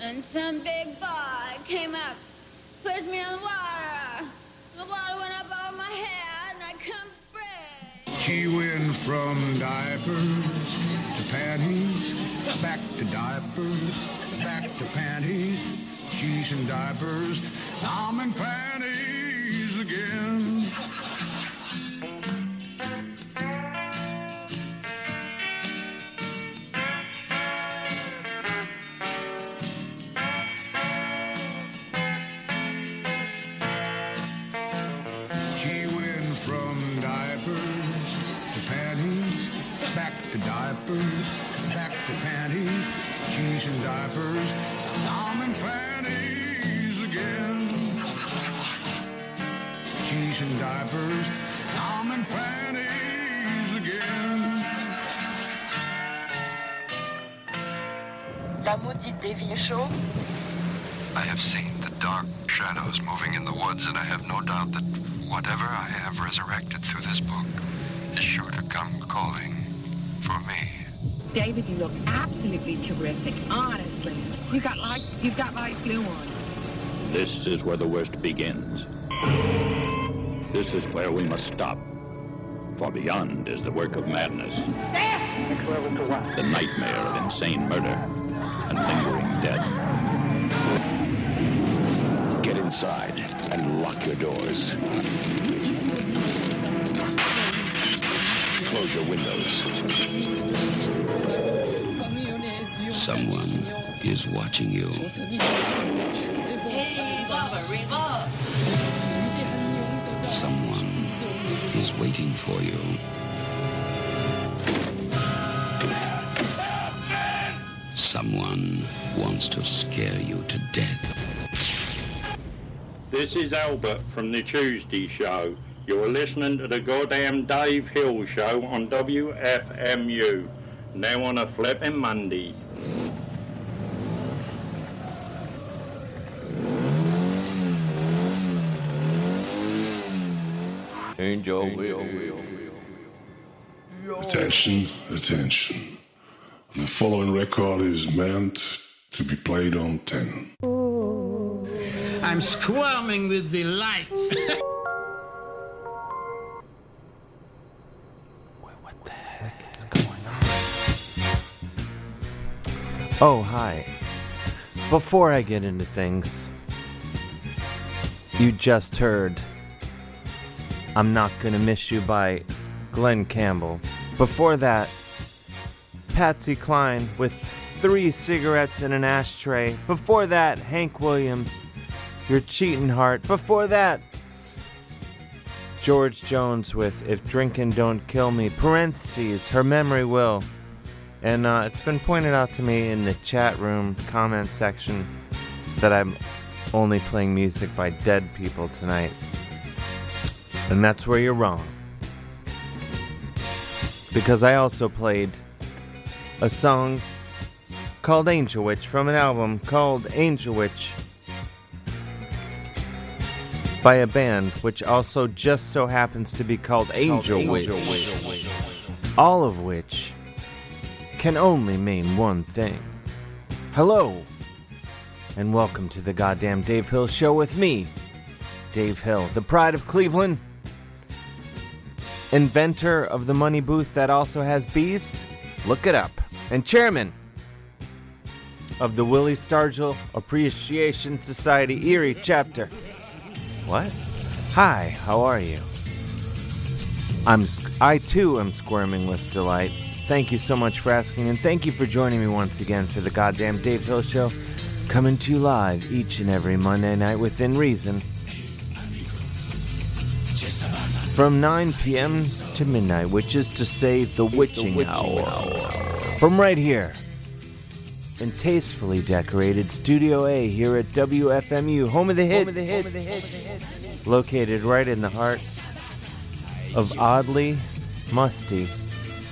And some big boy came up, pushed me in the water. The water went up over my head, and I couldn't breathe. She went from diapers to panties, back to diapers, back to panties. She's in diapers, I'm in panties again. She went from diapers to panties, back to diapers, back to panties. She's in diapers, I'm in panties again. She's in diapers, I'm in panties again. La maudite des vieux chauds. I have seen the dark shadows moving in the woods, and I have no doubt that whatever I have resurrected through this book is sure to come calling for me. David, you look absolutely terrific. Honestly, you got like you've got light blue on. This is where the worst begins. This is where we must stop. For beyond is the work of madness, the nightmare of insane murder, and lingering death. Get inside and lock your doors. Close your windows. Someone is watching you. Someone is waiting for you. Someone wants to scare you to death. This is Albert from the Tuesday Show. You're listening to the goddamn Dave Hill Show on WFMU. Now on a flipping Monday. Angel will, will, Attention, attention. The following record is meant to be played on 10. I'm squirming with delight. Oh, hi. Before I get into things, you just heard I'm Not Gonna Miss You by Glenn Campbell. Before that, Patsy Cline with three cigarettes in an ashtray. Before that, Hank Williams, Your Cheating Heart. Before that, George Jones with If Drinking Don't Kill Me, parentheses, Her Memory Will. And uh, it's been pointed out to me in the chat room comment section that I'm only playing music by dead people tonight. And that's where you're wrong. Because I also played a song called Angel Witch from an album called Angel Witch by a band which also just so happens to be called Angel, Witch. All of which can only mean one thing. Hello, and welcome to the goddamn Dave Hill Show with me, Dave Hill, the pride of Cleveland, inventor of the money booth that also has bees. Look it up. And chairman of the Willie Stargell Appreciation Society Erie chapter. What? Hi, how are you? I'm s- I too am squirming with delight. Thank you so much for asking, and thank you for joining me once again for the goddamn Dave Hill Show, coming to you live each and every Monday night within reason, from 9 p.m. to midnight, which is to say the witching, hour, from right here in tastefully decorated Studio A here at WFMU, home of the hits, located right in the heart of oddly musty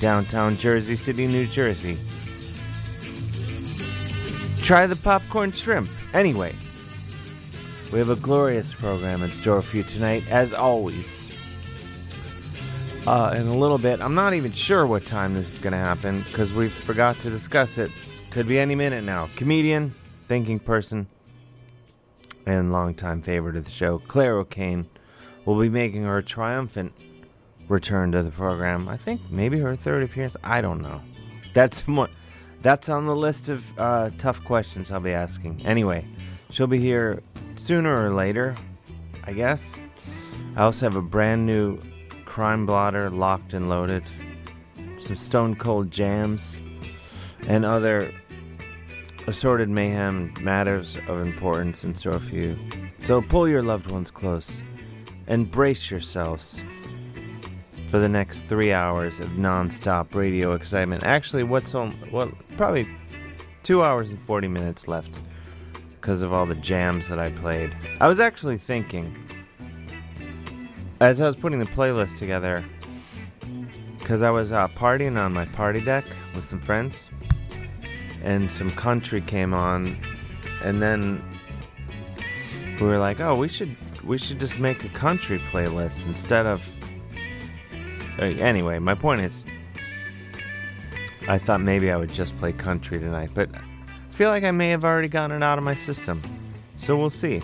downtown Jersey City, New Jersey. Try the popcorn shrimp. Anyway, we have a glorious program in store for you tonight, as always. Uh, in a little bit, I'm not even sure what time this is going to happen because we forgot to discuss it. Could be any minute now. Comedian, thinking person and longtime favorite of the show, Claire O'Kane, will be making her triumphant return to the program. I think maybe her third appearance. I don't know. That's more, That's on the list of uh, tough questions I'll be asking. Anyway, she'll be here sooner or later, I guess. I also have a brand new crime blotter locked and loaded, some stone cold jams, and other assorted mayhem matters of importance in store for you. So pull your loved ones close and brace yourselves for the next three hours of non-stop radio excitement. Actually, what's on? Well, probably two hours and forty minutes left because of all the jams that I played. I was actually thinking as I was putting the playlist together because I was uh, partying on my party deck with some friends and some country came on and then we were like oh we should we should just make a country playlist instead of Uh, anyway my point is i thought maybe i would just play country tonight but i feel like i may have already gotten it out of my system so we'll see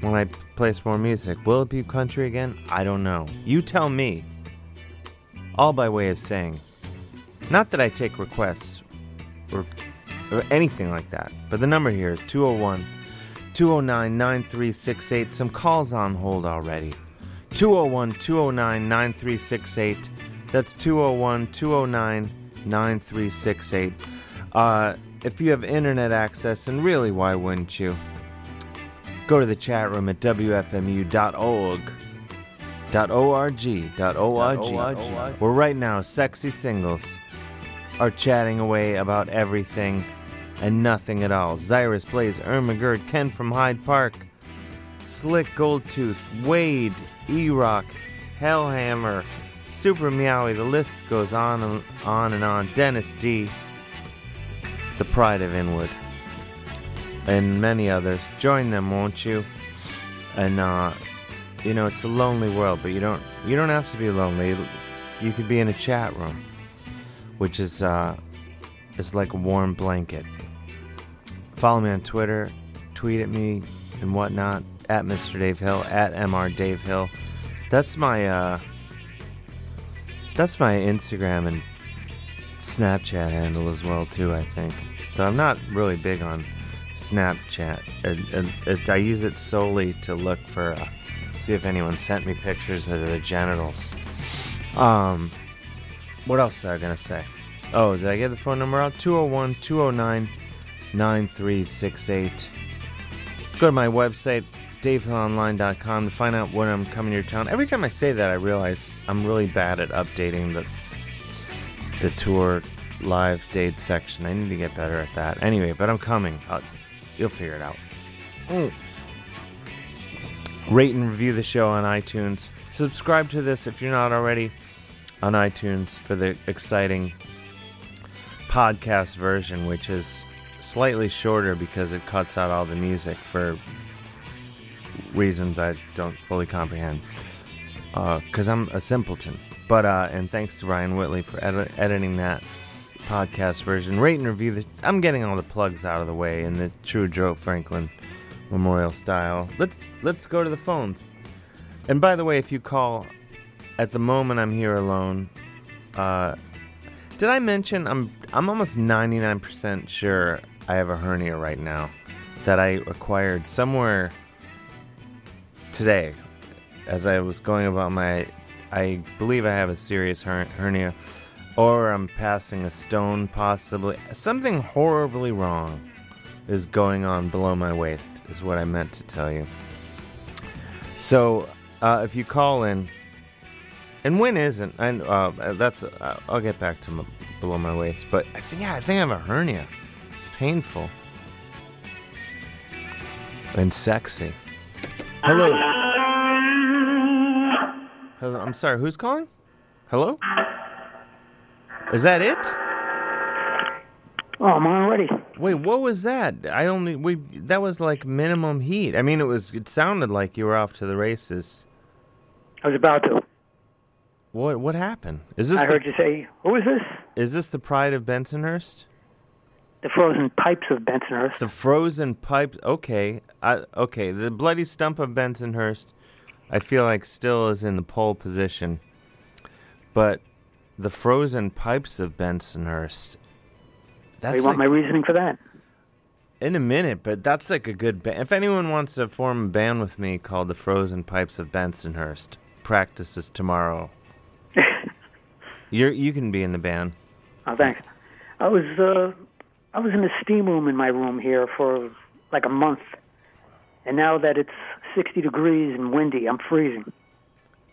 when i play some more music will it be country again i don't know you tell me all by way of saying not that i take requests or, or anything like that. But the number here is 201 209 9368. Some calls on hold already. 201 209 9368. That's 201 209 9368. Uh, If you have internet access, and really, why wouldn't you? Go to the chat room at wfmu.org. Dot .org. Dot Dot .org. org. Where right now, sexy singles are chatting away about everything and nothing at all. Cyrus Blaze, Irma Gerd, Ken from Hyde Park, Slick Goldtooth, Wade, E Rock, Hellhammer, Super Meowie, the list goes on and on and on. Dennis D, the pride of Inwood, and many others. Join them, won't you? And uh, you know, it's a lonely world, but you don't you don't have to be lonely. You could be in a chat room, which is uh, is like a warm blanket. Follow me on Twitter, tweet at me and whatnot at Mr. Dave Hill at Mr. Dave Hill. That's my uh, that's my Instagram and Snapchat handle as well too. I think, though I'm not really big on Snapchat. And- and it- I use it solely to look for uh, see if anyone sent me pictures of their genitals. Um, what else did I gonna say? Oh, did I get the phone number out? 201 209 9368. Go to my website, davehillonline.com, to find out when I'm coming to your town. Every time I say that, I realize I'm really bad at updating the the tour live date section. I need to get better at that. Anyway, but I'm coming. I'll, you'll figure it out. Mm. Rate and review the show on iTunes. Subscribe to this if you're not already on iTunes for the exciting podcast version, which is slightly shorter because it cuts out all the music for reasons I don't fully comprehend. Because I'm a simpleton. But, uh, and thanks to Ryan Whitley for edi- editing that podcast version. Rate and review the. I'm getting all the plugs out of the way in the true Joe Franklin memorial style. Let's let's go to the phones. And by the way, if you call, at the moment I'm here alone. Uh, did I mention I'm I'm almost 99% sure I have a hernia right now that I acquired somewhere today as I was going about my I believe I have a serious her- hernia or I'm passing a stone possibly something horribly wrong is going on below my waist is what I meant to tell you. So uh, if you call in, and when isn't, and uh, that's uh, I'll get back to m- below my waist, but I think yeah, I think I have a hernia. It's painful and sexy. Hello. Hello. I'm sorry. Who's calling? Hello. Is that it? Oh, I'm on already. Wait, what was that? I only we that was like minimum heat. I mean, it was it sounded like you were off to the races. I was about to. What what happened? Is this I the, heard you say, "Who is this?" is this the pride of Bensonhurst? The frozen pipes of Bensonhurst. The frozen pipes. Okay, I, okay. The bloody stump of Bensonhurst, I feel like still is in the pole position, but the frozen pipes of Bensonhurst. you want my reasoning for that? in a minute, but that's like a good band. If anyone wants to form a band with me called the Frozen Pipes of Bensonhurst, practices tomorrow. You're you can be in the band. Oh, thanks. I was uh, I was in a steam room in my room here for like a month, and now that it's 60 degrees and windy, I'm freezing.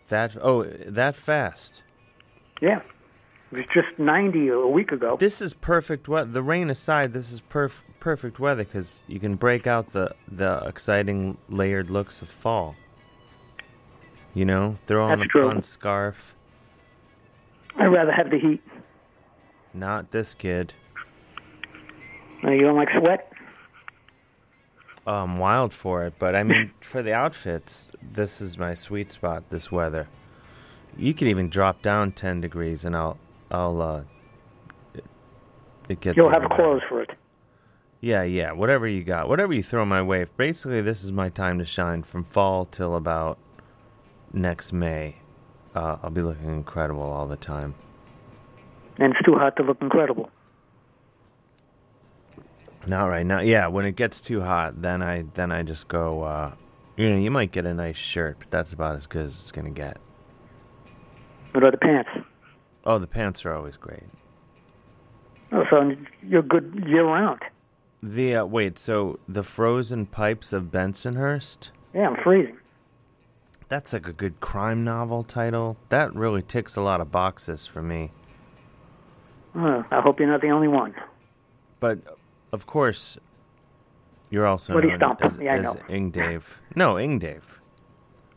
That oh that fast. Yeah, it was just 90 a week ago. This is perfect weather. The rain aside, this is perf- perfect weather because you can break out the the exciting layered looks of fall. You know, throw on That's a true. fun scarf. I'd rather have the heat. Not this kid. Uh, You don't like sweat? Oh, I'm wild for it, but I mean, for the outfits, this is my sweet spot. This weather, you could even drop down ten degrees, and I'll, I'll, uh, it, it gets. You'll have everywhere. clothes for it. Yeah, yeah. Whatever you got, whatever you throw my way. Basically, this is my time to shine from fall till about next May. Uh, I'll be looking incredible all the time. And it's too hot to look incredible. Not right now. Yeah, when it gets too hot, then I then I just go. uh You know, you might get a nice shirt, but that's about as good as it's gonna get. What about the pants? Oh, the pants are always great. Oh, so you're good year round. The uh, wait, so the frozen pipes of Bensonhurst? Yeah, I'm freezing. That's like a good crime novel title. That really ticks a lot of boxes for me. Oh, I hope you're not the only one. But of course, you're also Bloody known stump. as, Yeah, I as know. Ing Dave. No, Ing Dave.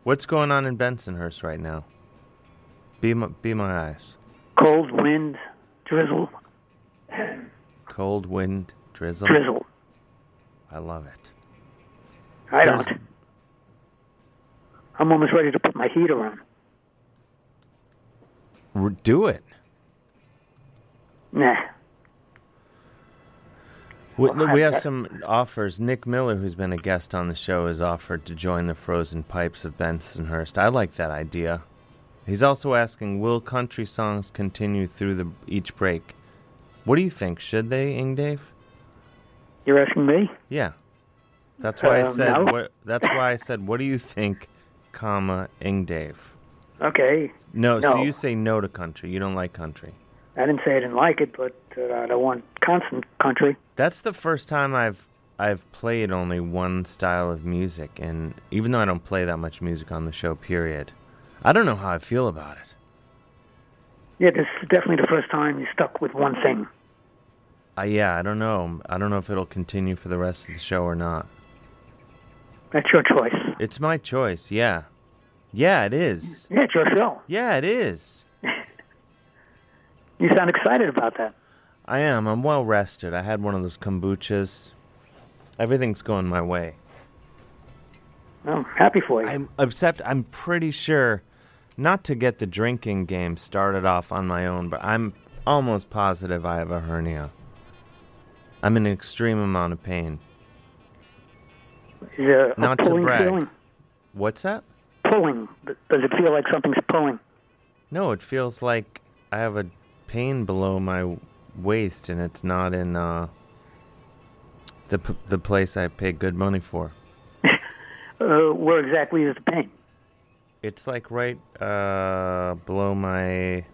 What's going on in Bensonhurst right now? Be my, be my eyes. Cold wind, drizzle. Cold wind, drizzle. Drizzle. I love it. I don't. I'm almost ready to put my heater on. R- do it. Nah. We, Well, we I- have I- some offers. Nick Miller, who's been a guest on the show, has offered to join the Frozen Pipes of Bensonhurst. I like that idea. He's also asking, will country songs continue through the each break? What do you think? Should they, Ing Dave? You're asking me? Yeah, that's why I Uh, said. no. What, that's why I said. What do you think, comma Ing Dave? Okay. No, so No. you say no to country. You don't like country. I didn't say I didn't like it, but uh, I don't want constant country. That's the first time I've I've played only one style of music, and even though I don't play that much music on the show, period, I don't know how I feel about it. Yeah, this is definitely the first time you're stuck with one thing. I, Uh, yeah, I don't know. I don't know if it'll continue for the rest of the show or not. That's your choice. It's my choice. Yeah, yeah, it is. Yeah, it's your show. Yeah, it is. You sound excited about that. I am. I'm well rested. I had one of those kombuchas. Everything's going my way. I'm happy for you. I'm except I'm pretty sure not to get the drinking game started off on my own, but I'm almost positive I have a hernia. I'm in an extreme amount of pain. Is there a Not to pulling brag. feeling? What's that? Pulling. Does it feel like something's pulling? No, it feels like I have a pain below my waist and it's not in uh the p- the place I paid good money for. Uh, where exactly is the pain? It's like right uh below my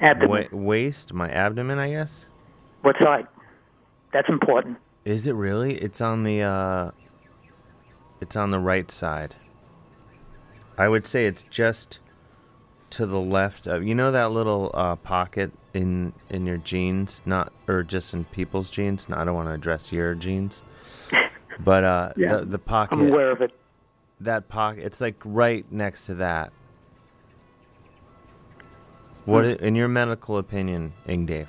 Abdomen. wa- waist, my abdomen, I guess. What side? That's important. Is it really? It's on the uh it's on the right side. I would say it's just to the left of you know that little uh pocket in in your jeans, not or just in people's jeans. No, I don't want to address your jeans. But uh Yeah, the, the pocket I'm aware of it. that pocket it's like right next to that. What Hmm. i- in your medical opinion, Ingdave,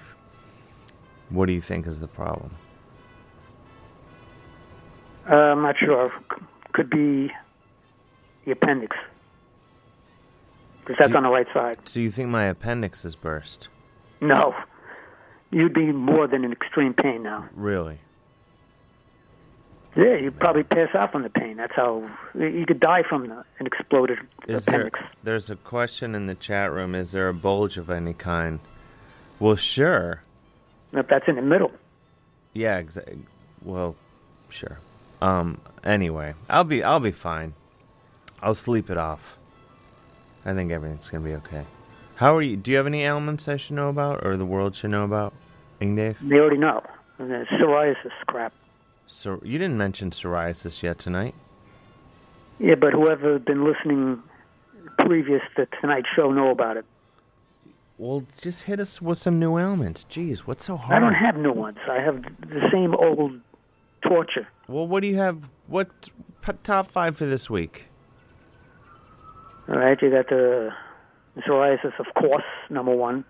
what do you think is the problem? Uh, I'm not sure. C- Could be the appendix. Because that's You- on the right side. So you think my appendix is burst? No. you'd be more than in extreme pain now. Really? Yeah, you'd probably pass out from the pain. That's how you could die from the, an exploded Is there, appendix. there's a question in the chat room. Is there a bulge of any kind? Well, sure. If that's in the middle. Yeah, exactly. Well, sure. Um. Anyway, I'll be I'll be fine. I'll sleep it off. I think everything's gonna be okay. How are you? Do you have any ailments I should know about, or the world should know about, Ingdave? They already know. And the psoriasis crap. So you didn't mention psoriasis yet tonight. Yeah, but whoever been listening previous to tonight's show know about it. Well, just hit us with some new ailments. Jeez, what's so hard? I don't have new ones. I have the same old torture. Well, what do you have? What p- top five for this week? All right, you got the psoriasis, of course, number one.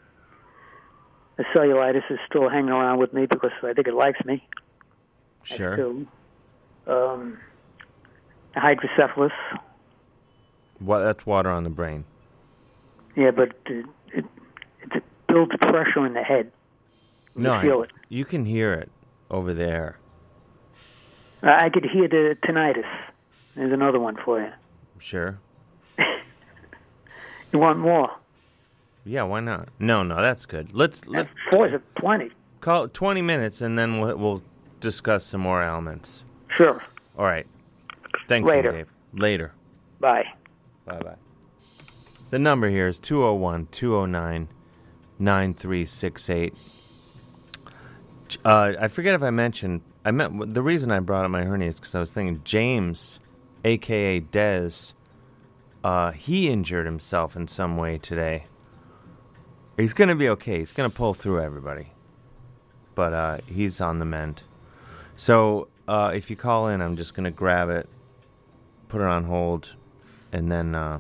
The cellulitis is still hanging around with me because I think it likes me. Sure. Two, um, hydrocephalus. What? That's water on the brain. Yeah, but it, it, it builds pressure in the head. No, feel I- you can hear it over there. Uh, I I could hear the tinnitus. There's another one for you. Sure. You want more? Yeah, why not? No, no, that's good. Let's let's Four is plenty. call it 20 minutes and then we'll, we'll discuss some more ailments. Sure. All right. Thanks, Later. Dave. Later. Bye. Bye bye. The number here is 201 209 9368. Uh, I forget if I mentioned, I meant the reason I brought up my hernia is because I was thinking James, aka Dez, uh, he injured himself in some way today. He's going to be okay. He's going to pull through everybody. But uh, he's on the mend. So uh, if you call in, I'm just going to grab it, put it on hold, and then uh,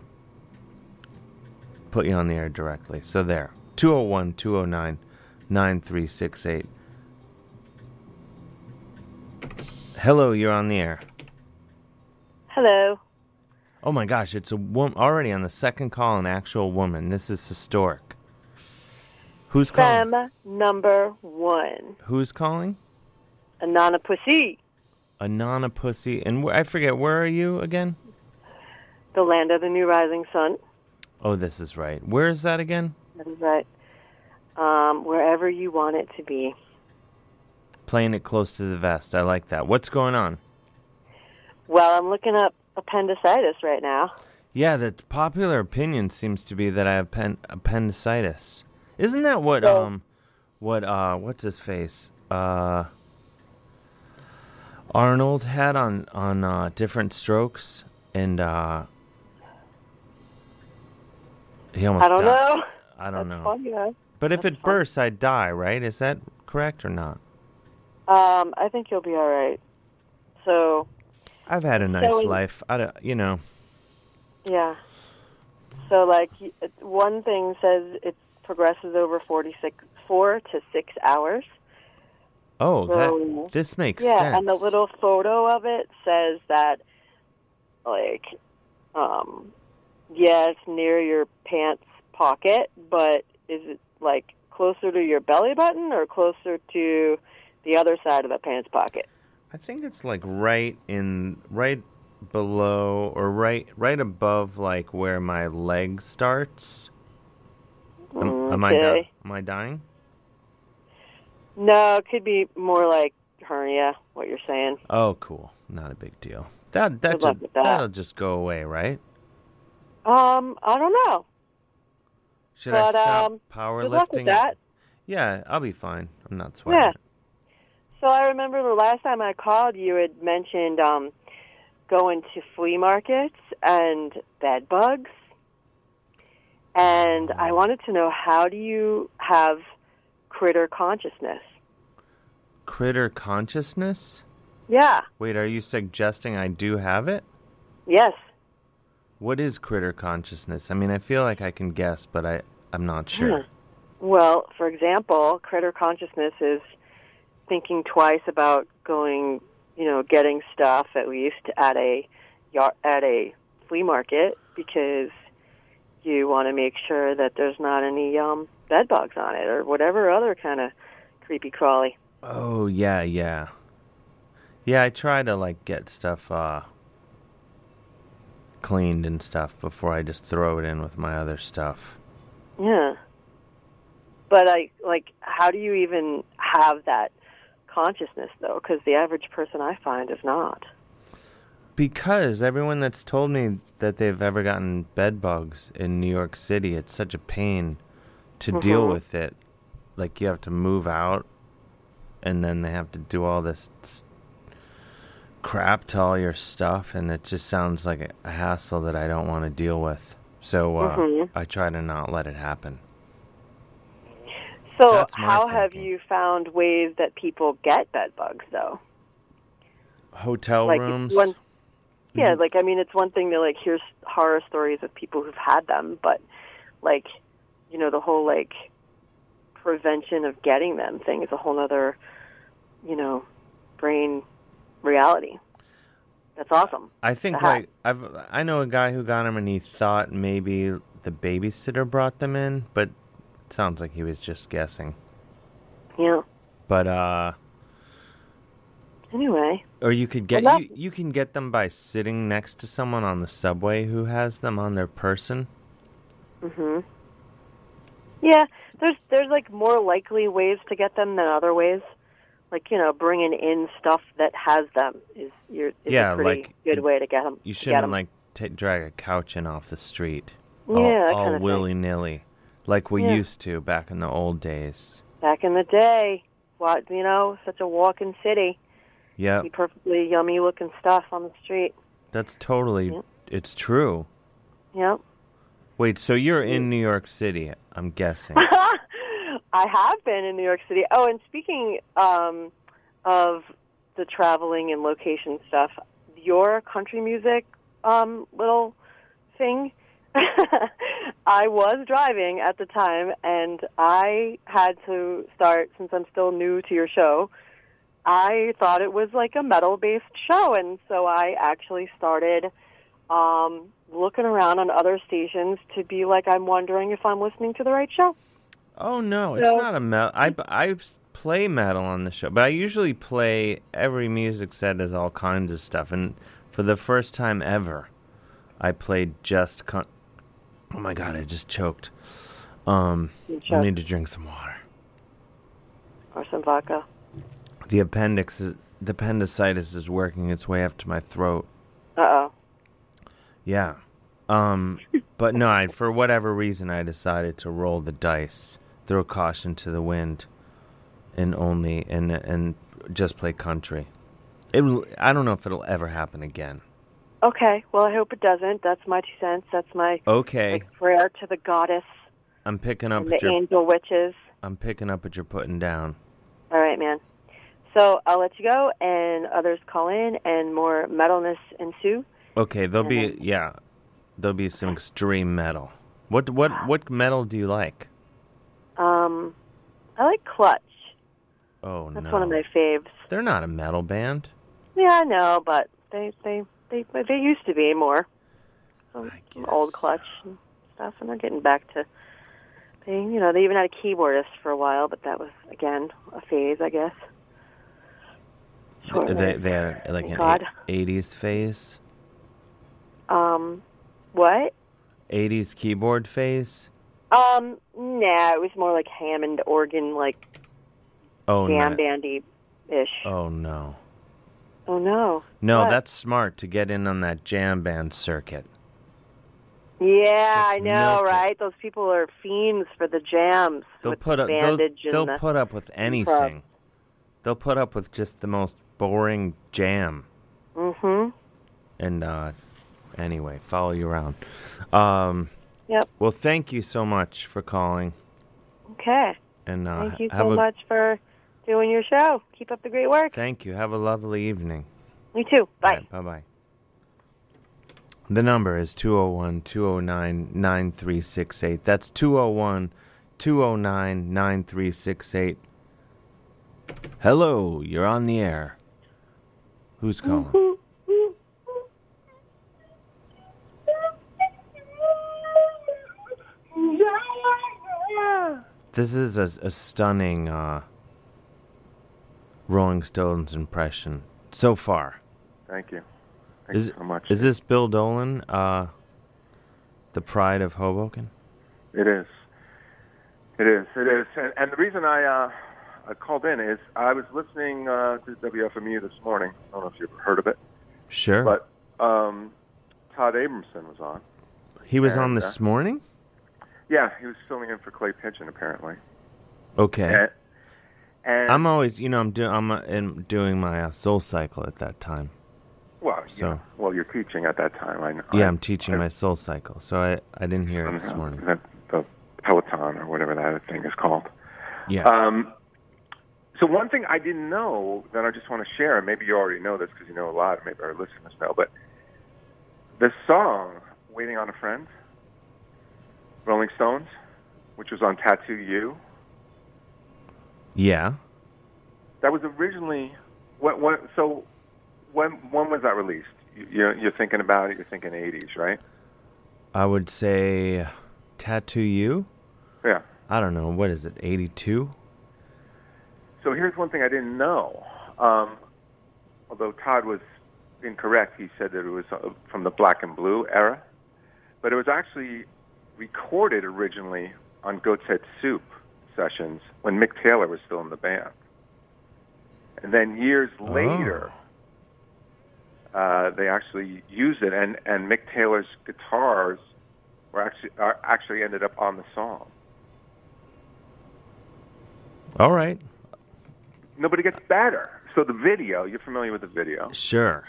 put you on the air directly. So there. 201 209 9368. Hello, you're on the air. Hello. Oh my gosh, it's a woman already on the second call, an actual woman. This is historic. Who's calling? Femme number one. Who's calling? Anana Pussy, Anana Pussy. And wh- I forget, where are you again? the land of the new rising sun. Oh, this is right. Where is that again? That is right. Um, wherever you want it to be. Playing it close to the vest. I like that. What's going on? Well, I'm looking up appendicitis right now. Yeah, the popular opinion seems to be that I have pen- appendicitis. Isn't that what um what uh what's his face? Uh Arnold had on on uh different strokes and uh he almost I don't died. know. I don't know. Oh, yeah. But if it bursts, I die, right? Is that correct or not? Um, I think you'll be all right. So, I've had a nice So- life. I don't, you know. yeah. So, like, y- it- one thing says it progresses over 46, four to six hours. Oh, So- that, this makes yeah, sense. and the little photo of it says that, like, um, yeah, it's near your pants pocket, but is it like closer to your belly button or closer to the other side of the pants pocket? I think it's like right in right below or right right above like where my leg starts. Am, am I di- Mm, Okay. am I dying? No, it could be more like hernia. What you're saying? Oh, cool. Not a big deal. That that, Good luck ju- with that. that'll just go away, right? Um, I don't know. Should I but stop um, powerlifting? good luck with that. Yeah, I'll be fine. I'm not sweating. Yeah. So I remember the last time I called, you had mentioned um, going to flea markets and bed bugs, and I wanted to know how do you have critter consciousness? Critter consciousness? Yeah. Wait, are you suggesting I do have it? Yes. What is critter consciousness? I mean, I feel like I can guess, but I I'm not sure. Hmm. Well, for example, critter consciousness is thinking twice about going, you know, getting stuff at least at a yar- at a flea market because you want to make sure that there's not any um, bed bugs on it or whatever other kind of creepy crawly. Oh yeah, yeah, yeah. I try to like get stuff uh cleaned and stuff before I just throw it in with my other stuff. Yeah. But I like how do you even have that consciousness though cuz the average person I find is not. Because everyone that's told me that they've ever gotten bed bugs in New York City, it's such a pain to deal Mhm. with it. Like you have to move out, and then they have to do all this s- crap to all your stuff, and it just sounds like a- a hassle that I don't want to deal with. So uh, Mhm. I try to not let it happen. So That's my how have you found ways that people get bed bugs though? Hotel like rooms. Mm-hmm. It's one, yeah, like I mean, it's one thing to like hear s- horror stories of people who've had them, but like you know, the whole like prevention of getting them thing is a whole other, you know, brain reality. That's awesome. I think Uh-huh. like I've I know a guy who got him and he thought maybe the babysitter brought them in, but it sounds like he was just guessing. Yeah. But uh Anyway, or you could get Well, that- you, you can get them by sitting next to someone on the subway who has them on their person. hmm Mm-hmm. Yeah, there's there's like more likely ways to get them than other ways. Like you know, bringing in stuff that has them is your is Yeah, a pretty like, good way to get them. You shouldn't like ta drag a couch in off the street. all- Yeah, that all, kinda thing. willy nilly, like we Yeah. used to back in the old days. back in the day. What you know, such a walking city. Yep, Be perfectly yummy looking stuff on the street. that's totally. Yeah. It's true. Yep. Wait, so you're in New York City? I'm guessing. I have been in New York City. Oh, and speaking um, of the traveling and location stuff, your country music um, little thing. I was driving at the time, and I had to start since I'm still new to your show. I thought it was like a metal based show, and so I actually started um, looking around on other stations to be like, I'm wondering if I'm listening to the right show. Oh no, it's So- not a metal. I I s- play metal on the show, but I usually play every music set as all kinds of stuff. And for the first time ever, I played just. Con- oh my god, I just choked. Um, You I choked. need to drink some water. Or some vodka. The appendix, is, the appendicitis is working its way up to my throat. Uh oh. Yeah. Um, but no, I, for whatever reason, I decided to roll the dice, throw caution to the wind, and only and and just play country. It. will- I don't know if it'll ever happen again. Okay, well, I hope it doesn't. That's my two cents. That's my Okay, prayer to the goddess I'm picking up and what the you're. angel witches. I'm picking up what you're putting down. All right, man. So I'll let you go, and others call in, and more metalness ensue. Okay, there'll Uh-huh. be yeah, there'll be some extreme metal. What what what metal do you like? Um, I like Clutch. Oh That's no, one of my faves. they're not a metal band. Yeah, I know, but they they they they used to be more. Some, some old Clutch and stuff, and they're getting back to. They, you know, they even had a keyboardist for a while, but that was again a phase, I guess. Short They they had like Thank an God. eighties phase. Um, what? 80s keyboard phase. Um, nah, it was more like Hammond organ, like Oh jam no. bandy ish. Oh no. Oh no. No, What? that's smart to get in on that jam band circuit. Yeah, I Just know, milk it. right? Those people are fiends for the jams. They'll with put the up they'll, bandage and they'll the put up with anything. They'll put up with just the most boring jam Mm-hmm. and uh anyway, follow you around. Um Yep. Well, thank you so much for calling Okay. and uh Thank you have so a much for doing your show. Keep up the great work. thank you. Have a lovely evening. Me too. Bye. Bye bye. The number is 201 209 9368. That's 201 209 9368. Hello, you're on the air. Who's calling? This is a, a stunning uh, Rolling Stones impression so far? Thank you. Thank Is you so much. is this Bill Dolan, uh, the pride of Hoboken? It is. It is. It is. And, and the reason I, uh, I called in is I was listening uh, to WFMU this morning. I don't know if you've heard of it. Sure. But um, Todd Abramson was on. he was and, on this morning. Yeah, he was filling in for Clay Pigeon apparently. Okay. And I'm always, you know, I'm doing, I'm, uh, in- doing my uh, soul cycle at that time. well, So yeah, well, you're teaching at that time. I know. yeah, I'm teaching my soul cycle. So I, I didn't hear it this morning. That, the Peloton or whatever that thing is called. Yeah. Um, so one thing I didn't know that I just want to share, and maybe you already know this because you know a lot, and maybe our listeners know, but the song "Waiting on a Friend," Rolling Stones, which was on Tattoo You, yeah. that was originally what, what so when when was that released? You, you're, you're thinking about it. You're thinking '80s, right? I would say tattoo you. Yeah. I don't know. What is it? 82? So here's one thing I didn't know. Um, although Todd was incorrect, he said that it was uh, from the black and blue era, but it was actually recorded originally on Goat's Head Soup sessions when Mick Taylor was still in the band. And then years later, uh, they actually used it, and, and Mick Taylor's guitars were actually are, actually ended up on the song. All right. Nobody gets better. So the video, you're familiar with the video. Sure.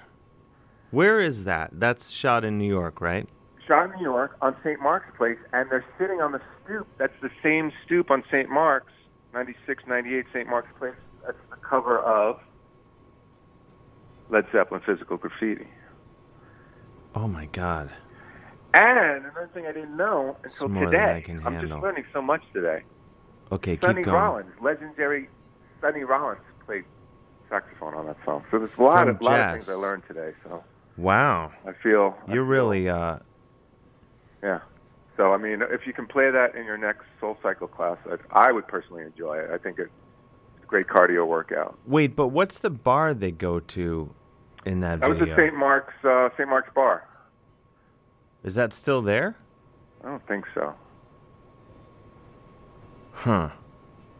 Where is that? That's shot in New York, right? shot in New York on St. Mark's Place, and they're sitting on the stoop. That's the same stoop on St. Mark's, 96, 98 St. Mark's Place. That's the cover of Led Zeppelin Physical Graffiti. Oh my God. And another thing I didn't know It's until more than I today, can I'm just handle. learning so much today. Okay, Sonny keep going. Rollins, legendary Sonny Rollins, played saxophone on that song. So there's a lot, From of, lot of things I jazz. learned today. So Wow. I feel You're really, uh, Yeah. So I mean, if you can play that in your next Soul Cycle class, I, I would personally enjoy it. I think it's a great cardio workout. wait, but what's the bar they go to in that, That was video? at St. Mark's uh, St. Mark's Bar. Is that still there? I don't think so. Huh.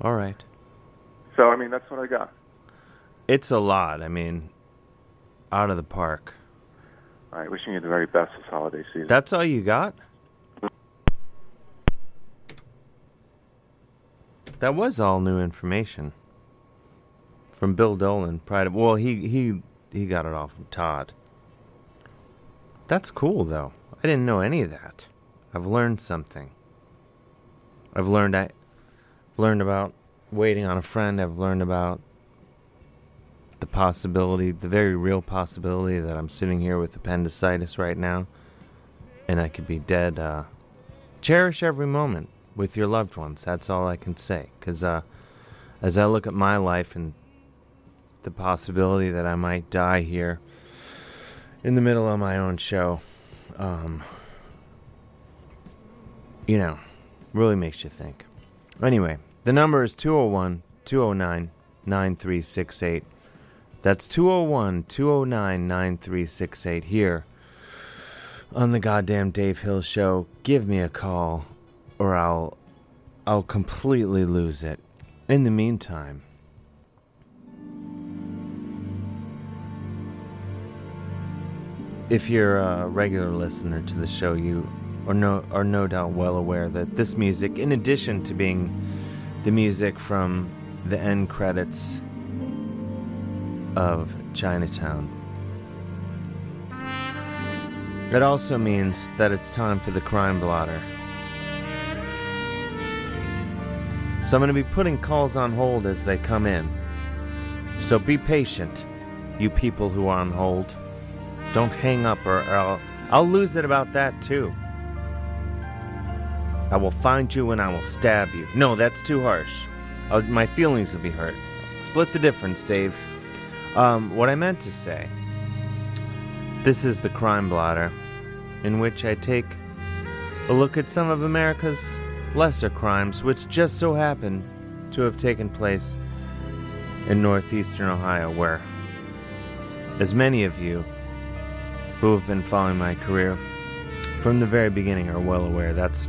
All right. So I mean, that's what I got. It's a lot. I mean, out of the park. All right. Wishing you the very best this holiday season. That's all you got? That was all new information from Bill Dolan. Pride of well, he he he got it all from Todd. That's cool though. I didn't know any of that. I've learned something. I've learned I learned about waiting on a friend. I've learned about the possibility, the very real possibility that I'm sitting here with appendicitis right now and I could be dead. Uh, cherish every moment with your loved ones. That's all I can say. Because uh, as I look at my life and the possibility that I might die here in the middle of my own show, um, you know, really makes you think. Anyway, the number is 201 209 9368. That's 201 209 9368 here on the goddamn Dave Hill show. Give me a call or I'll I'll completely lose it. In the meantime, if you're a regular listener to the show, you are no are no doubt well aware that this music, in addition to being the music from the end credits of Chinatown, it also means that it's time for the crime blotter. So I'm going to be putting calls on hold as they come in. So be patient, you people who are on hold. Don't hang up or, or I'll, I'll lose it about that too. I will find you and I will stab you. No, that's too harsh. Uh, my feelings will be hurt. Split the difference, Dave. Um, what I meant to say this is the Crime Blotter, in which I take a look at some of America's lesser crimes, which just so happen to have taken place in northeastern Ohio, where, as many of you who have been following my career from the very beginning are well aware, that's,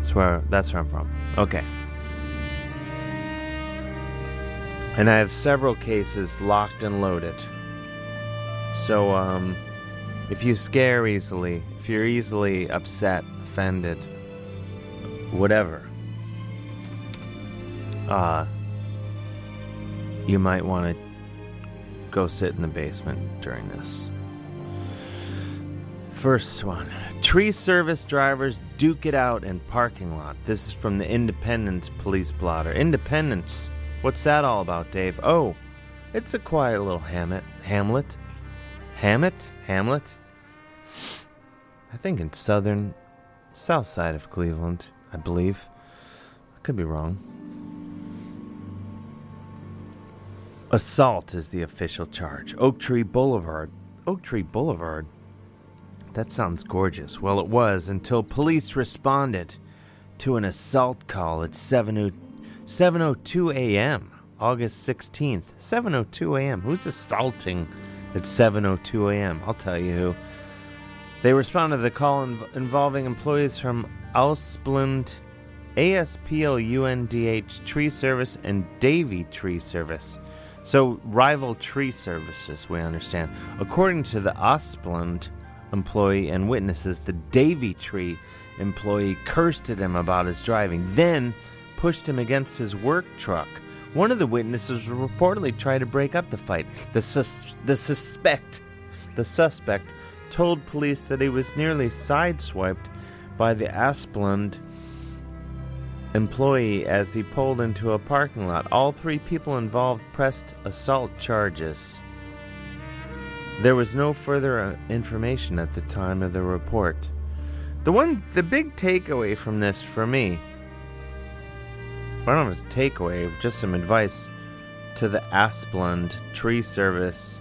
that's where that's where I'm from. Okay. And I have several cases locked and loaded. So, um, if you scare easily, if you're easily upset, offended, whatever, uh, you might want to go sit in the basement during this. First one Tree service drivers duke it out in parking lot. This is from the Independence police blotter. Independence? What's that all about, Dave? Oh, it's a quiet little hamlet. Hamlet? Hamlet? Hamlet? I think in southern, south side of Cleveland, I believe. I could be wrong. Assault is the official charge. Oak Tree Boulevard. Oak Tree Boulevard? That sounds gorgeous. Well, it was until police responded to an assault call at 7 o- 7:02 a.m. August 16th. 7:02 a.m. Who's assaulting at 7:02 a.m.? I'll tell you who. They responded to the call inv- involving employees from Ausplund ASPLUNDH Tree Service and Davy Tree Service. So, rival tree services, we understand. According to the Osplund employee and witnesses, the Davy Tree employee cursed at him about his driving, then pushed him against his work truck. One of the witnesses reportedly tried to break up the fight. The, sus- the suspect, the suspect, told police that he was nearly sideswiped by the Asplund employee as he pulled into a parking lot. All three people involved pressed assault charges. There was no further uh, information at the time of the report. The one, the big takeaway from this for me, I don't know if it's a takeaway, just some advice to the Asplund Tree Service.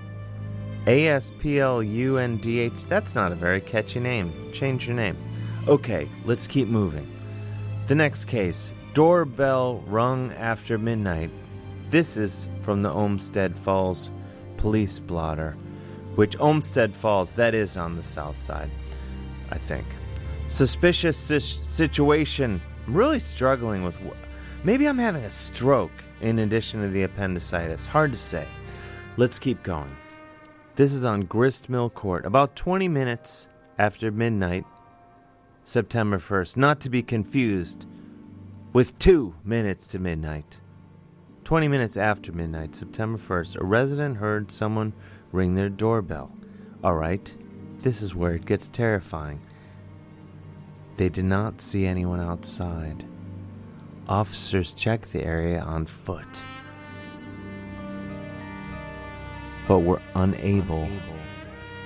A S P L U N D H. That's not a very catchy name. Change your name. Okay, let's keep moving. The next case doorbell rung after midnight. This is from the Olmsted Falls police blotter, which Olmsted Falls, that is on the south side, I think. Suspicious sis- situation. I'm really struggling with. Wh- Maybe I'm having a stroke in addition to the appendicitis. Hard to say. Let's keep going. This is on Gristmill Court, about 20 minutes after midnight, September 1st, not to be confused with two minutes to midnight. 20 minutes after midnight, September 1st, a resident heard someone ring their doorbell. All right, this is where it gets terrifying. They did not see anyone outside. Officers checked the area on foot, but were unable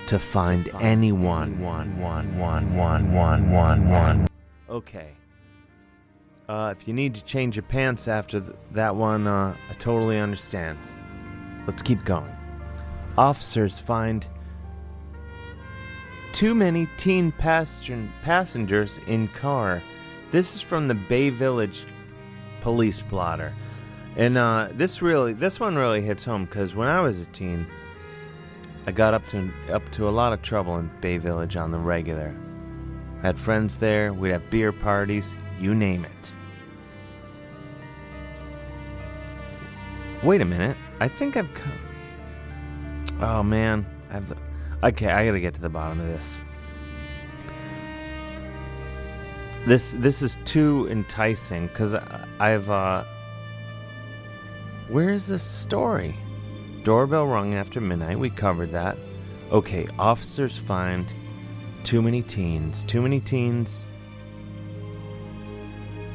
to find anyone. One, one, one, one, one, one, one. Okay. Uh, if you need to change your pants after th- that one, uh, I totally understand. Let's keep going. Officers find too many teen passenger- passengers in car. This is from the Bay Village police blotter, and uh, this really, this one really hits home because when I was a teen, I got up to up to a lot of trouble in Bay Village on the regular. I had friends there. We'd have beer parties. You name it. Wait a minute. I think I've come. Oh man, I've. The... Okay, I gotta get to the bottom of this. This this is too enticing because I've. Uh... Where is this story? Doorbell rung after midnight. We covered that. Okay, officers find too many teens. Too many teens.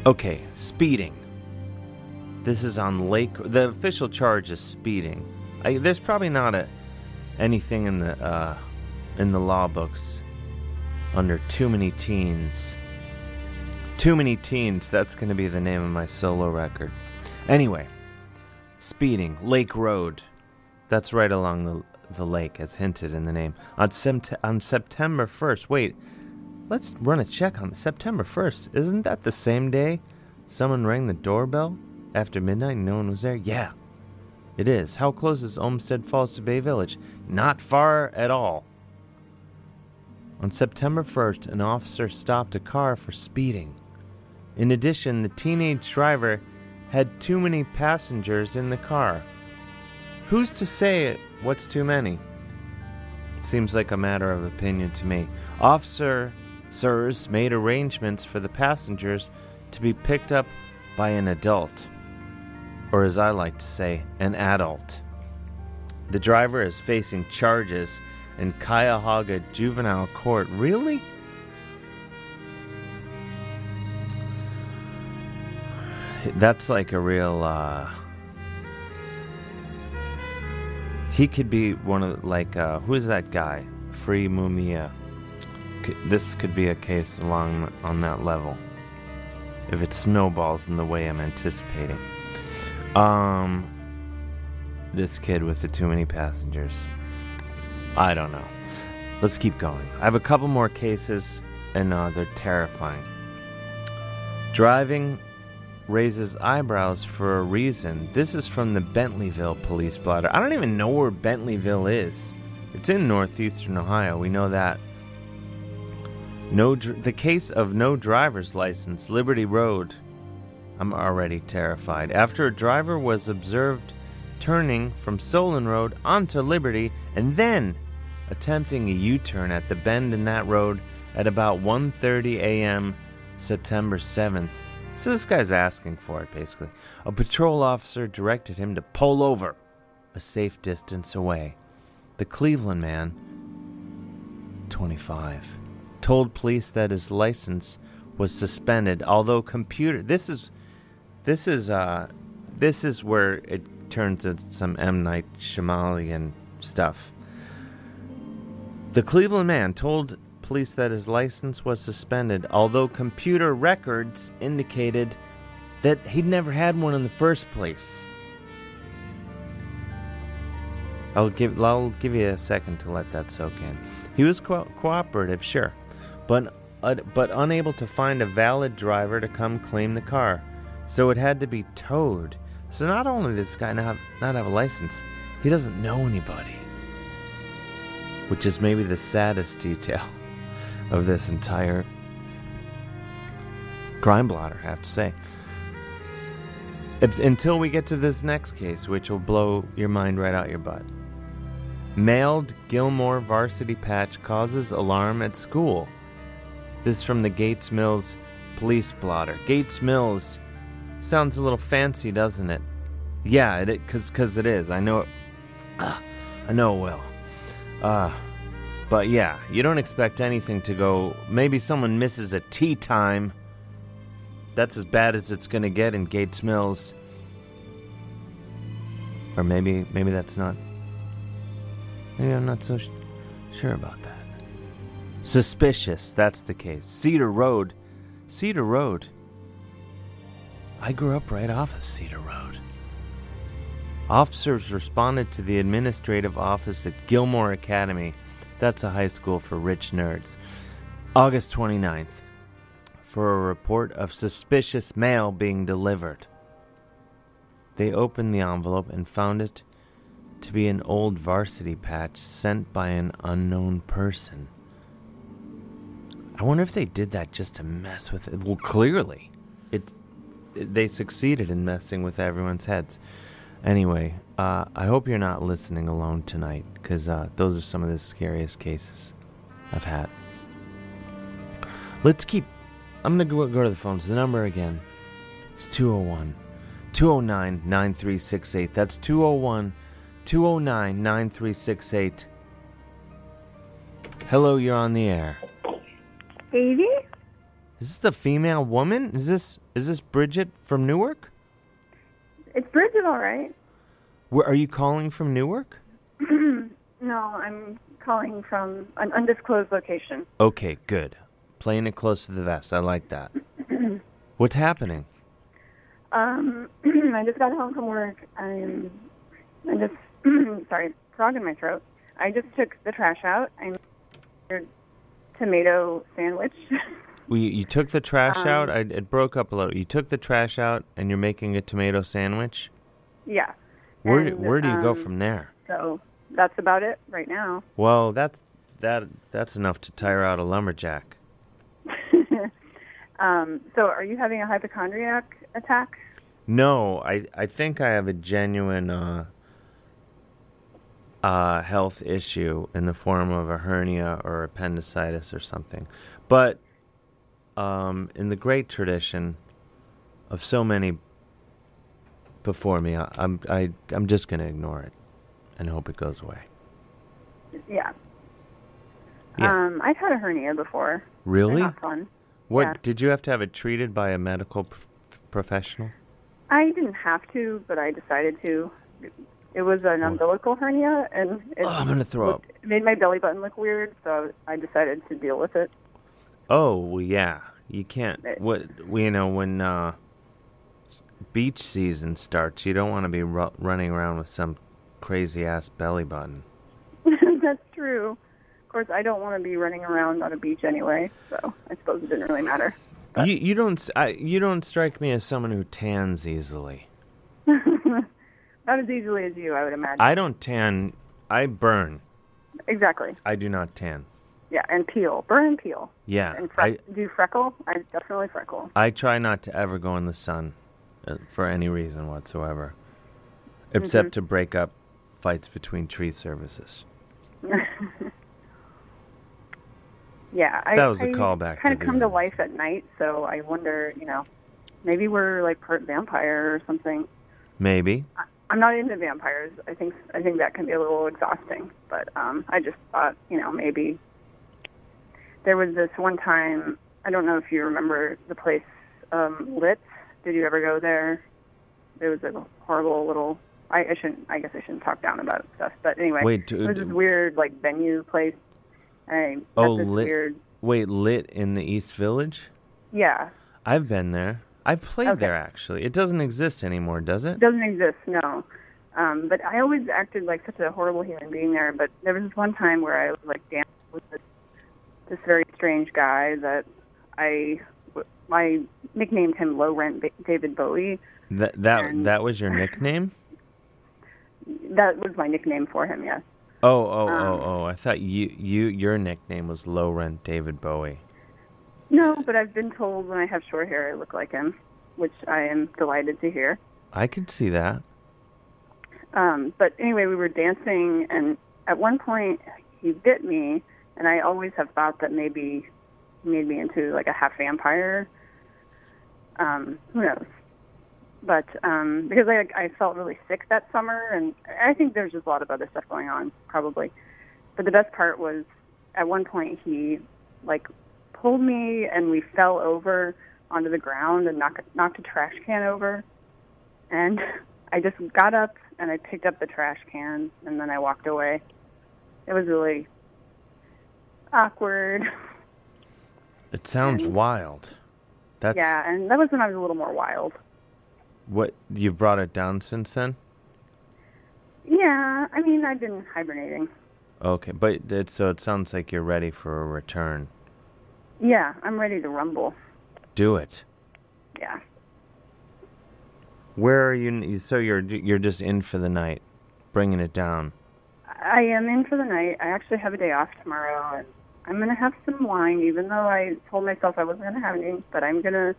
Okay, speeding. This is on Lake. The official charge is speeding. I, there's probably not a anything in the uh, in the law books under too many teens. Too many teens. That's going to be the name of my solo record. Anyway, speeding Lake Road. That's right along the the lake, as hinted in the name. On sept- on September first. Wait, let's run a check on September first. Isn't that the same day someone rang the doorbell after midnight and no one was there? Yeah. It is. How close is Olmsted Falls to Bay Village? Not far at all. On September 1st, an officer stopped a car for speeding. In addition, the teenage driver had too many passengers in the car. Who's to say what's too many? Seems like a matter of opinion to me. Officer Sirs made arrangements for the passengers to be picked up by an adult, or as I like to say, an adult. The driver is facing charges in Cuyahoga Juvenile Court. Really? That's like a real. Uh, he could be one of the- like uh, who's that guy? Free Mumia. C- This could be a case along on that level. If it snowballs in the way I'm anticipating. Um, this kid with the too many passengers. I don't know. Let's keep going. I have a couple more cases, and uh, they're terrifying. Driving raises eyebrows for a reason. This is from the Bentleyville police blotter. I don't even know where Bentleyville is. It's in northeastern Ohio. We know that. No, dr- the case of no driver's license, Liberty Road. I'm already terrified. After a driver was observed turning from Solon Road onto Liberty and then attempting a U-turn at the bend in that road at about 1:30 a.m. September 7th. So this guy's asking for it basically. A patrol officer directed him to pull over a safe distance away. The Cleveland man 25 told police that his license was suspended although computer this is this is uh this is where it turns into some M Night Shyamalan stuff the Cleveland man told police that his license was suspended, although computer records indicated that he'd never had one in the first place. I'll give I'll give you a second to let that soak in. He was co- cooperative, sure, but uh, but unable to find a valid driver to come claim the car, so it had to be towed. So not only does this guy not have, not have a license, he doesn't know anybody which is maybe the saddest detail of this entire crime blotter, I have to say. It's until we get to this next case, which will blow your mind right out your butt. Mailed Gilmore varsity patch causes alarm at school. This from the Gates Mills police blotter. Gates Mills sounds a little fancy, doesn't it? Yeah, it because because it is. I know it. Ugh, I know it will. Uh, but yeah, you don't expect anything to go. Maybe someone misses a tea time. That's as bad as it's gonna get in Gates Mills. Or maybe, maybe that's not. Maybe I'm not so sh- sure about that. Suspicious. That's the case. Cedar Road. Cedar Road. I grew up right off of Cedar Road. Officers responded to the administrative office at Gilmore Academy. That's a high school for rich nerds. August 29th for a report of suspicious mail being delivered. They opened the envelope and found it to be an old varsity patch sent by an unknown person. I wonder if they did that just to mess with it. Well, clearly, it they succeeded in messing with everyone's heads. Anyway, uh, I hope you're not listening alone tonight, because uh, those are some of the scariest cases I've had. Let's keep. I'm going to go, go to the phones. The number again is 201 209 9368. That's 201 209 9368. Hello, you're on the air. Davy? Is this the female woman? Is this is this Bridget from Newark? It's Bridget, all right. Where are you calling from Newark? no, I'm calling from an undisclosed location. Okay, good. Playing it close to the vest. I like that. What's happening? um, I just got home from work. I'm, I just, sorry, frog in my throat. I just took the trash out. I made a tomato sandwich. Well, you, you took the trash Um, out. I, it broke up a little. You took the trash out, and you're making a tomato sandwich. yeah. Where And, where do you go um, from there? So that's about it right now. Well, that's that that's enough to tire out a lumberjack. Um, so are you having a hypochondriac attack? No, I I think I have a genuine uh uh health issue in the form of a hernia or appendicitis or something. But um in the great tradition of so many before me, I, I'm I I'm just going to ignore it and hope it goes away. Yeah. Yeah. Um, I've had a hernia before. Really? Not fun. What Yeah. did you have to have it treated by a medical p- professional? I didn't have to, but I decided to. It was an umbilical hernia, and it Oh, I'm gonna throw up. made my belly button look weird, so I decided to deal with it. Oh well, yeah, you can't. Right. What you know when uh, s- beach season starts, you don't want to be ru- running around with some crazy ass belly button. That's true. Of course, I don't want to be running around on a beach anyway, so I suppose it didn't really matter. You you don't s I you don't strike me as someone who tans easily. Not as easily as you, I would imagine. I don't tan. I burn. exactly. I do not tan. Yeah, and peel, burn, and peel, Yeah, and I fre- do freckle. I definitely freckle. I try not to ever go in the sun uh, for any reason whatsoever, except Mhm. to break up fights between tree services. yeah, I, That was a I callback Kind to of the- come to life at night, so I wonder, you know, maybe we're like part vampire or something. Maybe. I'm not into vampires. I think I think that can be a little exhausting, but um, I just thought, you know, maybe there was this one time. I don't know if you remember the place um, Litz. Did you ever go there? There was a horrible little. I, I shouldn't. I guess I shouldn't talk down about stuff. But anyway, Wait, uh, d- it was this d- weird like venue place. And I Oh, met this lit. weird. Wait, lit in the East Village? Yeah, I've been there. I've played Okay. there actually. It doesn't exist anymore, does it? doesn't exist. No. Um, but I always acted like such a horrible human being there. But there was this one time where I was like danced with this this very strange guy that I I nicknamed him Low Rent ba- David Bowie. That that that was your Um, nickname? That was my nickname for him. Yes. Oh, oh, Um, oh, oh. I thought you you your nickname was Low Rent David Bowie. No, but I've been told when I have short hair, I look like him, which I am delighted to hear. I could see that. Um, but anyway, we were dancing, and at one point he bit me, and I always have thought that maybe he made me into like a half vampire. Um, who knows? But um, because I I felt really sick that summer, and I think there's just a lot of other stuff going on probably. But the best part was at one point he like pulled me, and we fell over onto the ground and knocked knocked a trash can over, and. I just got up and I picked up the trash can and then I walked away. It was really awkward. It sounds wild. That's Mm-hmm. yeah, and that was when I was a little more wild. what you've brought it down since then? Yeah, I mean, I've been hibernating. Okay, but it, so it sounds like you're ready for a return. Yeah, I'm ready to rumble. Do it. Yeah. Where are you? n- So you're you're just in for the night, bringing it down. I am in for the night. I actually have a day off tomorrow and I'm going to have some wine even though I told myself I wasn't going to have any, but I'm going to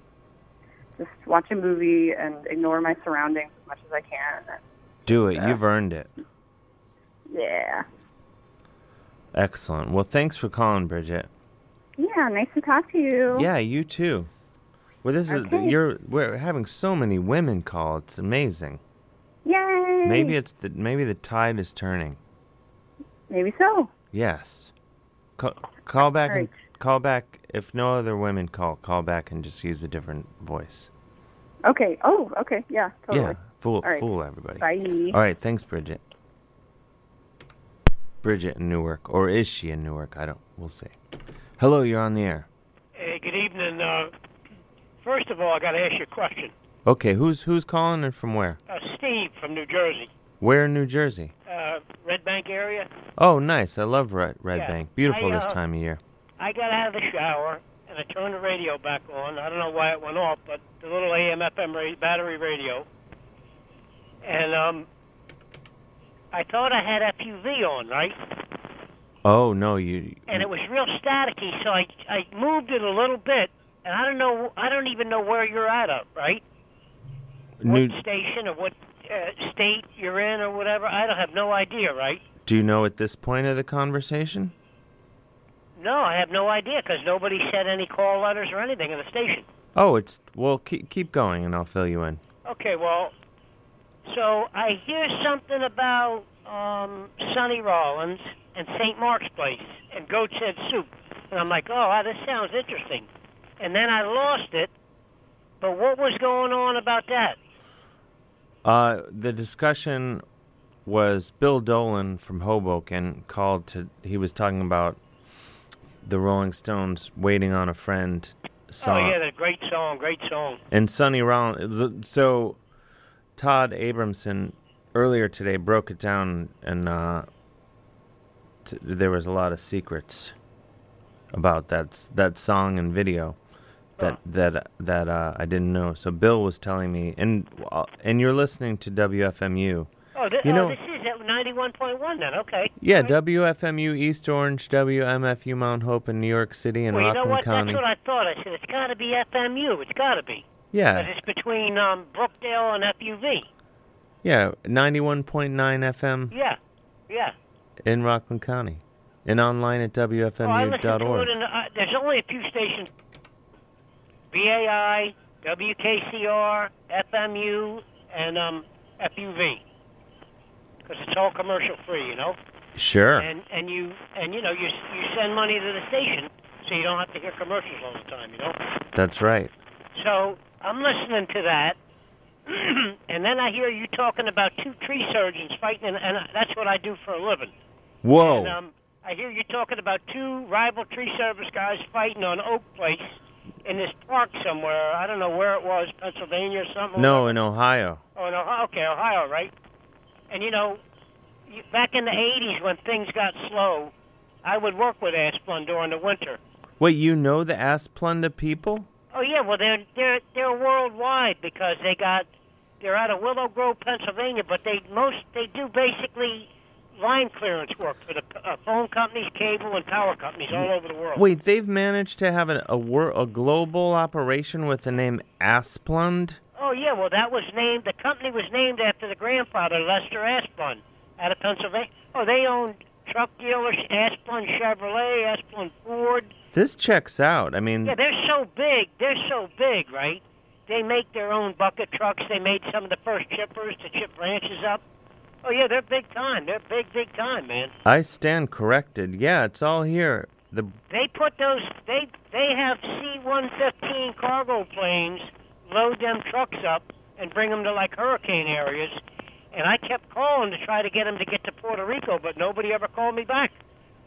just watch a movie and ignore my surroundings as much as I can. Do it. You've earned it. Yeah. Excellent. Well, thanks for calling, Bridget. Yeah, nice to talk to you. Yeah, you too. Well, this Okay. is you're we're having so many women call. It's amazing. Yay! Maybe it's the maybe the tide is turning. Maybe so. Yes. Call, call back and Alright. call back if no other women call. Call back and just use a different voice. Okay. Oh, okay. Yeah, totally. Yeah, fool All right. fool everybody. Bye. All right, thanks, Bridget. Bridget in Newark, or is she in Newark? I don't. We'll see. Hello, you're on the air. Hey, good evening. Uh, first of all, I got to ask you a question. Okay, who's who's calling and from where? Uh, Steve from New Jersey, Where in New Jersey? uh, Red Bank area. Oh, nice. I love Red, Red Yeah. Bank. Beautiful I, this uh, time of year. I got out of the shower and I turned the radio back on. I don't know why it went off, but the little AM/FM ra- battery radio. And um, I thought I had FUV on, right? Oh no, you. And it was real staticky, so I I moved it a little bit, and I don't know, I don't even know where you're at, uh, right? New, What station or what uh, state you're in or whatever. I don't have no idea, right? do you know at this point of the conversation? No, I have no idea because nobody said any call letters or anything in the station. Oh, it's well. Keep keep going, and I'll fill you in. Okay, well, so I hear something about um, Sonny Rollins and St. Mark's Place and goat's head soup, and I'm like, oh, wow, this sounds interesting. And then I lost it. But what was going on about that? Uh, the discussion was Bill Dolan from Hoboken called to. He was talking about the Rolling Stones "Waiting on a Friend" song. Oh yeah, that great song, great song. And Sonny Rollins. So Todd Abramson earlier today broke it down, and uh, t- there was a lot of secrets about that s- that song and video Oh. that that that uh, I didn't know. So Bill was telling me, and uh, and you're listening to WFMU. Oh, th- you know, oh this is at 91.1 then. Okay. yeah, WFMU East Orange, WMFU Mount Hope in New York City and well, you Rockland know what? County. That's what I thought. I said it's got to be FMU. It's got to be. Yeah. 'Cause it's between um, Brookdale and FUV. yeah, ninety-one point nine FM. Yeah. Yeah. in Rockland County and online at Oh, I listen to WFMU.org. it in, uh, there's only a few stations. BAI, WKCR, FMU, and um, FUV. Because it's all commercial free, you know. Sure. And and you and you know you you send money to the station, so you don't have to hear commercials all the time, you know. That's right. So I'm listening to that, and then I hear you talking about two tree surgeons fighting, and, and that's what I do for a living. Whoa. And, um, I hear you talking about two rival tree service guys fighting on Oak Place in this park somewhere. I don't know where it was, Pennsylvania or something. No, in Ohio. Oh, no. Okay, Ohio, right? And you know, you- back in the '80s when things got slow, I would work with Asplund during the winter. Wait, you know the Asplunda people? Oh yeah, well they're they're they're worldwide because they got they're out of Willow Grove, Pennsylvania, but they most they do basically line clearance work for the uh, phone companies, cable and power companies all over the world. Wait, they've managed to have a a, wor- a global operation with the name Asplund? Oh yeah, well that was named the company was named after the grandfather Lester Aspun out of Pennsylvania. Oh, they owned truck dealers Aspun Chevrolet, Aspun Ford. This checks out. I mean, Yeah, they're so big. They're so big, right? They make their own bucket trucks. They made some of the first chippers to chip branches up. Oh yeah, they're big time. They're big, big time, man. I stand corrected. Yeah, it's all here. The They put those. They they have C-115 cargo planes load them trucks up and bring them to like hurricane areas. And I kept calling to try to get them to get to Puerto Rico, but nobody ever called me back.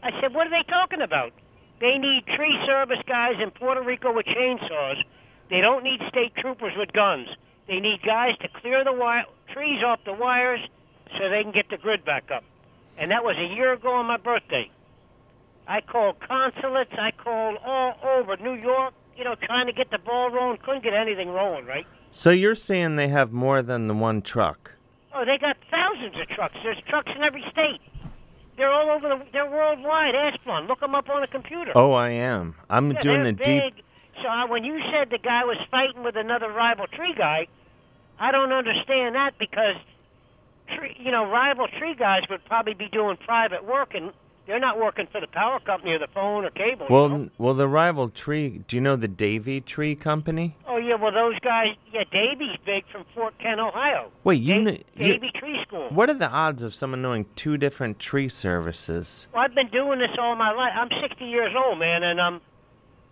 I said, "What are they talking about? They need tree service guys in Puerto Rico with chainsaws. They don't need state troopers with guns. They need guys to clear the wi- trees off the wires so they can get the grid back up." And that was a year ago on my birthday. I called consulates. I called all over New York, you know, trying to get the ball rolling. Couldn't get anything rolling, right? So you're saying they have more than the one truck? Oh, they got thousands of trucks. There's trucks in every state. They're all over the. They're worldwide. Asplund, look them up on a computer. Oh, I am. I'm Yeah, doing they're a big. deep So I, when you said the guy was fighting with another rival tree guy, I don't understand that because, tree, you know, rival tree guys would probably be doing private work and they're not working for the power company or the phone or cable. you Well, know? n- well, the rival tree. Do you know the Davy Tree Company? Oh yeah, well those guys, yeah, Davy's big from Fort Kent, Ohio. Wait, you know Davy Tree School. What are the odds of someone knowing two different tree services? Well, I've been doing this all my life. I'm 60 years old, man, and um,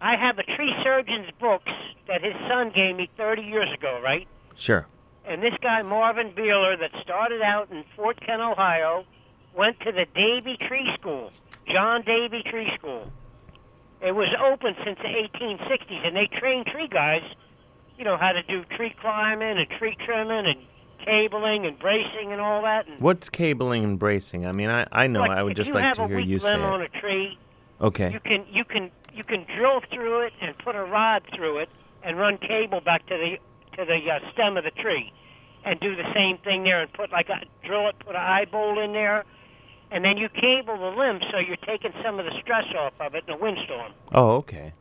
I have a tree surgeon's books that his son gave me 30 years ago, right? Sure. And this guy Marvin Beeler, that started out in Fort Kent, Ohio, went to the Davy Tree School, John Davy Tree School. It was open since the 1860s, and they trained tree guys, you know, how to do tree climbing and tree trimming and cabling and bracing and all that. And What's cabling and bracing? I mean, I, I know. Look, I would if just you like have to a hear weak you say limb on it. a tree. Okay. You can you can you can drill through it and put a rod through it and run cable back to the to the uh, stem of the tree. and do the same thing there and put like a drill it, put an eye bolt in there, and then you cable the limb so you're taking some of the stress off of it in a windstorm. Oh, okay.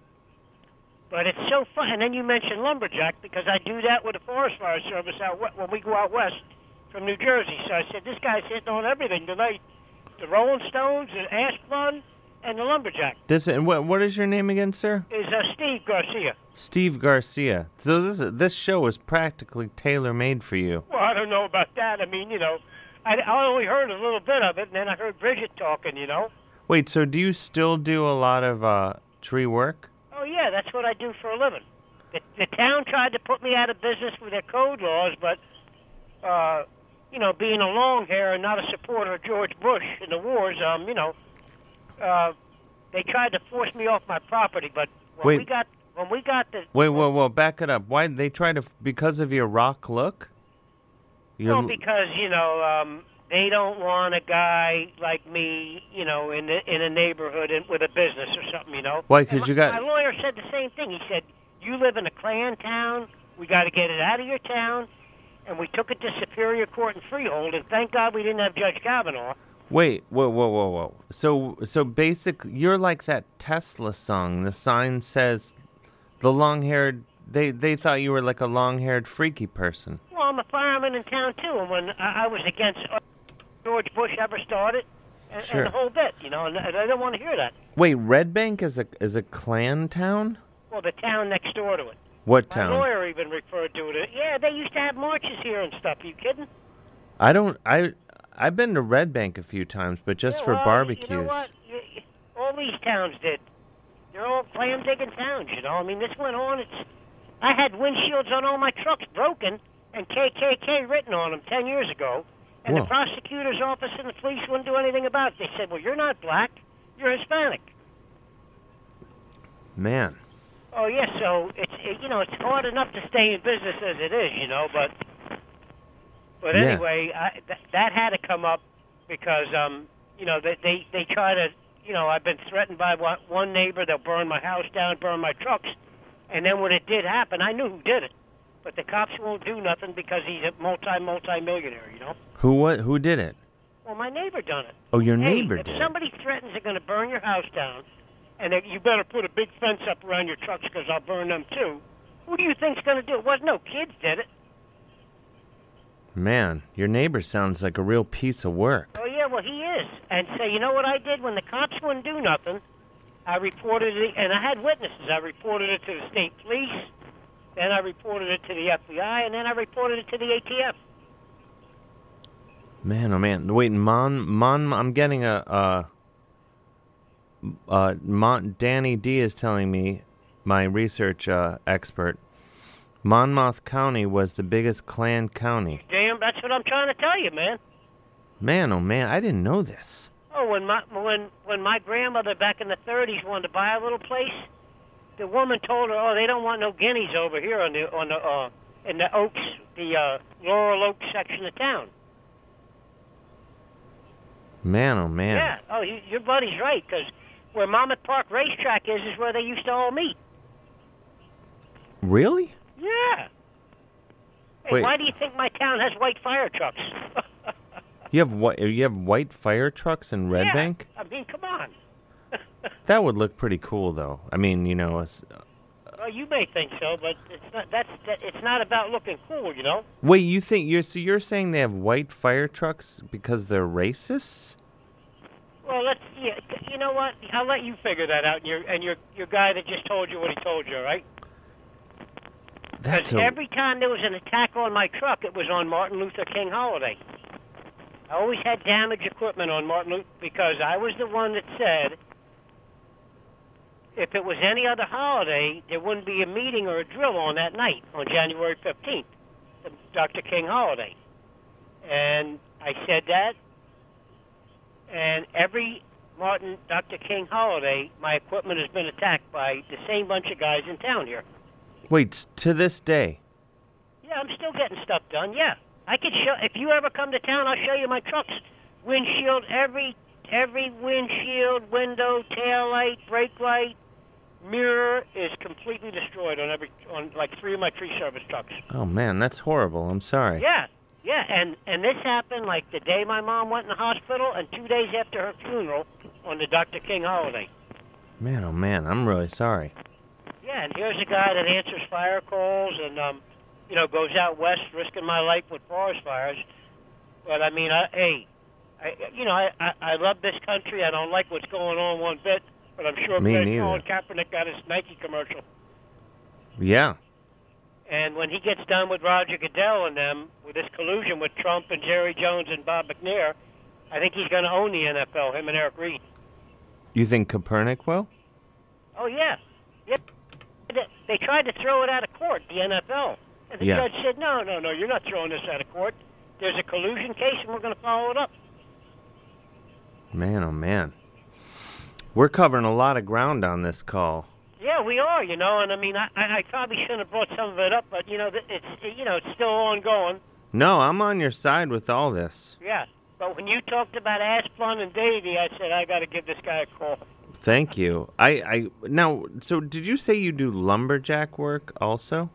But it's so fun. And then you mentioned lumberjack because I do that with the Forest Fire Service out we- when we go out west from New Jersey. So I said, this guy's hitting on everything tonight: the Rolling Stones, the Ash Flood, and the lumberjack. This and what what is your name again, sir? Is uh, Steve Garcia? Steve Garcia. So this this show was practically tailor made for you. Well, I don't know about that. I mean, you know, I, I only heard a little bit of it, and then I heard Bridget talking. You know. Wait, so do you still do a lot of uh, tree work? Oh yeah, that's what I do for a living. The, the town tried to put me out of business with their code laws, but uh, you know, being a long hair and not a supporter of George Bush in the wars, um, you know, uh, they tried to force me off my property. But when Wait. we got when we got the Wait, whoa, whoa, back it up. Why did they try to because of your rock look? Your well, because you know um, they don't want a guy like me, you know, in the in a neighborhood in, with a business or something, you know. Why, 'cause And you my- got- My lawyer said the same thing. He said, "You live in a Klan town. We got to get it out of your town." And we took it to Superior Court in Freehold, and thank God we didn't have Judge Kavanaugh. Wait, whoa, whoa, whoa, whoa. So, so basic, you're like that Tesla song. The sign says, "The long-haired." They they thought you were like a long-haired freaky person. Well, I'm a fireman in town too, and when I, I was against uh, George Bush ever started, and, Sure. and the whole bit, you know, and, and I don't want to hear that. Wait, Red Bank is a is a clan town? Well, the town next door to it. What My town? lawyer even referred to it. Yeah, they used to have marches here and stuff. Are you kidding? I don't. I I've been to Red Bank a few times, but just Yeah, for well, barbecues. You know what? You- you- All these towns did. They're all clam digging towns, you know. I mean, this went on. It's. I had windshields on all my trucks broken and KKK written on them ten years ago, and Whoa. the prosecutor's office and the police wouldn't do anything about it. They said, "Well, you're not black. You're Hispanic." Man, Oh yeah, so it's it, you know it's hard enough to stay in business as it is, you know. But but Yeah. anyway, I, th- that had to come up because um you know they they they try to you know I've been threatened by one, one neighbor they'll burn my house down, burn my trucks, and then when it did happen, I knew who did it. But the cops won't do nothing because he's a multi multi millionaire, you know. who what? Who did it? Well, my neighbor done it. Oh, your Hey, neighbor if did. it. somebody threatens they're going to burn your house down, and that you better put a big fence up around your trucks because I'll burn them too, who do you think's going to do it? Well, no kids did it. Man, your neighbor sounds like a real piece of work. Oh yeah, well he is. And so you know what I did when the cops wouldn't do nothing? I reported it, and I had witnesses. I reported it to the state police, then I reported it to the FBI, and then I reported it to the ATF. Man, oh man. Wait, Mon Mon I'm getting a uh uh Mon Danny D is telling me, my research uh expert, Monmouth County was the biggest Klan county. Damn, that's what I'm trying to tell you, man. Man, oh man, I didn't know this. Oh, when my when when my grandmother back in the '30s wanted to buy a little place, the woman told her, "Oh, they don't want no guineas over here on the on the uh, in the Oaks, the uh, Laurel Oaks section of town." Man, oh man. Yeah. Oh, you, your buddy's right, 'cause where Monmouth Park Racetrack is is where they used to all meet. Really? Yeah. Hey, Wait. why do you think my town has white fire trucks? You have white you have white fire trucks in Red Yeah, Bank? I mean, come on. That would look pretty cool though. I mean, you know, it's- Well, you may think so, but it's not. That's that, it's not about looking cool, you know. Wait, you think you're so you're saying they have white fire trucks because they're racists? Well, let's. Yeah, you know what? I'll let you figure that out, and your and your your guy that just told you what he told you, all right? That's a Every time there was an attack on my truck, it was on Martin Luther King holiday. I always had damaged equipment on Martin Luther because I was the one that said if it was any other holiday, there wouldn't be a meeting or a drill on that night on January 15th, the Dr. King holiday. And I said that, and every Martin Dr. King holiday, my equipment has been attacked by the same bunch of guys in town here. Wait, s- to this day. Yeah, I'm still getting stuff done. Yeah, I could show. If you ever come to town, I'll show you my trucks, windshield, every every windshield, window, tail light, brake light, mirror is completely destroyed on every on like three of my tree service trucks. Oh man, that's horrible. I'm sorry. Yeah, yeah, and and this happened like the day my mom went in the hospital, and two days after her funeral on the Dr. King holiday. Man, oh man, I'm really sorry. Yeah, and here's a guy that answers fire calls and um, you know goes out west risking my life with forest fires. But I mean, I, hey, I you know I, I I love this country. I don't like what's going on one bit. But I'm sure Me Brett neither. Colin Kaepernick got his Nike commercial. Yeah. And when he gets done with Roger Goodell and them, with this collusion with Trump and Jerry Jones and Bob McNair, I think he's going to own the NFL, him and Eric Reed. You think Copernic will? Oh, yeah. yeah. They tried to throw it out of court, the NFL. And the Yeah. judge said, no, no, no, you're not throwing this out of court. There's a collusion case, and we're going to follow it up. Man, oh man. We're covering a lot of ground on this call. Yeah, we are, you know, and I mean, I, I I probably shouldn't have brought some of it up, but you know, th- it's you know, it's still ongoing. No, I'm on your side with all this. Yeah, but when you talked about Asplund and Davy, I said I got to give this guy a call. Thank you. I, I now so did you say you do lumberjack work also?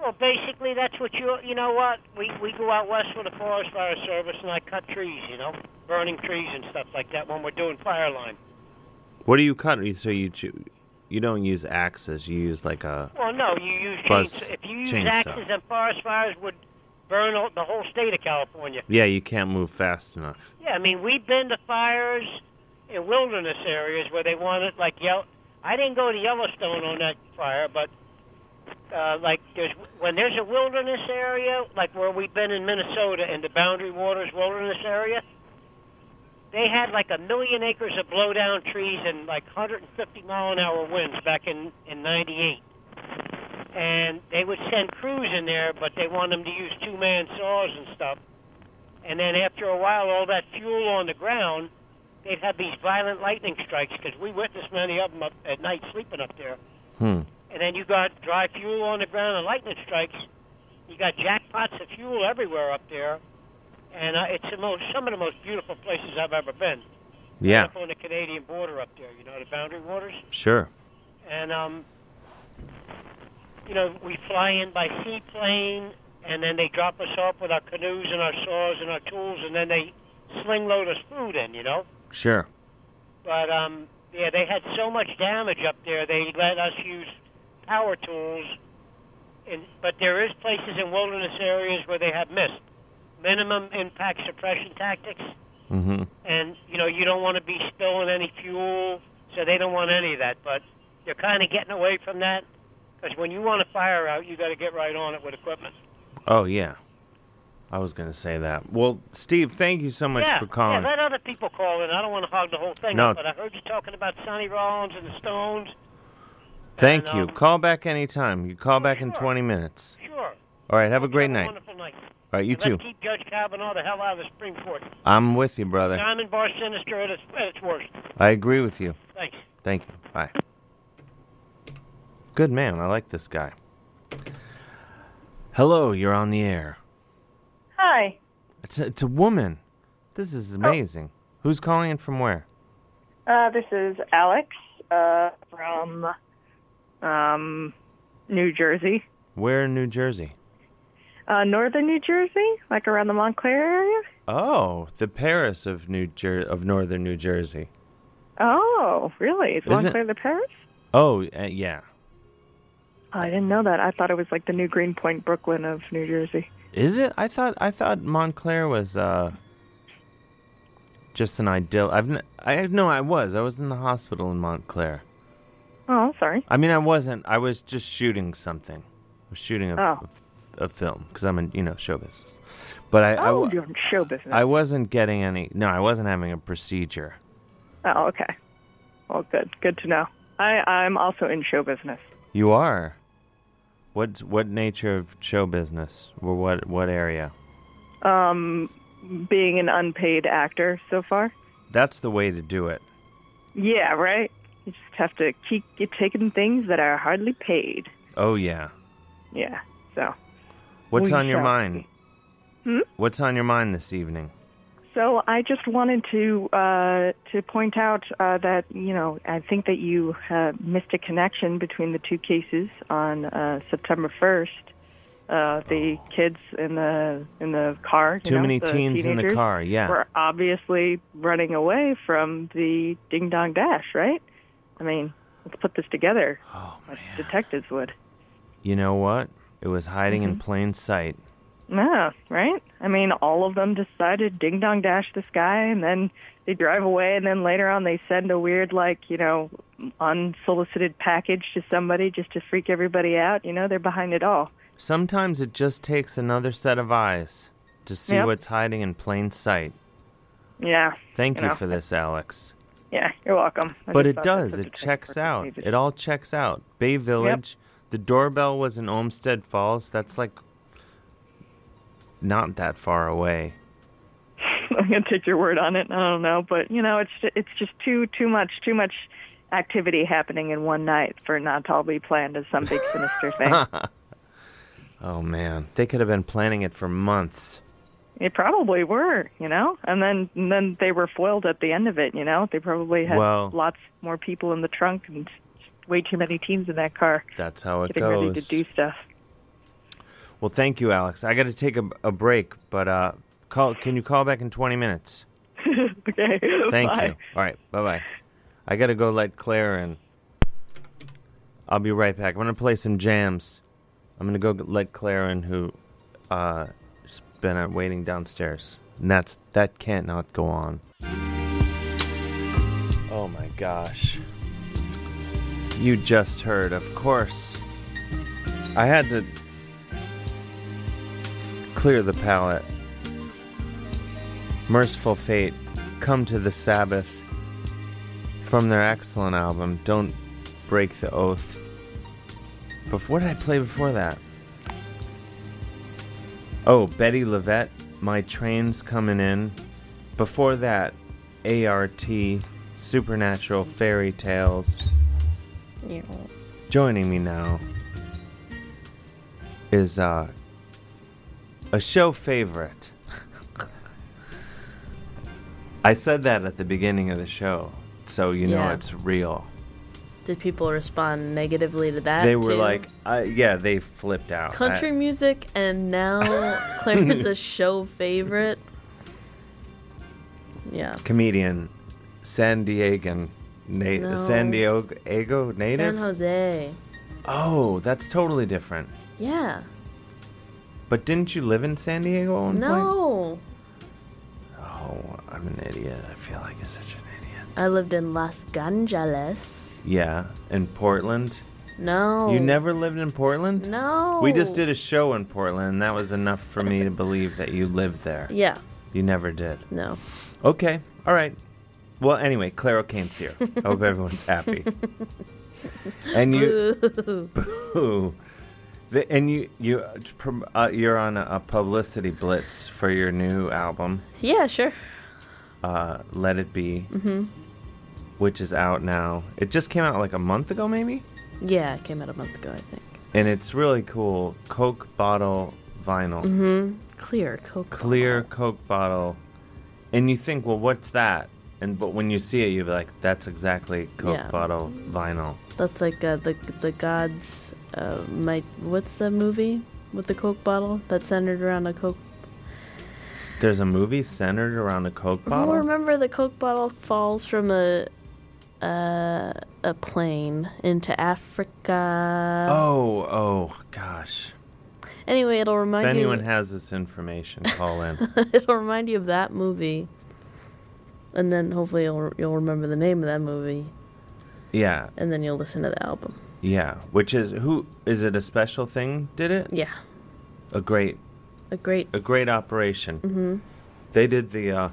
Well, basically, that's what you you know what we we go out west with the forest fire service, and I cut trees, you know, burning trees and stuff like that when we're doing fire line. What do you cut? You- So you choo- you don't use axes. You use like a Well, no, you use Buzz- chains. If you use chainsaw. axes, then forest fires would burn all, the whole state of California. yeah. You can't move fast enough. Yeah, I mean, we've been to fires in wilderness areas where they wanted like yell. I didn't go to Yellowstone on that fire, but uh, like there's when there's a wilderness area, like where we've been in Minnesota in the Boundary Waters Wilderness Area, they had like a million acres of blow down trees and like 150 mile an hour winds back in in '98. And they would send crews in there, but they want them to use two man saws and stuff. And then after a while, all that fuel on the ground, they'd have these violent lightning strikes because we witnessed many of them up at night sleeping up there. Hmm. And then you got dry fuel on the ground and lightning strikes. You got jackpots of fuel everywhere up there, and uh, it's the most some of the most beautiful places I've ever been. Yeah. Up on the Canadian border up there, you know the boundary waters, Sure. and um, you know we fly in by seaplane, and then they drop us off with our canoes and our saws and our tools, and then they sling load us food in, you know. Sure. But um, yeah, they had so much damage up there. They let us use power tools, and but there is places in wilderness areas where they have missed minimum impact suppression tactics, Mm-hmm. and you know you don't want to be spilling any fuel, so they don't want any of that. But they're kind of getting away from that because when you want to fire out, you got to get right on it with equipment. Oh yeah. I was gonna say that. Well, Steve, thank you so much yeah, for calling. yeah, let other people call in. I don't want to hog the whole thing, No. up, but I heard you talking about Sonny Rollins and the Stones. thank and, you. um, call back anytime. You call back in 20 minutes. Oh, Sure. All right. Have a great Have night. A wonderful night. All right. You And let's too. Keep Judge Kavanaugh the hell out of the Supreme Court. I'm with you, brother. Diamond Bar Sinister at its, at its worst. I agree with you. Thanks. Thank you. Bye. Good man. I like this guy. Hello, you're on the air. Hi. It's a, it's a woman. This Oh. is amazing. Who's calling in from where? Uh, this is Alex uh, from um, New Jersey, Where in New Jersey? uh, northern New Jersey, like around the Montclair area. Oh, the Paris of New Jer- of northern New Jersey. Oh, really? Is Is it- Montclair the Paris? Oh, uh, yeah. Oh, I didn't know that. I thought it was like the new Greenpoint, Brooklyn of New Jersey. Is it? I thought I thought Montclair was uh just an idyll. I've n- I no, I was. I was in the hospital in Montclair. Oh, sorry. I mean, I wasn't. I was just shooting something. I was shooting a, Oh. a, a film because I'm in you know show business. But I I oh, w- you're in show business. I wasn't getting any. No, I wasn't having a procedure. oh, okay. Well, good. Good to know. I, I'm also in show business. You are. What what nature of show business? Or what what area? Um, being an unpaid actor so far. That's the way to do it. Yeah, right. You just have to keep keep taking things that are hardly paid. Oh yeah. Yeah. So. What's We on your shall mind? Hmm? What's on your mind this evening? So I just wanted to uh, to point out uh, that you know I think that you uh, missed a connection between the two cases on uh, September first. Uh, the kids in the in the car. you Too know, many the teens in the teenagers, car, yeah. were obviously running away from the ding dong dash, right? I mean, let's put this together. Oh, like detectives would. You know what? It was hiding Mm-hmm. in plain sight. Yeah, right? I mean, all of them decided ding dong dash this guy, and then they drive away, and then later on they send a weird, like, you know, unsolicited package to somebody just to freak everybody out. You know, they're behind it all. Sometimes it just takes another set of eyes to see Yep. what's hiding in plain sight. Yeah. Thank you, know. for this, Alex. Yeah, you're welcome. I But just it thought that's does. what It the- checks out. It all checks out. Bay Village. The doorbell was in Olmsted Falls. That's like not that far away. I'm gonna take your word on it. I don't know, but you know, it's ju- it's just too too much too much activity happening in one night for it not to all be planned as some big sinister thing. oh man, they could have been planning it for months. They probably were, you know, and then and then they were foiled at the end of it, you know. They probably had Well- lots more people in the trunk and just way too many teens in that car That's how it getting goes. ready to do stuff. Well, thank you, Alex. I got to take a, a break, but uh, call. Can you call back in twenty minutes? okay, Thank bye. you. All right, bye bye. I got to go let Claire in. I'll be right back. I'm gonna play some jams. I'm gonna go g- let Claire in, who uh, has been uh, waiting downstairs, and that's that can't not go on. Oh my gosh. You just heard, of course. I had to clear the palate. Merciful Fate, Come to the Sabbath. From their excellent album, Don't Break the Oath. But what did I play before that? Oh, Betty Levette, My Train's Coming In. Before that, ART, Supernatural Fairy Tales. Joining me now is uh, a show favorite. I said that at the beginning of the show, so you know Yeah. it's real. Did people respond negatively to that? they were too? like, "Oh, uh, yeah, they flipped out. I- country music, and now Claire's a show favorite. Yeah, comedian, San Diegan, na- No. San Diego Ego native. San Jose. oh, that's totally different. Yeah, But didn't you live in San Diego at one point? no, Oh, I'm an idiot. I feel like I'm such an idiot. I lived in Los Angeles. Yeah, in Portland. No, You never lived in Portland? No, We just did a show in Portland, and that was enough for me to believe that you lived there. Yeah. You never did. No. Okay. All right. Well, anyway, Claire O'Kane's here. I hope everyone's happy. And you, Boo. Boo. The, and you, you, uh, prom- uh, you're on a, a publicity blitz for your new album, Yeah, sure. uh, "Let It Be," hmm which is out now. It just came out like a month ago, maybe. Yeah, it came out a month ago, I think. And it's really cool. Coke bottle vinyl. Mm-hmm. Clear Coke. clear Coke bottle, and you think, well, what's that? And but when you see it, you're like, that's exactly Coke Yeah. bottle vinyl. That's like uh, the the gods. Uh, my what's the movie with the Coke bottle that's centered around a Coke? There's a movie centered around a Coke Oh, bottle. remember the Coke bottle falls from a uh, a plane into Africa. Oh, oh, gosh. Anyway, it'll If remind anyone you. has this information, call in. it'll remind you of that movie, and then hopefully you'll you'll remember the name of that movie, yeah, and then you'll listen to the album. yeah. Which is who is it? A special thing did it? Yeah, A great, a great. a great operation. hmm They did the uh,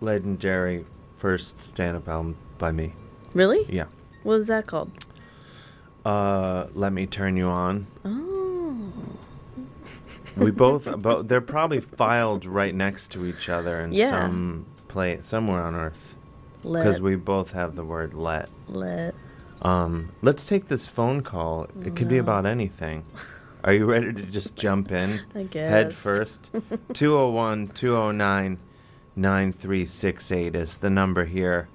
legendary first stand-up album by me. Really? Yeah. What is that called? Uh, let me turn you on. Hmm. Oh. We both, bo- they're probably filed right next to each other in Yeah. some play somewhere on earth, Let. because we both have the word "let." Let. Um, let's take this phone call. It could be No. about anything. Are you ready to just jump in I head oh guess. first? 201 209 9368 is the number here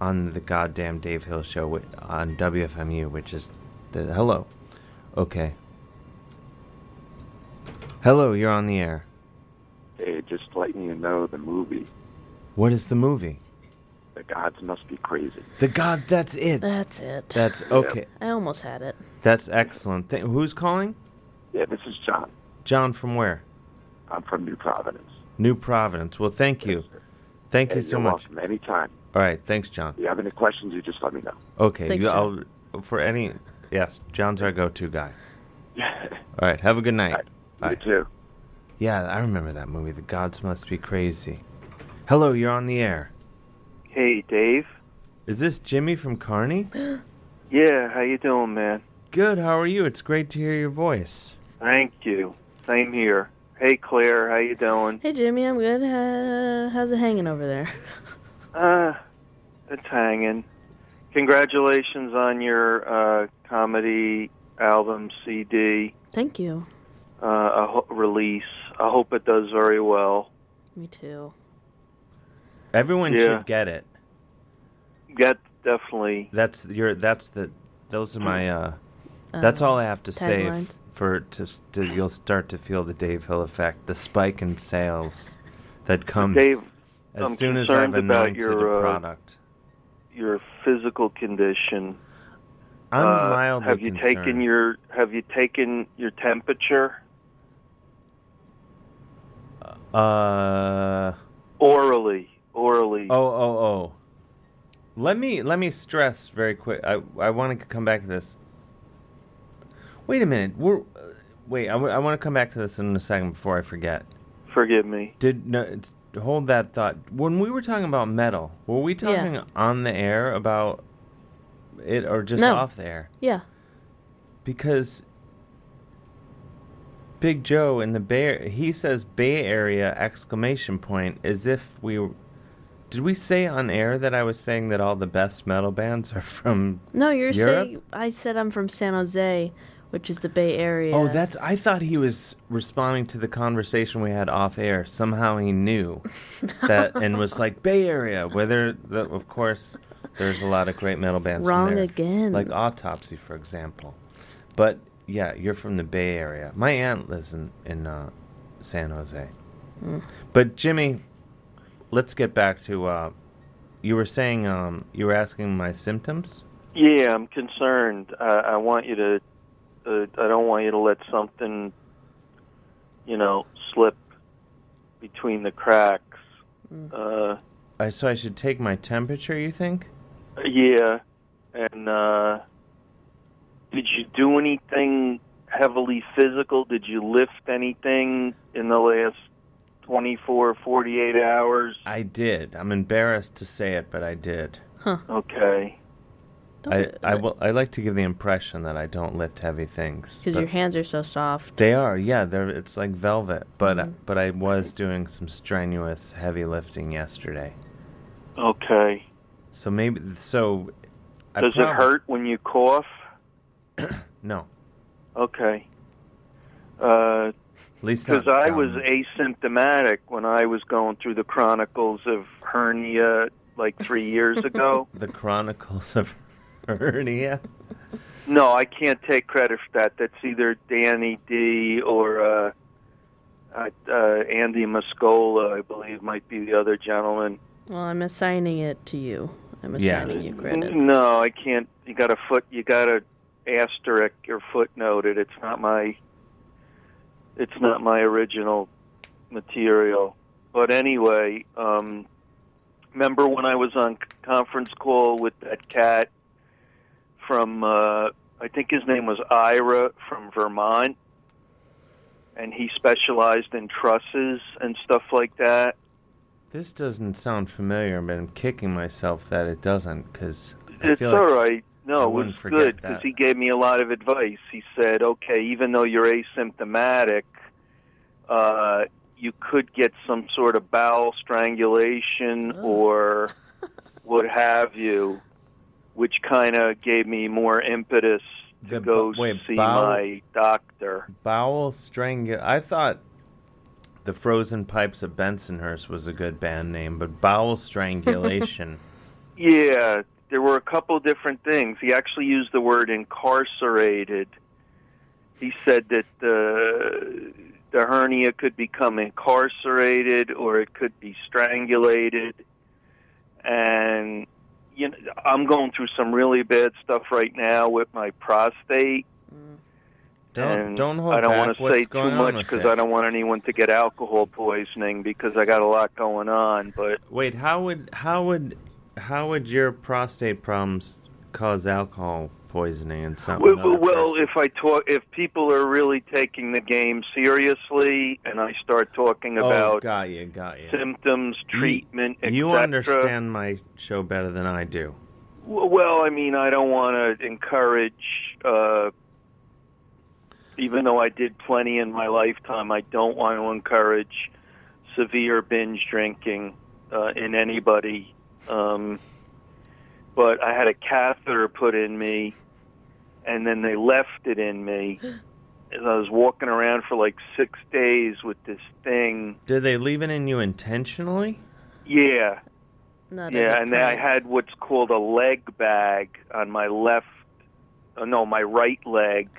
on the goddamn Dave Hill show wi- on WFMU, which is the hello. Okay. Hello, you're on the air. Hey, just letting you know the movie, What is the movie? The Gods Must Be Crazy. The God, that's it. That's it. That's okay. I almost had it. That's excellent. Th- who's calling? Yeah, this is John. John from where? I'm from New Providence. New Providence. Well, thank you. Thank Hey, you so you're much. Welcome anytime. All right, thanks, John. If you have any questions, you just let me know. Okay, Thanks, you- John. I'll, for any yes, John's our go-to guy. All right, have a good night. Bye. You too. Yeah, I remember that movie. The Gods Must Be Crazy. Hello, you're on the air. Hey, Dave. Is this Jimmy from Carney? Yeah, how you doing, man? Good. How are you? It's great to hear your voice. Thank you. Same here. Hey, Claire, how you doing? Hey, Jimmy, I'm good. Uh, how's it hanging over there? Uh, it's hanging. Congratulations on your uh, comedy album CD Thank you. uh, a ho- release. I hope it does very well. Me too. Everyone Yeah. should get it. Get definitely. That's your. That's the. Those are my. uh That's Um, all I have to say taglines. f- for to, s- to. You'll start to feel the Dave Hill effect, the spike in sales that comes Dave, as I'm soon as I've concerned about anointed your, a uh, product. Your physical condition. I'm Uh, mildly Have you taken concerned. your Have you taken your temperature? Uh. Orally, orally. Oh, oh, oh. Let me let me stress very quick. I I want to come back to this. Wait a minute. We're uh, wait. I, w- I want to come back to this in a second before I forget. Forgive me. Did no? It's, hold that thought. When we were talking about metal, were we Yeah. talking on the air about it or just No. off the air? Yeah. Because Big Joe in the Bay, he says Bay Area exclamation point as if we. Did we say on air that I was saying that all the best metal bands are from? No, you're Europe? saying I said I'm from San Jose, which is the Bay Area. Oh, that's. I thought he was responding to the conversation we had off air. Somehow he knew that and was like Bay Area, where there, the, of course, there's a lot of great metal bands. from Wrong there. again. Like Autopsy, for example. But yeah, you're from the Bay Area. My aunt lives in in uh, San Jose. Mm. But Jimmy, let's get back to. Uh, you were saying um, you were asking my symptoms. Yeah, I'm concerned. I, I want you to. Uh, I don't want you to let something, you know, slip between the cracks. Uh, I, so I should take my temperature. You think? yeah, and uh, did you do anything heavily physical? Did you lift anything in the last 24, 48 hours? I did. I'm embarrassed to say it, but I did. Okay. I, I, will, I like to give the impression that I don't lift heavy things. because but your hands are so soft. They are, yeah. They're it's like velvet. But but I was doing some strenuous heavy lifting yesterday. Okay. So maybe so. I Does it prob- hurt when you cough? No. Okay. Because At least not I was down. asymptomatic when I was going through the chronicles of hernia like three years ago. The Chronicles of Hernia. no, I can't take credit for that. That's either Danny D or uh, uh, uh, Andy Muscola, I believe, might be the other gentleman. Well, I'm assigning it to you. I'm Yeah. assigning you credit. No, I can't. You got to foot. You got to asterisk or footnote it. It's not my. It's not my original material. But anyway, um, remember when I was on c- conference call with that cat from? Uh, I think his name was Ira from Vermont, and he specialized in trusses and stuff like that. This doesn't sound familiar, but I'm kicking myself that it doesn't because I It's feel all like right. I No, it wouldn't was forget good that. because he gave me a lot of advice. He said, "Okay, even though you're asymptomatic, uh, you could get some sort of bowel strangulation Oh. or what have you," which kind of gave me more impetus to The b- go wait, see bowel- my doctor. bowel strangu I thought The Frozen Pipes of Bensonhurst was a good band name, but Bowel Strangulation. Yeah, there were a couple different things. He actually used the word incarcerated. He said that the the hernia could become incarcerated or it could be strangulated. And you know, I'm going through some really bad stuff right now with my prostate. Don't- And don't hold I don't back. want to What's say too going on much with because it? I don't want anyone to get alcohol poisoning because I got a lot going on. But Wait, how would how would how would your prostate problems cause alcohol poisoning and something? Well, well, if I talk, if people are really taking the game seriously, and I start talking Oh, about got you, got you. symptoms, treatment, etc. you understand my show better than I do. W- Well, I mean, I don't want to encourage. Uh, even though I did plenty in my lifetime, I don't want to encourage severe binge drinking uh, in anybody. Um, but I had a catheter put in me, and then they left it in me. And I was walking around for like six days with this thing. Did they leave it in you intentionally? Yeah, Not as yeah, a and then I prank. had what's called a leg bag on my left, uh, no, my right leg.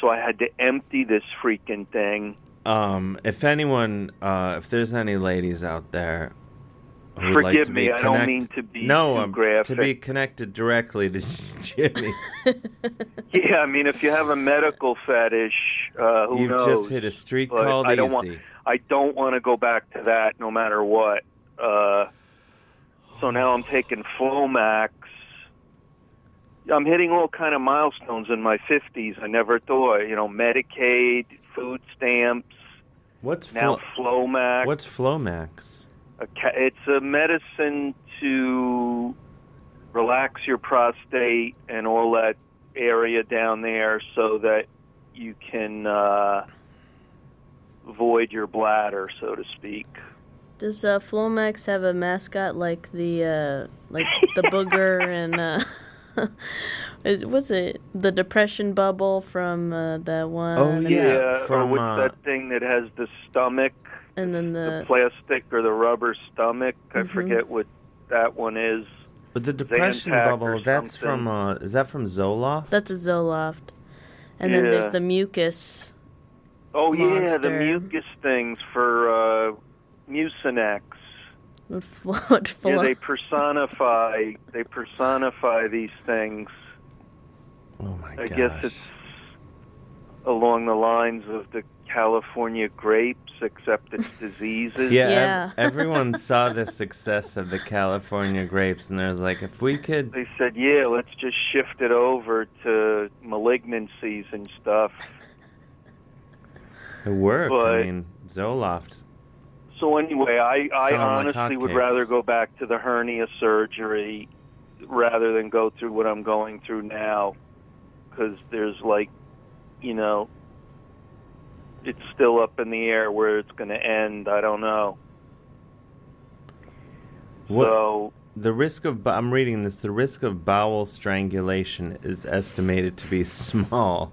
So I had to empty this freaking thing. Um, if anyone, uh, if there's any ladies out there, who would like Forgive to me, be I don't connect- mean to be no, too um, graphic. to be connected directly to Jimmy. Yeah, I mean, if you have a medical fetish, uh, who You've knows? just hit a street But called I don't Want, easy. I don't want to go back to that, no matter what. Uh, so now I'm taking Flomax. I'm hitting all kind of milestones in my 50s. I never thought, you know, Medicaid, food stamps. What's now Flomax? What's Flomax? A ca- it's a medicine to relax your prostate and all that area down there so that you can uh, void your bladder, so to speak. Does uh, Flomax have a mascot like the uh, like the booger and uh, is, was it the depression bubble from uh, that one? Oh, and- or what's uh, uh, that thing that has the stomach, and then the the plastic or the rubber stomach? Mhm. I forget what that one is. But the depression Zantac or bubble. That's something. from. Uh, is that from Zoloft? that's a Zoloft, and then there's Yeah. the mucus. Oh yeah, the Monster. mucus things for uh, Mucinex. What Flo- Yeah, Flo- they personify they personify these things. Oh my I guess it's along the lines of the California grapes, except it's diseases. Yeah, ev- everyone saw the success of the California grapes, and there's like, if we could, they said, "Yeah, let's just shift it over to malignancies and stuff." it worked. I But- mean, Zoloft. So anyway, I, I Sound like honestly would hotcakes. rather go back to the hernia surgery rather than go through what I'm going through now because there's like, you know, it's still up in the air where it's going to end. I don't know. What, So The risk of bo- I'm reading this. The risk of bowel strangulation is estimated to be small,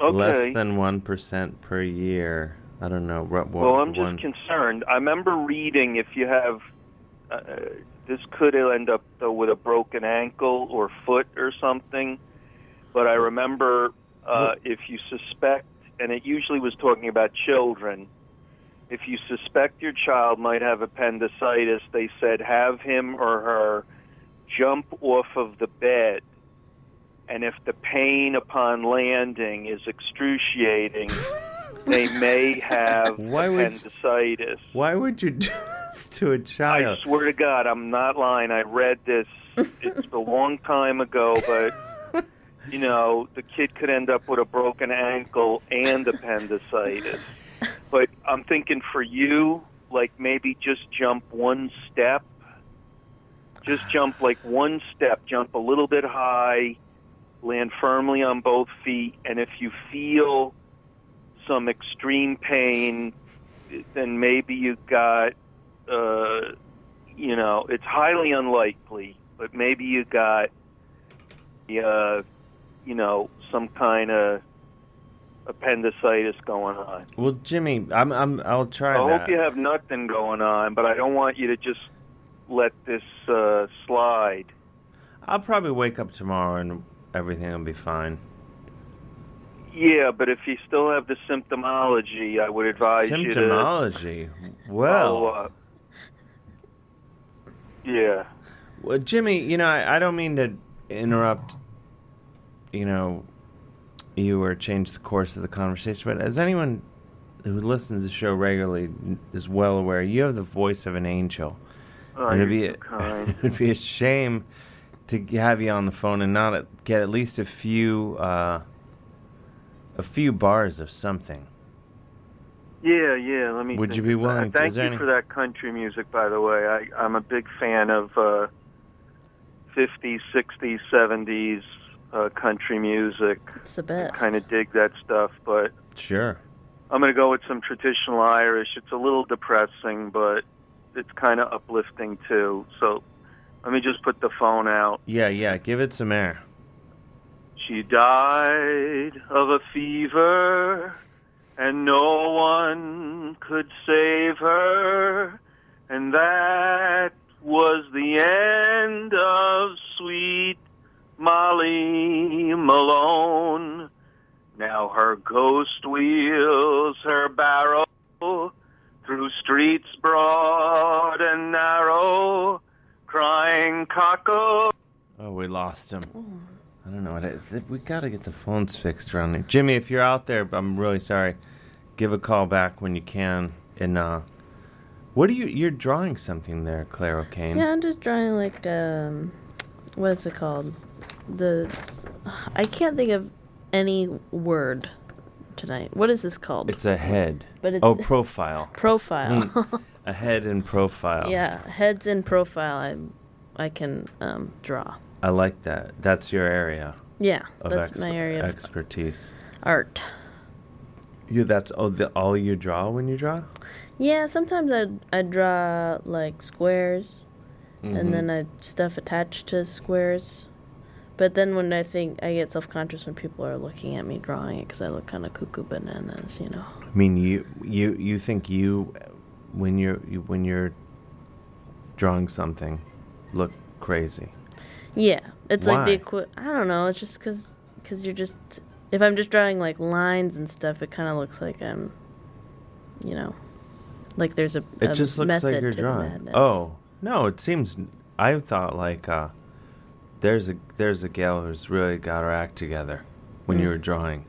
Okay. less than one percent per year. I don't know what. what well, I'm just one, concerned. I remember reading if you have uh, this could end up though with a broken ankle or foot or something, but I remember uh, if you suspect, and it usually was talking about children. If you suspect your child might have appendicitis, they said have him or her jump off of the bed. And if the pain upon landing is excruciating, they may have Why would- appendicitis. Why would you do this to a child? I swear to God, I'm not lying. I read this. It's a long time ago, but you know, the kid could end up with a broken ankle and appendicitis. But I'm thinking for you, like maybe just jump one step. Just jump like one step, jump a little bit high, land firmly on both feet, and if you feel some extreme pain, then maybe you got, uh, you know, it's highly unlikely, but maybe you got, uh, you know, some kind of appendicitis going on. Well, Jimmy, I'm, I'm I'll try I that. hope you have nothing going on, but I don't want you to just let this uh, slide. I'll probably wake up tomorrow and everything will be fine. Yeah, but if you still have the symptomology, I would advise you to Symptomology. Well, follow up. Yeah. well, Jimmy, you know, I, I don't mean to interrupt, you know, you or change the course of the conversation, but as anyone who listens to the show regularly is well aware, you have the voice of an angel. Oh, And it'd you're be so kind. it would be a shame to g- have you on the phone and not at- get at least a few uh, a few bars of something. Yeah, yeah. Let me. Would think you be about willing it. to- Thank is you there any- for that country music, by the way. I, I'm a big fan of uh, 50s, 60s, 70s uh, country music. It's the best. Kind of dig that stuff, but Sure. I'm going to go with some traditional Irish. It's a little depressing, but it's kind of uplifting too. So let me just put the phone out. Yeah, yeah. Give it some air. She died of a fever, and no one could save her. And that was the end of sweet Molly Malone. Now her ghost wheels her barrow through streets broad and narrow, crying cockle. Oh, we lost him. I don't know what it is. We got to get the phones fixed around there. Jimmy, if you're out there, I'm really sorry. Give a call back when you can. And uh, what do you? You're drawing something there, Claire O'Kane. Yeah, I'm just drawing like um, what is it called? The I can't think of any word tonight. What is this called? It's a head. But it's- oh, profile. Profile. Mm. a head and profile. Yeah, heads in profile. I I can um, draw. I like that. That's your area. Yeah, of that's exp- my area of expertise. art. You. That's oh, the, all you draw when you draw. Yeah, sometimes I I draw like squares, Mhm. and then I stuff attached to squares. But then when I think I get self conscious when people are looking at me drawing it because I look kind of cuckoo bananas, you know. I mean, you you you think you when you're you, when you're drawing something look crazy. Yeah, it's like the Why? equi- I don't know. It's just because because you're just if I'm just drawing like lines and stuff, it kind of looks like I'm, you know, like there's a It a just looks like method you're to the drawing. madness. Oh no, it seems I thought like uh, there's a there's a gal who's really got her act together when you Mm. were drawing.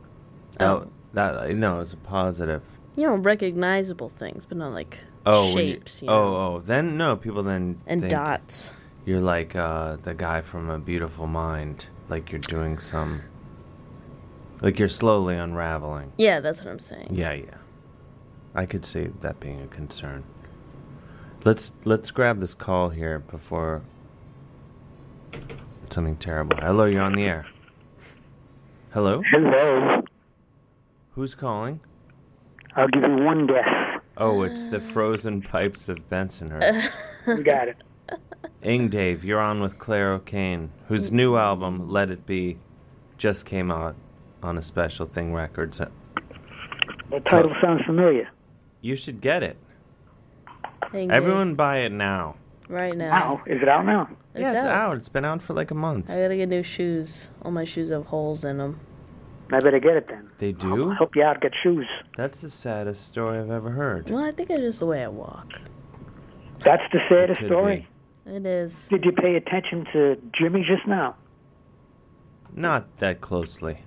Oh. That, that no, it's a positive. you know, recognizable things, but not like Oh, when you- shapes. you, know? oh, oh. Then no, people then And think dots. You're like uh, the guy from A Beautiful Mind. Like you're doing some. Like you're slowly unraveling. Yeah, that's what I'm saying. Yeah, yeah. I could see that being a concern. Let's let's grab this call here before something terrible. Hello, you're on the air. Hello. Hello. Who's calling? I'll give you one guess. Oh, it's the frozen pipes of Bensonhurst. You got it. Ing Dave, you're on with Claire O'Kane, Mm. whose new album "Let It Be" just came out on a special thing records. The title sounds familiar. You should get it. Hang it oh. Everyone, buy it now. right now. Wow, is it out now? It's yeah, it's out. out. It's been out for like a month. I gotta get new shoes. All my shoes have holes in them. I better get it then. They do. Help you out get shoes. That's the saddest story I've ever heard. Well, I think it's just the way I walk. That's the saddest Could story. It is. Did you pay attention to Jimmy just now? be. Not that closely.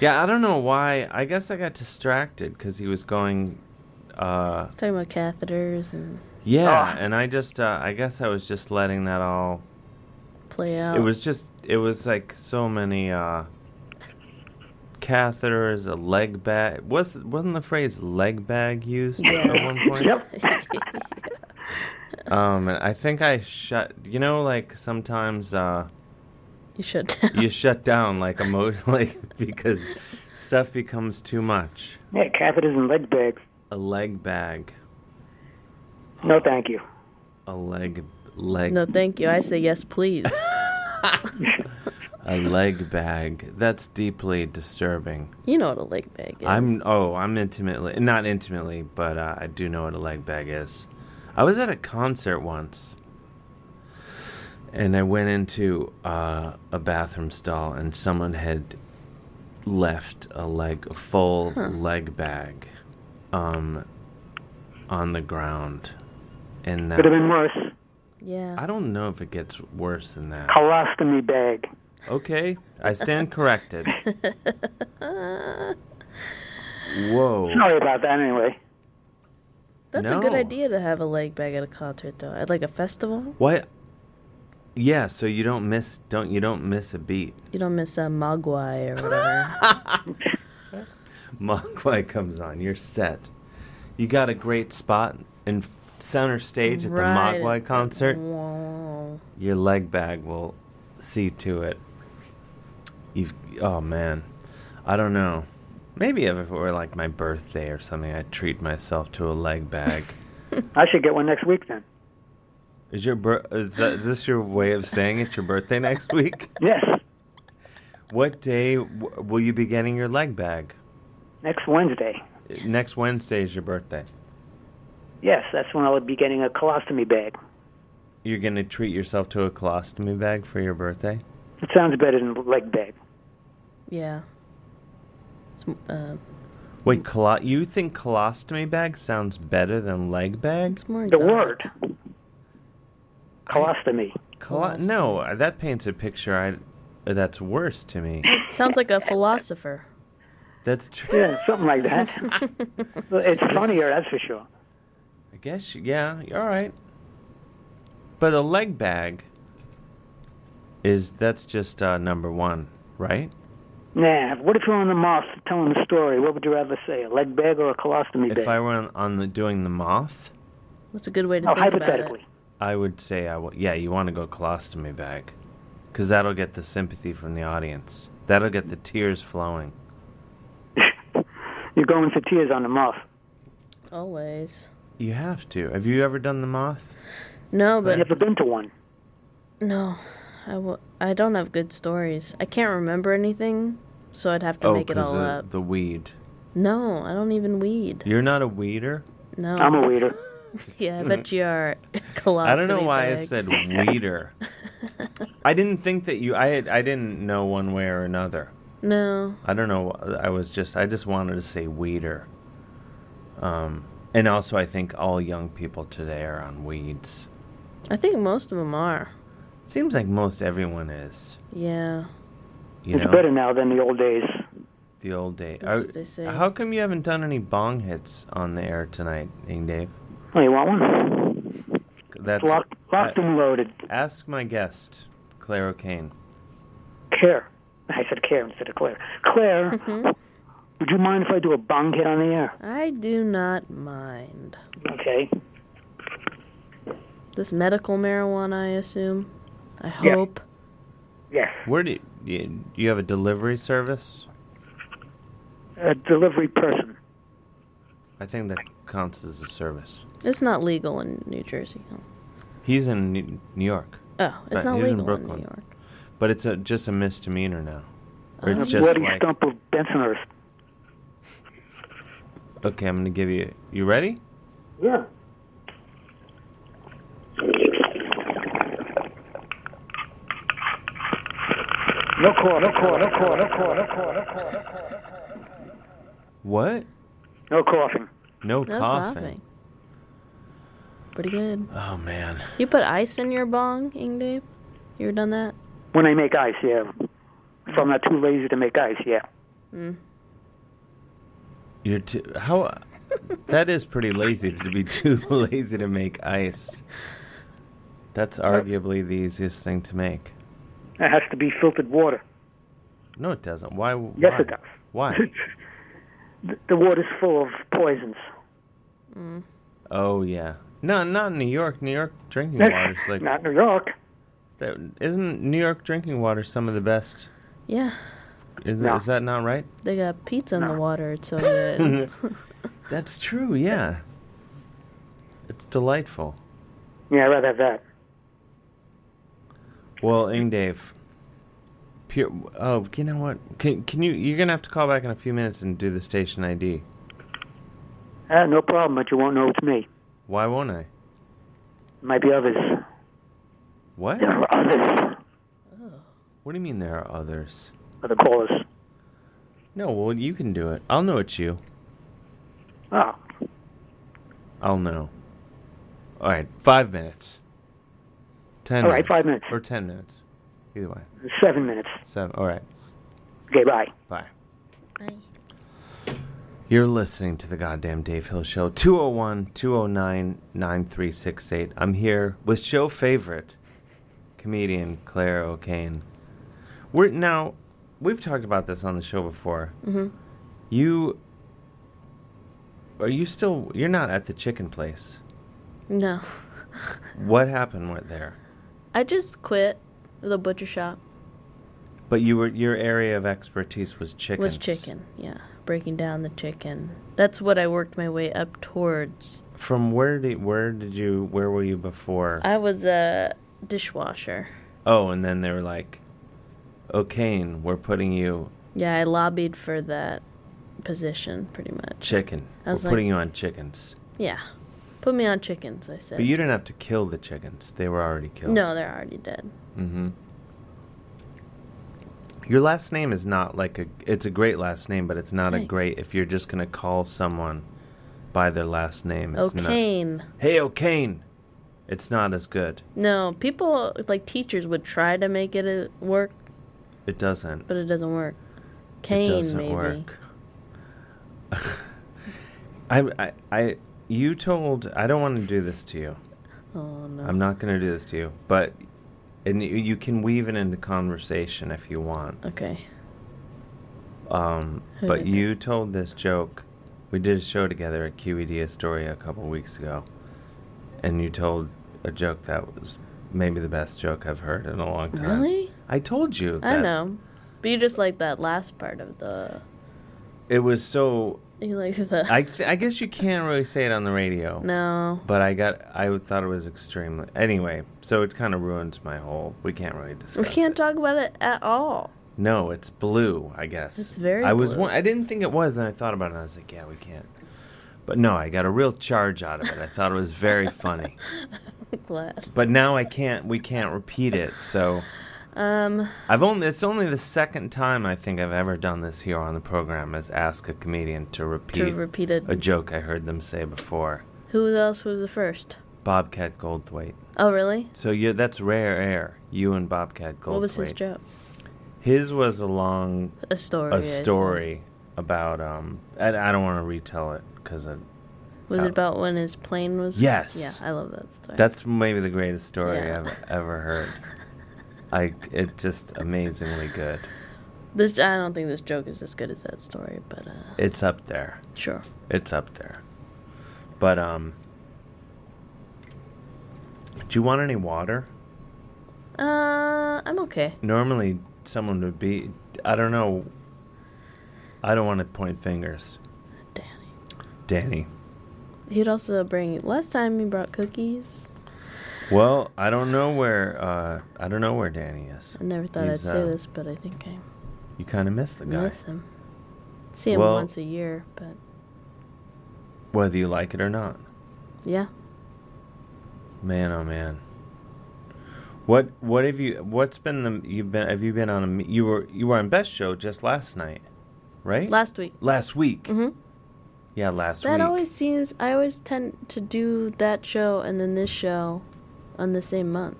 yeah, I don't know why. I guess I got distracted because he was going. Uh, Talking about catheters and yeah, and I just. Uh, I guess I was just letting that all. play out. It was just. It was like so many. Uh, catheters, a leg bag. Was wasn't the phrase leg bag used at one point? Um, and I think I shut. You know, like sometimes uh, you shut down. you shut down, like emo- like because stuff becomes too much. Yeah, catheters and leg bags. A leg bag, No, thank you. a leg leg. No, thank you. I say yes, please. A leg bag. That's deeply disturbing. You know what a leg bag is. I'm oh, I'm intimately not intimately, but uh, I do know what a leg bag is. I was at a concert once, and I went into uh, a bathroom stall, and someone had left a leg, a full Huh. leg bag, um, on the ground, and that Could have been worse. Yeah. I don't know if it gets worse than that. Colostomy bag. Okay, I stand corrected. Whoa. Sorry about that. Anyway, That's a good No. idea to have a leg bag at a concert, though. At like a festival, What? Yeah, so you don't miss don't you don't miss a beat. you don't miss a mogwai or whatever. Mogwai comes on, you're set. You got a great spot in center stage at the Right. Mogwai concert. Wow. Your leg bag will see to it. You've oh man, I don't know. Maybe if it were like my birthday or something, I'd treat myself to a leg bag. I should get one next week then. Is your bir- is, that, is this your way of saying it's your birthday next week? Yes. What day w- will you be getting your leg bag? Next Wednesday. Next Wednesday is your birthday. Yes, that's when I would be getting a colostomy bag. You're gonna treat yourself to a colostomy bag for your birthday. It sounds better than leg bag. yeah. Some, uh, Wait, colo- you think colostomy bag sounds better than leg bag? It's more The word. Colostomy. Colo- no, that paints a picture. I that's worse to me. it sounds like a philosopher. That's true. Yeah, something like that. Well, it's funnier, that's for sure. I guess yeah. All right. But a leg bag is that's just uh, number one, right? Nah, what if you're on the moth telling the story? What would you rather say, a leg bag or a colostomy If bag? I were on, on the doing the moth, That's a good way to oh, think about it. hypothetically. I would say I will. Yeah, you want to go colostomy bag, because that'll get the sympathy from the audience. That'll get the tears flowing. You're going for tears on the moth. Always. You have to. Have you ever done the moth? No, but I've never been to one. No, I w- I don't have good stories. I can't remember anything, so I'd have to Oh, make it because all the, up. the weed. No, I don't even weed. You're not a weeder. No. I'm a weeder. yeah, I bet you are. Colostomy I don't know why I bag. said weeder. I didn't think that you. I had, I didn't know one way or another. No. I don't know. I was just. I just wanted to say weeder. Um, and also, I think all young people today are on weeds. I think most of them are. It seems like most everyone is. Yeah. You it's know, better now than the old days. the old day. That's I- what they say. How come you haven't done any bong hits on the air tonight, Ing Dave? Oh, you want one? That's Locked, locked and loaded. Ask my guest, Claire O'Kane. Care. I said care instead of Claire. Claire, would you mind if I do a bong hit on the air? Mm-hmm. I do not mind. Okay. This medical marijuana, I assume. I Yeah. hope. Yes. Where do you, you, you have a delivery service? A delivery person. I think that counts as a service. It's not legal in New Jersey. He's in New New York. Oh, it's Right, not he's in legal in, Brooklyn. New York. Oh. But it's a, just a misdemeanor now. Or a it's just bloody like, stump of Bensonhurst. okay, I'm going to give you. You ready? Yeah. No call, no call, no call, no call, no call, no call. What? No coughing. No, No coughing. coughing. Pretty good. Oh, man. You put ice in your bong, Ingdave? You ever done that? When I make ice, yeah. If I'm not too lazy to make ice, yeah. Mm. You're too, how? that is pretty lazy to be too lazy to make ice. That's arguably the easiest thing to make. It has to be filtered water. No, it doesn't. Why? Yes, why? it does. Why? The, the water's full of poisons. Oh yeah. No, not in New York. New York drinking water is like Not New York. that, isn't New York drinking water some of the best? Yeah, Is, No. is that not right? they got pizza in the water. It's so good. That's true. Yeah. It's delightful. Yeah, I'd rather have that. Well, Ing Dave, Pure. Oh, you know what? Can can you? You're gonna have to call back in a few minutes and do the station ID. Ah, no problem, but you won't know it's me. Why won't I? Might be others. What? There are others. What do you mean there are others? Other callers. No, well you can do it. I'll know it's you. Oh. I'll know. All right, five minutes. Ten. All right, minutes. five minutes. Or ten minutes, either way. Seven minutes. Seven. All right. Okay, bye. Bye. You're listening to the goddamn Dave Hill Show, 201 209 9368. I'm here with show favorite, comedian Claire O'Kane. We're now, we've talked about this on the show before. Mhm. You, are you still, you're not at the chicken place. No. What happened with there? I just quit the butcher shop. But you were, your area of expertise was chicken. Was chicken, yeah. Breaking down the chicken. That's what I worked my way up towards. From where did, where did you, where were you before? I was a dishwasher. Oh, and then they were like, O'Kane, we're putting you Yeah, I lobbied for that position pretty much. chicken. I We're was like- putting you on chickens. Yeah. Put me on chickens, I said. But you didn't have to kill the chickens. They were already killed. No, they're already dead. Mm-hmm. Your last name is not like a. It's a great last name, but it's not a Thanks. great. If you're just gonna call someone by their last name, it's O'Kane. not. Hey, O'Kane. It's not as good. No, people like teachers would try to make it uh, work, It doesn't. but it doesn't work. it Kane, doesn't maybe. work. I, I, I, you told. I don't want to do this to you. Oh no. I'm not going to do this to you, but and you, you can weave it into conversation if you want. Okay. Um, Who but did you told this joke. We did a show together at QED Astoria a couple weeks ago, and you told a joke that was maybe the best joke I've heard in a long time. Really? I told you. That I know, but you just like that last part of the. It was so. You like the. I, I guess you can't really say it on the radio. No. But I got. I thought it was extremely. Anyway, so it kind of ruins my whole. We can't really we discuss. can't talk about it at all. No, it's blue. I guess It's very I was. blue. One, I didn't think it was, and I thought about it. and I was like, yeah, we can't. But no, I got a real charge out of it. I thought it was very funny. Glad. But now I can't. We can't repeat it. So Um. I've only. It's only the second time I think I've ever done this here on the program is ask a comedian to repeat repeat it. a joke I heard them say before. Who else was the first? Bobcat Goldthwait. Oh, really? So you that's rare air. You and Bobcat Goldthwait. What was his joke? His was a long A story, I a story about um. And I don't want to retell it because Was it about when his plane was? Uh, Yes. Yeah, I love that story. that's maybe the greatest story Yeah. I've ever heard. I it just amazingly good. This I don't think this joke is as good as that story, but uh, It's up there. Sure. It's up there. But um. Do you want any water? uh, I'm okay. Normally, someone would be. I don't know. I don't want to point fingers. Danny. Danny. He'd also bring. Last time he brought cookies. Well, I don't know where. Uh, I don't know where Danny is. I never thought He's, I'd say uh, this, but I think I You kind of miss the guy, miss him. See him Well- once a year, but whether you like it or not. yeah. Man, oh man. What What have you? What's been the? You've been. Have you been on a? me- You were. You were on Best Show just last night, right? Last week. Last week. Mhm. Yeah, last that week. always seems. I always tend to do that show and then this show, on the same month.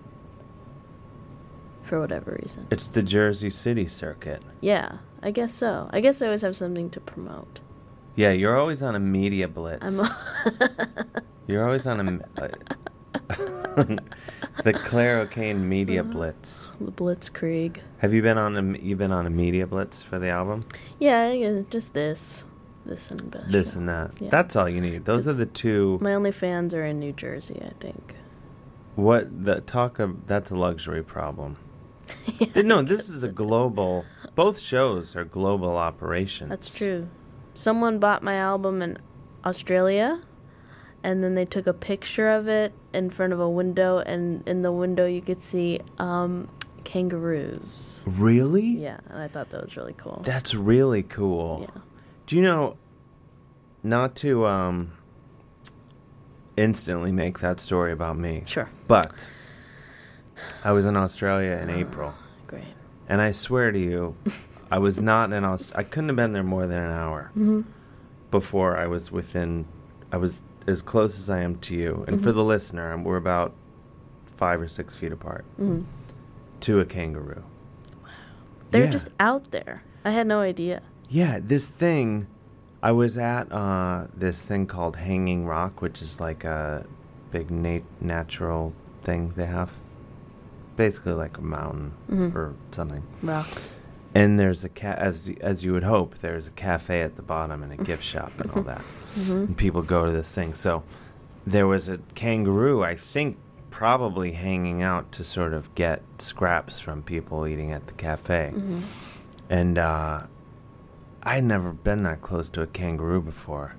For whatever reason. it's the Jersey City circuit. Yeah, I guess so. I guess I always have something to promote. Yeah, you're always on a media blitz. I'm. You're always on a m- uh, the Claire O'Kane media blitz. Uh-huh. The Blitzkrieg. Have you been on a you've been on a media blitz for the album? Yeah, I guess just this, this and best. This and that. Yeah. That's all you need. Those are the two. My only fans are in New Jersey, I think. What the talk of? That's a luxury problem. no, this is a global. Both shows are global operations. That's true. Someone bought my album in Australia, and then they took a picture of it in front of a window, and in the window you could see um, kangaroos. Really? Yeah, and I thought that was really cool. That's really cool. Yeah. Do you know not to um instantly make that story about me. Sure. But I was in Australia in April. Great. And I swear to you, I was not in Aust- I couldn't have been there more than an hour Mhm. before I was within I was as close as I am to you. And for Mhm. the listener, we're about 5 or 6 feet apart. Mhm. To a kangaroo. They're Yeah. just out there. I had no idea. Yeah, this thing. I was at uh, this thing called Hanging Rock, which is like a big nat- natural thing they have. Basically, like a mountain Mhm. or something. Rock. And there's a ca- as y- as you would hope, there's a cafe at the bottom and a gift shop and all that. Mhm. And people go to this thing. So there was a kangaroo, I think, probably hanging out to sort of get scraps from people eating at the cafe. Mhm. And uh, I'd never been that close to a kangaroo before,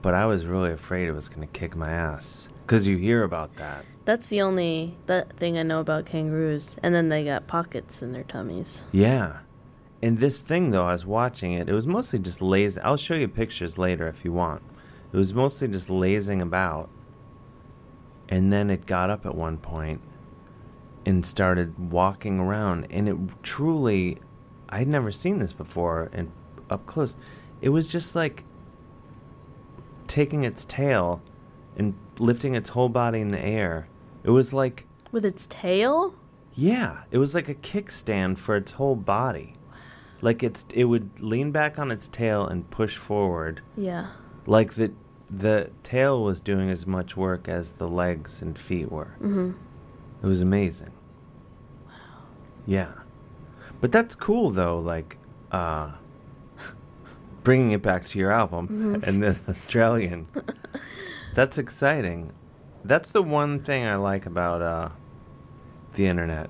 but I was really afraid it was going to kick my ass because you hear about that. That's the only that thing I know about kangaroos. And then they got pockets in their tummies. Yeah. And this thing, though, I was watching it. It was mostly just lazy. I'll show you pictures later if you want. It was mostly just lazing about. And then it got up at one point and started walking around. And it truly, I'd never seen this before and up close. It was just like taking its tail and lifting its whole body in the air. It was like With its tail? yeah, it was like a kickstand for its whole body. Like it's it would lean back on its tail and push forward. Yeah. Like the the tail was doing as much work as the legs and feet were. Mm-hmm. It was amazing. Wow. Yeah. But that's cool though, like uh bringing it back to your album Mhm. and the Australian. that's exciting. That's the one thing I like about uh the internet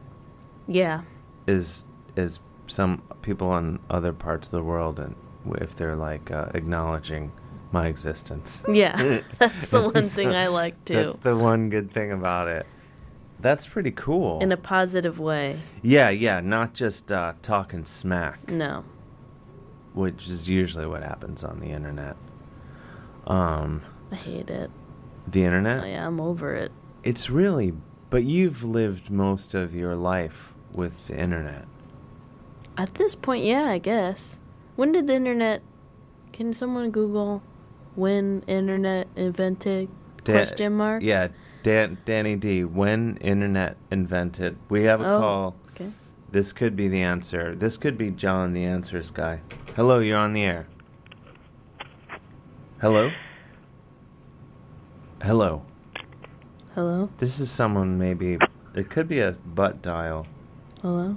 Yeah. is is some people in other parts of the world and if they're like uh, acknowledging my existence. uh, Yeah, that's the one thing I like, too. That's the one good thing about it. That's pretty cool. In a positive way. yeah, yeah, not just uh, talking smack, No. which is usually what happens on the internet. Um, I hate it. the internet. Oh, yeah, I'm over it. It's really, but you've lived most of your life with the internet. At this point, yeah, I guess. When did the internet. Can someone Google when internet invented? Da- question mark? Yeah, Dan, Danny D. When internet invented, we have a Oh, call. okay. This could be the answer. This could be John, the answers guy. Hello, you're on the air. Hello. Hello. Hello? This is someone maybe. It could be a butt dial. Hello?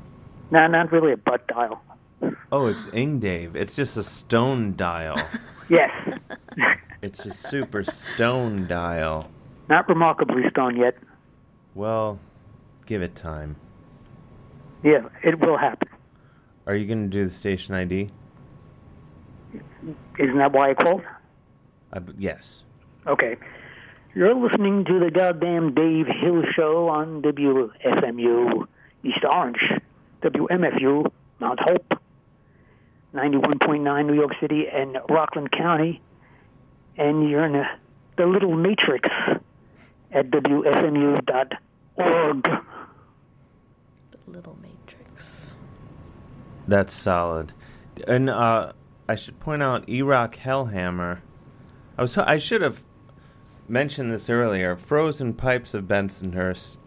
No, not really a butt dial. Oh, it's Ing Dave. It's just a stone dial. Yes, it's a super stone dial. not remarkably stoned yet. Well, give it time. Yeah, it will happen. Are you going to do the station ID? Isn't that why I called? I b yes. Okay. You're listening to the goddamn Dave Hill Show on WFMU East Orange, WMFU Mount Hope, 91.9 New York City and Rockland County, and you're in the, the little matrix at WFMU.org. The Little Matrix. That's solid. And uh, I should point out Erock Hellhammer. I was I should have mentioned this earlier. Frozen Pipes of Bensonhurst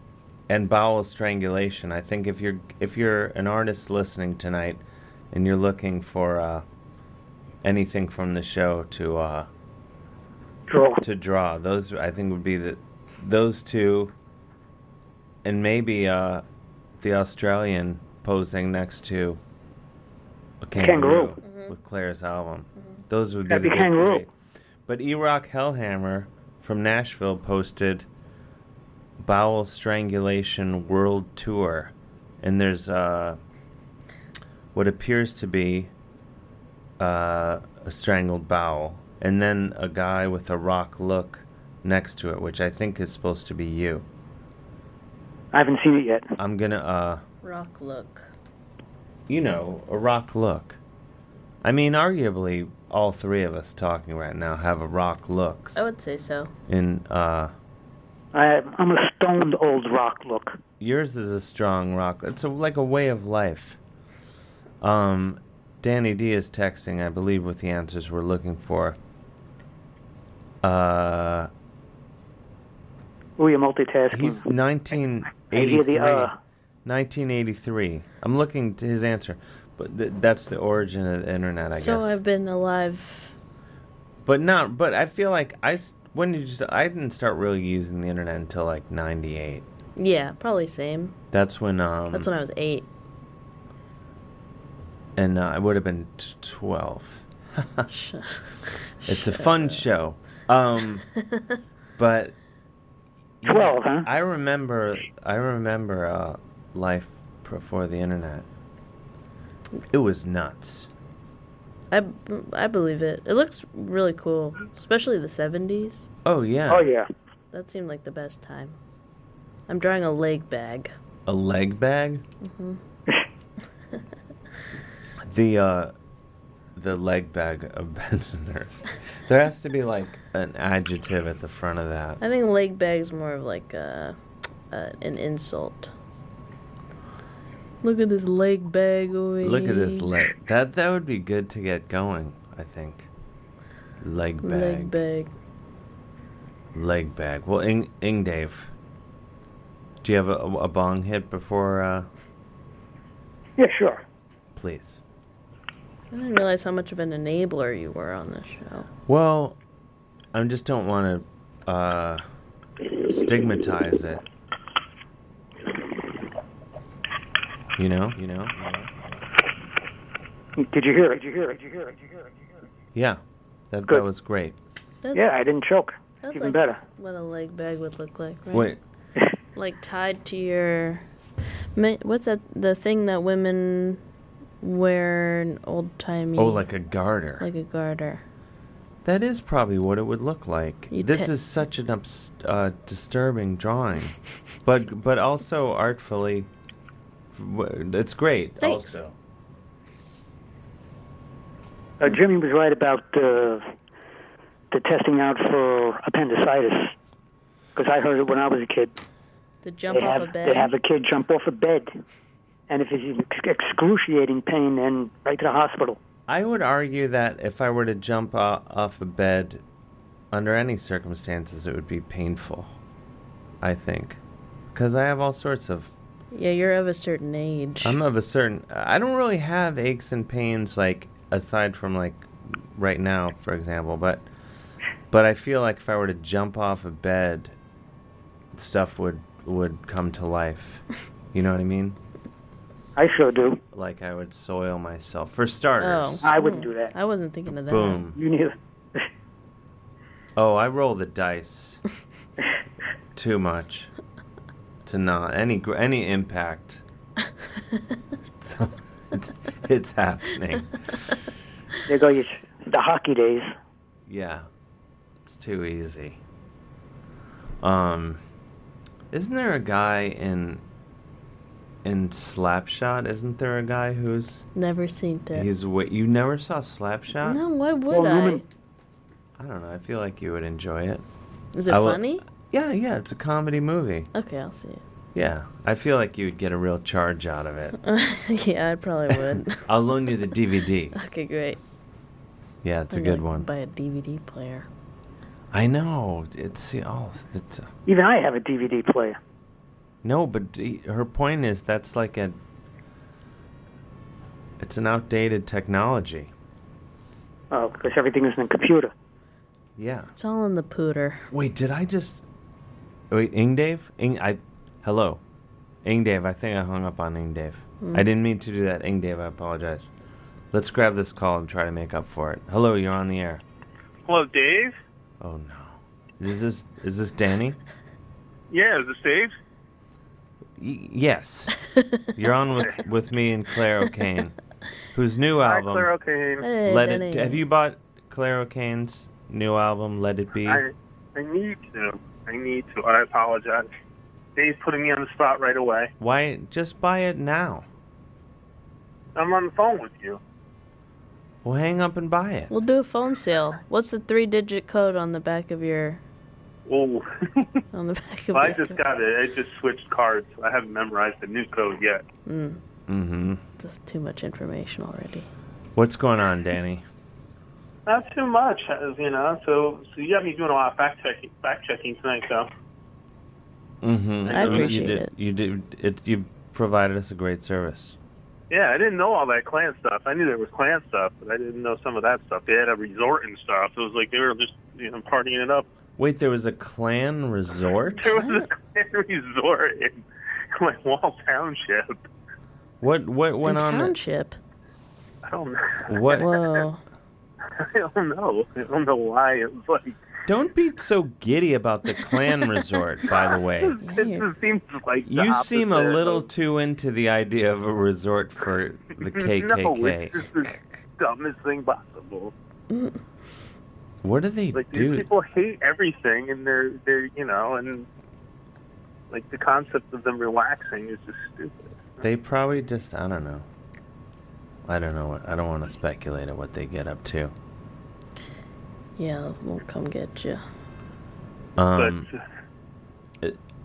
and Bowel Strangulation. I think if you're if you're an artist listening tonight and you're looking for uh, anything from the show to uh, draw to draw, those I think would be the those two and maybe uh, the Australian posing next to a kangaroo, Kangaroo. with Claire's album. Those would be That'd the be big kangaroo. three. But E Rock Hellhammer from Nashville posted Bowel Strangulation World Tour, and there's uh, what appears to be uh, a strangled bowel, and then a guy with a rock look next to it, which I think is supposed to be you. I haven't seen it yet. I'm gonna uh Rock look. you know, a rock look. I mean, arguably, all three of us talking right now have a rock look. I would say so. In uh, I, I'm a stoned old rock look. yours is a strong rock. It's a, like a way of life. Um, Danny D is texting, I believe, with the answers we're looking for. Uh, Oh, you're multitasking. He's 1983. hear the, uh, 1983. I'm looking to his answer, but th- that's the origin of the internet, I so guess. I've been alive. But not. But I feel like I s- when did you st- I didn't start really using the internet until like 98. Yeah, probably same. That's when um. That's when I was eight. and uh, I would have been t- 12. it's a fun show. Um, but 12, huh? I remember I remember uh, life before the internet. It was nuts. I, I believe it. It looks really cool, especially the 70s. Oh yeah. Oh yeah. That seemed like the best time. I'm drawing a leg bag. A leg bag? hmm The uh the leg bag of Bensonhurst. there has to be like an adjective at the front of that. I think leg bag's more of like a, uh, an insult. Look at this leg bag over Look at this here. leg. That that would be good to get going, I think. Leg bag. Leg bag. Leg bag. Well, Ing, Ing Dave, do you have a, a bong hit before? Uh, Yeah, sure. please. I didn't realize how much of an enabler you were on this show. Well, I just don't want to uh, stigmatize it. You know. You know. Did you hear it? Did you hear it? Did you hear it? Did you hear it? Yeah. That that was great. That's, yeah, I didn't choke. That's Even like better. what a leg bag would look like, right? Wait. Like tied to your. Ma- What's that? The thing that women wear in old timey. Oh, like a garter. Like a garter. That is probably what it would look like. You this te- is such an ups- uh, disturbing drawing, but but also artfully, w- it's great. Thanks. Also, Uh, Jimmy was right about uh, the testing out for appendicitis because I heard it when I was a kid. To jump they off have, a bed. They have a kid jump off a bed, and if he's in ex- excruciating pain, then right to the hospital. I would argue that if I were to jump o- off a bed, under any circumstances, it would be painful. I think, because I have all sorts of. Yeah, you're of a certain age. I'm of a certain. I don't really have aches and pains like aside from like right now, for example. But but I feel like if I were to jump off a bed, stuff would would come to life. You know what I mean? I sure do. Like I would soil myself for starters. I wouldn't do that. Oh. I wasn't thinking of that. Boom. You neither. Oh, I roll the dice too much to not any gr- any impact. so it's, it's happening. There go your, the hockey days. Yeah, it's too easy. Um, isn't there a guy in in Slapshot? Isn't there a guy who's Never seen that. he's wait? You never saw Slapshot? no, why would Well, I? Newman- I don't know. I feel like you would enjoy it. Is it I will- funny? yeah, yeah. It's a comedy movie. Okay, I'll see Yeah, I feel like you would get a real charge out of it. it. yeah, I probably would. I'll loan you the DVD. okay, great. Yeah, it's a I'm good gonna one. Buy a DVD player. I know. It's see, oh, it's, Even I have a DVD player. no, but d- her point is that's like a. It's an outdated technology. Oh, because everything is in a computer. Yeah. It's all in the pooter. Wait, did I just? Wait, Ingdave? Ing, I, hello, Ingdave. I think I hung up on Ingdave. Mm. I didn't mean to do that, Ingdave. I apologize. Let's grab this call and try to make up for it. Hello, you're on the air. Hello, Dave. Oh no, is this is this Danny? Yeah, is this Dave? Y- yes, you're on with with me and Claire O'Kane, whose new album. Claire O'Kane. Hey, Um, Let it. Danny. Have you bought Claire O'Kane's new album? Let it be. I I need to. I need to. I apologize. Dave's putting me on the spot right away. Why just buy it now? I'm on the phone with you. Well, hang up and buy it. We'll do a phone sale. What's the three digit code on the back of your Oh, on the back of well, I your just got it. I just switched cards. I haven't memorized the new code yet. mm, Mm-hmm. that's too much information already. What's going on, Danny? Not too much, uh, you know. So, so you got me doing a lot of fact checking, fact checking tonight, though. Mm-hmm. I appreciate you did, it. You did it. You provided us a great service. Yeah, I didn't know all that clan stuff. I knew there was clan stuff, but I didn't know some of that stuff. They had a resort and stuff. It was like they were just you know partying it up. Wait, there was a clan resort. There was a clan resort in like Wall Township. What what went In on? Township. I don't. What? Whoa. I don't know. I don't know why it was like. Don't be so giddy about the clan resort. By the way, It just seems like the you seem a opposite little of- too into the idea of a resort for the No, it's KKK. just the dumbest thing possible. What do they Like these do? people hate everything, and they're they're you know, and like the concept of them relaxing is just stupid. They probably just I don't know. I don't know what I don't want to speculate on what they get up to. Yeah, we'll come get you. Um, uh,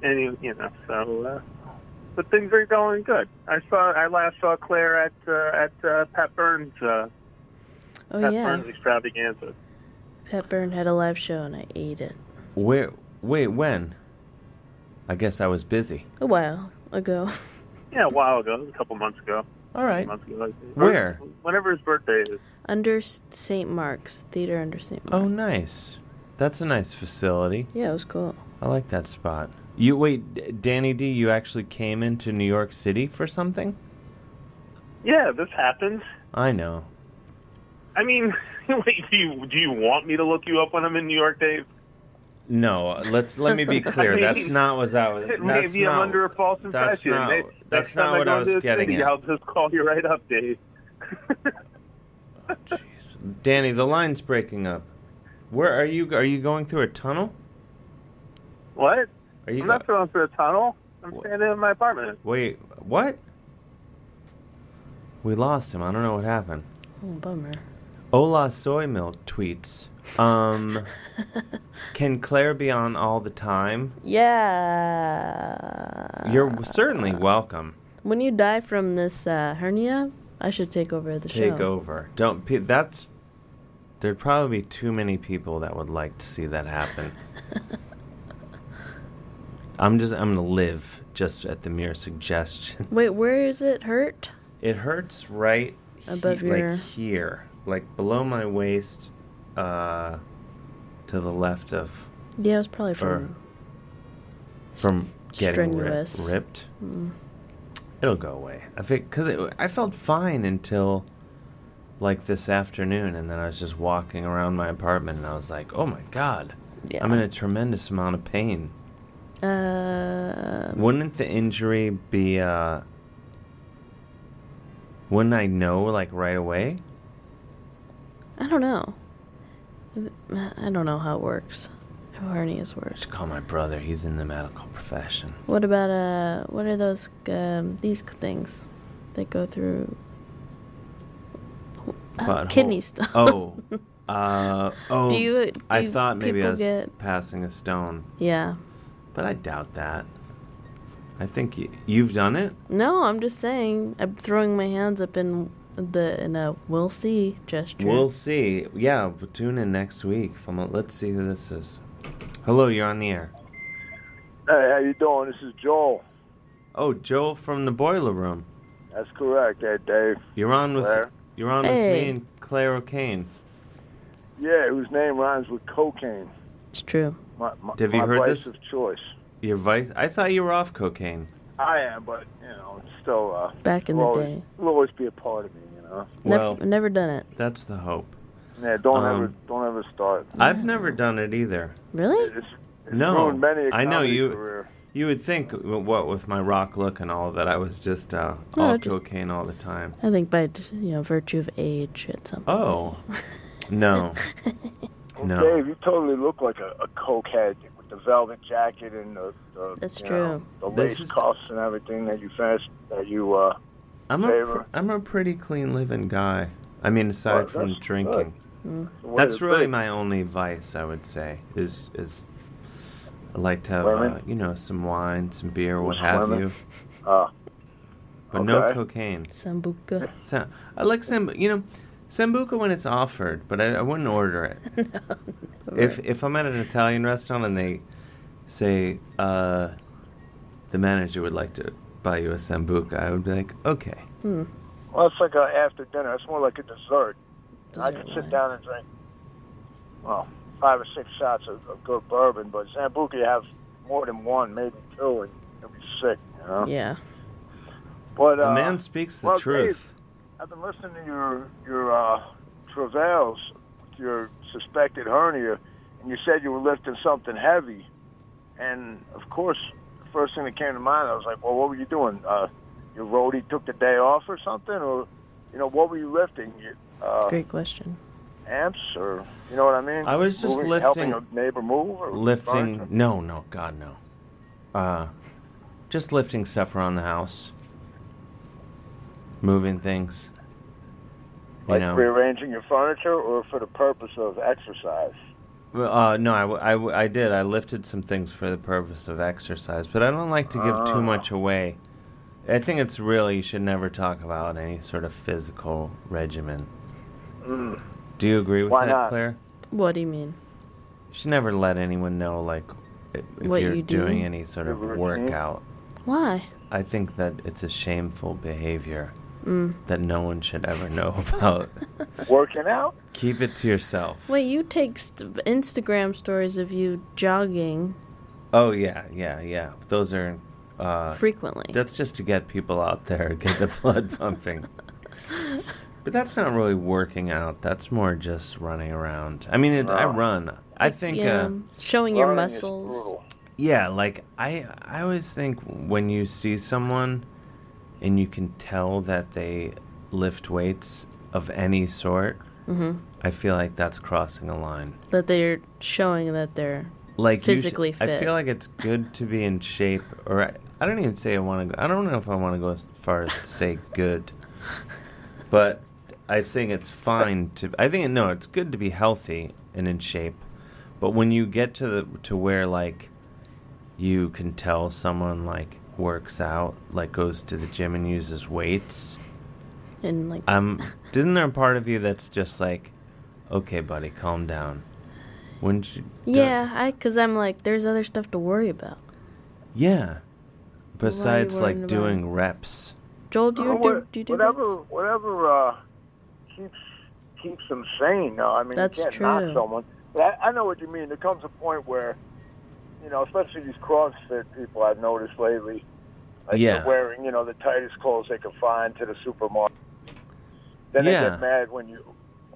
Anyway, you know, so uh, but things are going good. I saw I last saw Claire at uh, at uh, Pat Burns. Uh, Oh, Pat yeah. Burns extravaganza. Pat Byrne had a live show and I ate it where? Wait, when? I guess I was busy. a while ago. Yeah, a while ago, it was a couple months ago. All right. Months ago, I think. Or Where? Whenever his birthday is. Under St. Mark's Theater under St. Mark's. Oh, nice. That's a nice facility. Yeah, it was cool. I like that spot. You wait, D- Danny D. You actually came into New York City for something? Yeah, this happens. I know. I mean, wait, do you do you want me to look you up when I'm in New York, Dave? No, uh, let's let me be clear. I mean, that's not what I was. That's Maybe not, I'm under a false that's impression. not- Next- next that's time not what go I into was the getting city, at. I'll just call you right up, Dave. Danny, the line's breaking up. Where are you? Are you going through a tunnel? What? Are you I'm not going through a tunnel. I'm standing in my apartment. Wait, what? We lost him. I don't know what happened. Oh, bummer. Ola Soy Milk tweets. Um, can Claire be on all the time? Yeah. You're uh, certainly welcome. When you die from this uh, hernia, I should take over the show. Take over. Don't. pe- That's. There'd probably be too many people that would like to see that happen. I'm just. I'm gonna live just at the mere suggestion. Wait, where is it hurt? It hurts right he- Above your- like here, like below my waist, uh, to the left of Yeah, it was probably or from. from getting ri- strenuous. ripped. Mm. It'll go away. I think because it, I felt fine until like this afternoon, and then I was just walking around my apartment, and I was like, "Oh my god, Yeah. I'm in a tremendous amount of pain." Uh, Wouldn't the injury be? uh Wouldn't I know like right away? I don't know. uh, I don't know how it works. How hernias work. Should call my brother. He's in the medical profession. What about uh? What are those um, these things that go through uh, Butthole. kidney stone? Oh, uh, oh. Do you- do I thought maybe I people was get- passing a stone. yeah. But I doubt that. I think y- you've done it. No, I'm just saying. I'm throwing my hands up in the in a we'll see gesture. We'll see. Yeah, we'll tune in next week. From let's see who this is. Hello, you're on the air. Hey, how you doing? This is Joel. Oh, Joel from the boiler room. That's correct, hey Dave. You're on with Claire. you're on with Hey. me and Claire O'Kane. Yeah, whose name rhymes with cocaine. It's true. My, my, Have you my heard vice this? of choice. Your vice. I thought you were off cocaine. I am, but you know, it's still uh, Back in the will always, day. will always be a part of me. You know. Well, never, never done it. that's the hope. Yeah, don't Um, ever, don't ever start. I've never done it either. Really? It's, it's No, ruined many a I know comedy you. Career. You would think, w- what with my rock look and all that, I was just uh, No, all just- cocaine all the time. I think by t- you know virtue of age, it's something. Oh, no, Well, no. Dave, you totally look like a, a cokehead with the velvet jacket and the, the That's you true. know, the This lace is- cuffs and everything that you fast that you uh I'm a, favor. pr- I'm a pretty clean living guy. I mean, aside Well, from that's drinking, good. It's a way that's to really live. my only vice. I would say is is I like to have Women? uh, you know some wine, some beer, what Just have women. you, Uh, but no okay. cocaine. Sambuca. So I like sambuca. You know, sambuca when it's offered, but I, I wouldn't order it. If if I'm at an Italian restaurant and they say uh, the manager would like to buy you a sambuca, I would be like, okay. Well, it's like a after dinner. It's more like a dessert. I could sit down and drink, well, five or six shots of, of good bourbon, but Zambuca, you have more than one, maybe two, and you'll be sick. You know? Yeah. But The uh, man speaks the well, truth. Dave, I've been listening to your your uh, travails, with your suspected hernia, and you said you were lifting something heavy, and of course, the first thing that came to mind, I was like, well, what were you doing? Uh, your roadie took the day off or something, or you know, what were you lifting? You, uh, Great question. amps or you know what I mean? I was just Moving- lifting- helping a neighbor move or lifting. No, no, God, no. Uh, just lifting stuff around the house, moving things. You like know, rearranging your furniture or for the purpose of exercise. Well, uh, no, I, w- I w- I did. I lifted some things for the purpose of exercise, but I don't like to give Ah. too much away. I think it's really you should never talk about any sort of physical regimen. Mm. Do you agree with Why that, not? Claire? What do you mean? You should never let anyone know like if if What you're you do? doing any sort of workout. Why? I think that it's a shameful behavior Mm. that no one should ever know about. Working out? Keep it to yourself. Wait, you take st- Instagram stories of you jogging. Oh yeah, yeah, yeah. Those are uh, Frequently. That's just to get people out there and get the blood pumping. But that's not really working out. That's more just running around. I mean, it, I Wow. run. I think. yeah, Uh, showing your muscles. Yeah, like I I always think when you see someone and you can tell that they lift weights of any sort, Mhm. I feel like that's crossing a line. That they're showing that they're Like you sh- physically fit. I feel like it's good to be in shape or I, I don't even say I want to go I don't know if I want to go as far as to say good. But I think it's fine to I think no, it's good to be healthy and in shape. But when you get to the to where like you can tell someone like works out, like goes to the gym and uses weights. and like Um, isn't there a part of you that's just like, okay, buddy, calm down? Wouldn't you? don't- yeah, I because I'm like there's other stuff to worry about. Yeah. Besides, worrying like about? doing reps. Joel, do Or you do, Uh, what- do you do that? whatever whatever uh, keeps keeps them sane. Though I mean, That's you can't true. knock someone. But I, I know what you mean. There comes a point where, you know, especially these CrossFit people I've noticed lately, like Yeah. they're wearing you know the tightest clothes they can find to the supermarket. Then they Yeah. get mad when you,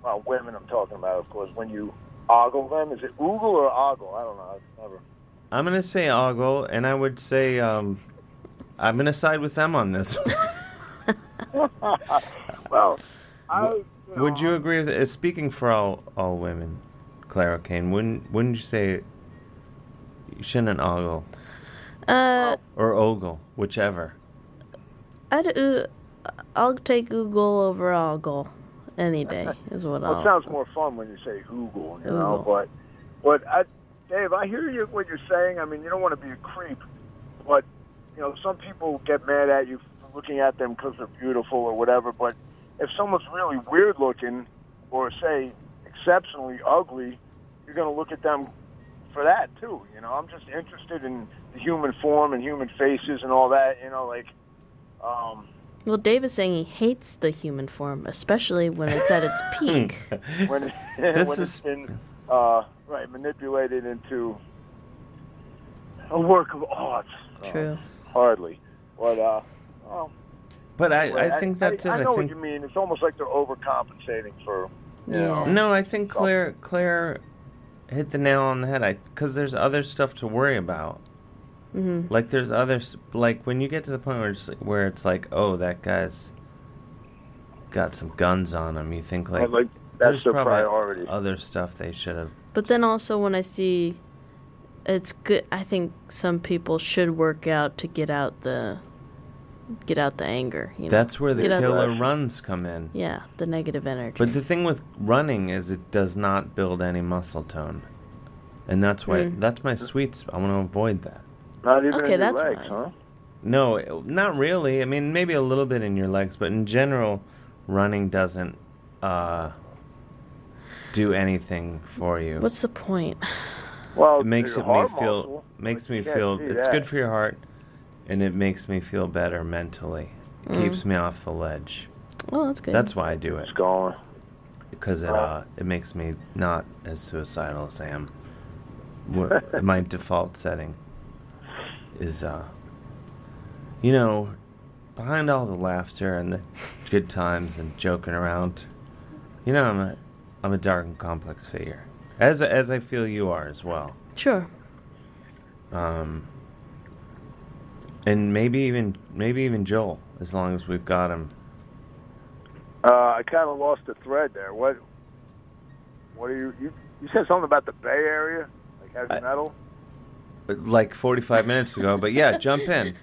well, women I'm talking about, of course, when you ogle them. Is it oogle or ogle? I don't know. I've never. I'm gonna say ogle, and I would say um, I'm gonna side with them on this. well, I Would you agree with? Uh, speaking for all all women, Clara Kane, wouldn't wouldn't you say you shouldn't ogle Oh. Uh, or ogle, whichever? I'd uh, I'll take Google over Ogle any day is what Well, I'll. it sounds more fun when you say Google, you know. Oogle. But, but I, Dave, I hear you what you're saying. I mean, you don't want to be a creep, but you know, some people get mad at you for looking at them because they're beautiful or whatever. But if someone's really weird looking, or say exceptionally ugly, you're going to look at them for that too. You know, I'm just interested in the human form and human faces and all that. You know, like, um, well, Dave is saying he hates the human form, especially when it's at its peak. when, it, This when is- it's been uh, right manipulated into a work of art. Uh, True. hardly, but uh, well, But anyway, I, I think that's I, it. I know think what you mean. It's almost like they're overcompensating for. You know, No, I think Claire Claire hit the nail on the head. I because there's other stuff to worry about. Mhm. Like there's other s- like when you get to the point where it's, where it's like, oh, that guy's got some guns on him. You think like, Right, like, there's that's their probably priority. Other stuff they should have. But then also when I see it's good. I think some people should work out to get out the get out the anger. You know? That's where the Get out killer runs come in. yeah, the negative energy. But the thing with running is it does not build any muscle tone, and that's why Mm. that's my sweet spot. I want to avoid that. Not even Okay, in your that's legs, fine. huh? No, it- not really. I mean, maybe a little bit in your legs, but in general, running doesn't uh, do anything for you. What's the point? Well, it makes your it me heart feel muscle, makes but me you can't feel do it's that. good for your heart, and it makes me feel better mentally. It Mm. keeps me off the ledge. Well, that's good. That's why I do it. It's gone. Because it uh, it makes me not as suicidal as I am. Wh- My default setting is uh, you know, behind all the laughter and the good times and joking around, you know, I'm a I'm a dark and complex figure, as as I feel you are as well. sure. Um, and maybe even maybe even Joel, as long as we've got him. Uh, I kind of lost the thread there. What? What are you? You, you said something about the Bay Area, like heavy metal. Like 45 minutes ago, but yeah, jump in.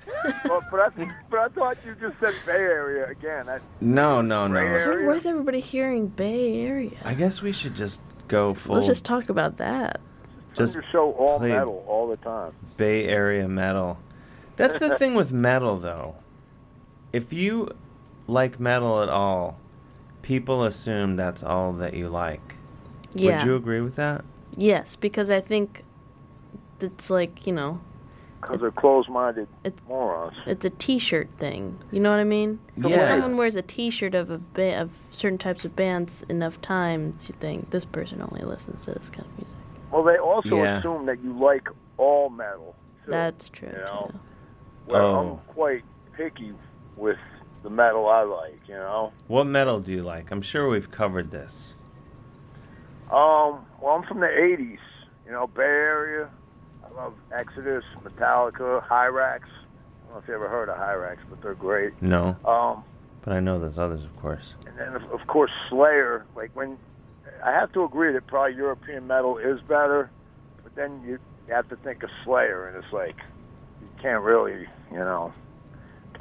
well, but I, but I thought you just said Bay Area again. I, No, no, no. Why why is everybody hearing Bay Area? I guess we should just go full Let's just talk about that. just show all play metal all the time. Bay Area metal. That's the thing with metal, though. If you like metal at all, people assume that's all that you like. Yeah. Would you agree with that? Yes, because I think it's like you know, Because they're closed-minded morons. it's a T-shirt thing. You know what I mean? Yeah. If someone wears a T-shirt of a ba- of certain types of bands enough times, you think this person only listens to this kind of music. Well, they also Yeah. assume that you like all metal. too. That's true. You know? Oh. I'm quite picky with the metal I like. You know. What metal do you like? I'm sure we've covered this. Um, well, I'm from the '80s. You know, Bay Area. I love Exodus, Metallica, Hyrax. I don't know if you ever heard of Hyrax, but they're great. No. Um, But I know there's others, of course. and then of, of course Slayer. Like when I have to agree that probably European metal is better, but then you you have to think of Slayer, and it's like you can't really, you know,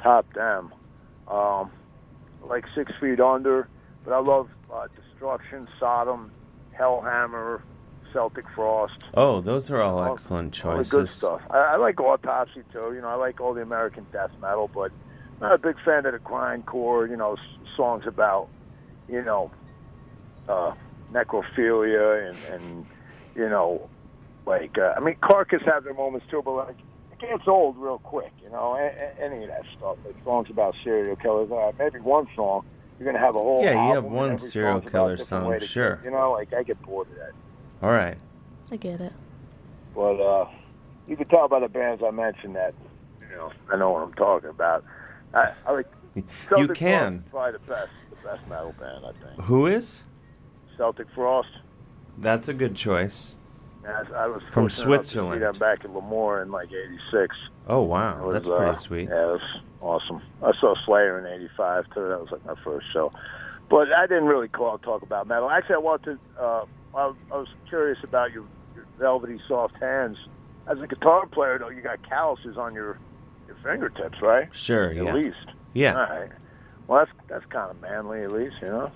top them. Um, I like Six Feet Under, but I love uh, Destruction, Sodom, Hellhammer, Celtic Frost. Oh, those are all excellent All the choices. good stuff. I, I like autopsy too. You know, I like all the American death metal, but I'm not a big fan of the grindcore. You know, s- songs about you know uh, necrophilia and, and you know, like uh, I mean, Carcass have their moments too, but like it gets old real quick. You know, a- a- any of that stuff. Like songs about serial killers. Uh, maybe one song you're gonna have a whole Yeah, you album have and one every serial song's about killer a different song, way to- sure. You know, like I get bored of that. All right. I get it. But uh, you can tell by the bands I mentioned that, you know, I know what I'm talking about. I, I like Celtic can. Frost is probably the best, the best metal band I think. Who is? Celtic Frost. That's a good choice. As I was From fortunate enough to see Switzerland. them back in Lemoore in like '86. Oh, wow. It was, That's pretty uh, sweet. Yeah, it was awesome. I saw Slayer in '85 too. That was like my first show. But I didn't really call talk about metal. Actually, I wanted. Uh, I, I was curious about your, your velvety soft hands. As a guitar player, though, you got calluses on your your fingertips, right? Sure, At yeah. least. Yeah. All right. Well, that's that's kind of manly, at least, you know.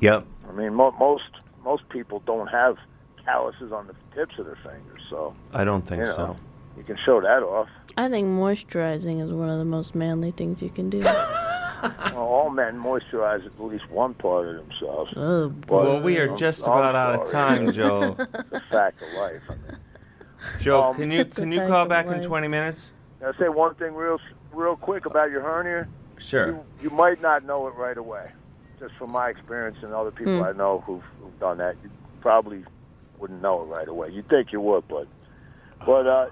Yep. I mean, mo- most most people don't have calluses on the tips of their fingers, so I don't think you know, so. You can show that off. I think moisturizing is one of the most manly things you can do. Well, Oh, all men moisturize at least one part of themselves. Oh, boy. Well, we are just about out of time, Joel. It's a fact of life. I mean, Joe, Um, Oh, can you It's a can you fact call of back in life. 20 minutes? can I say one thing real, real quick about your hernia? Sure. You, you might not know it right away, just from my experience and other people Hmm. I know who've, who've done that. You probably wouldn't know it right away. You'd think you would, but, but uh,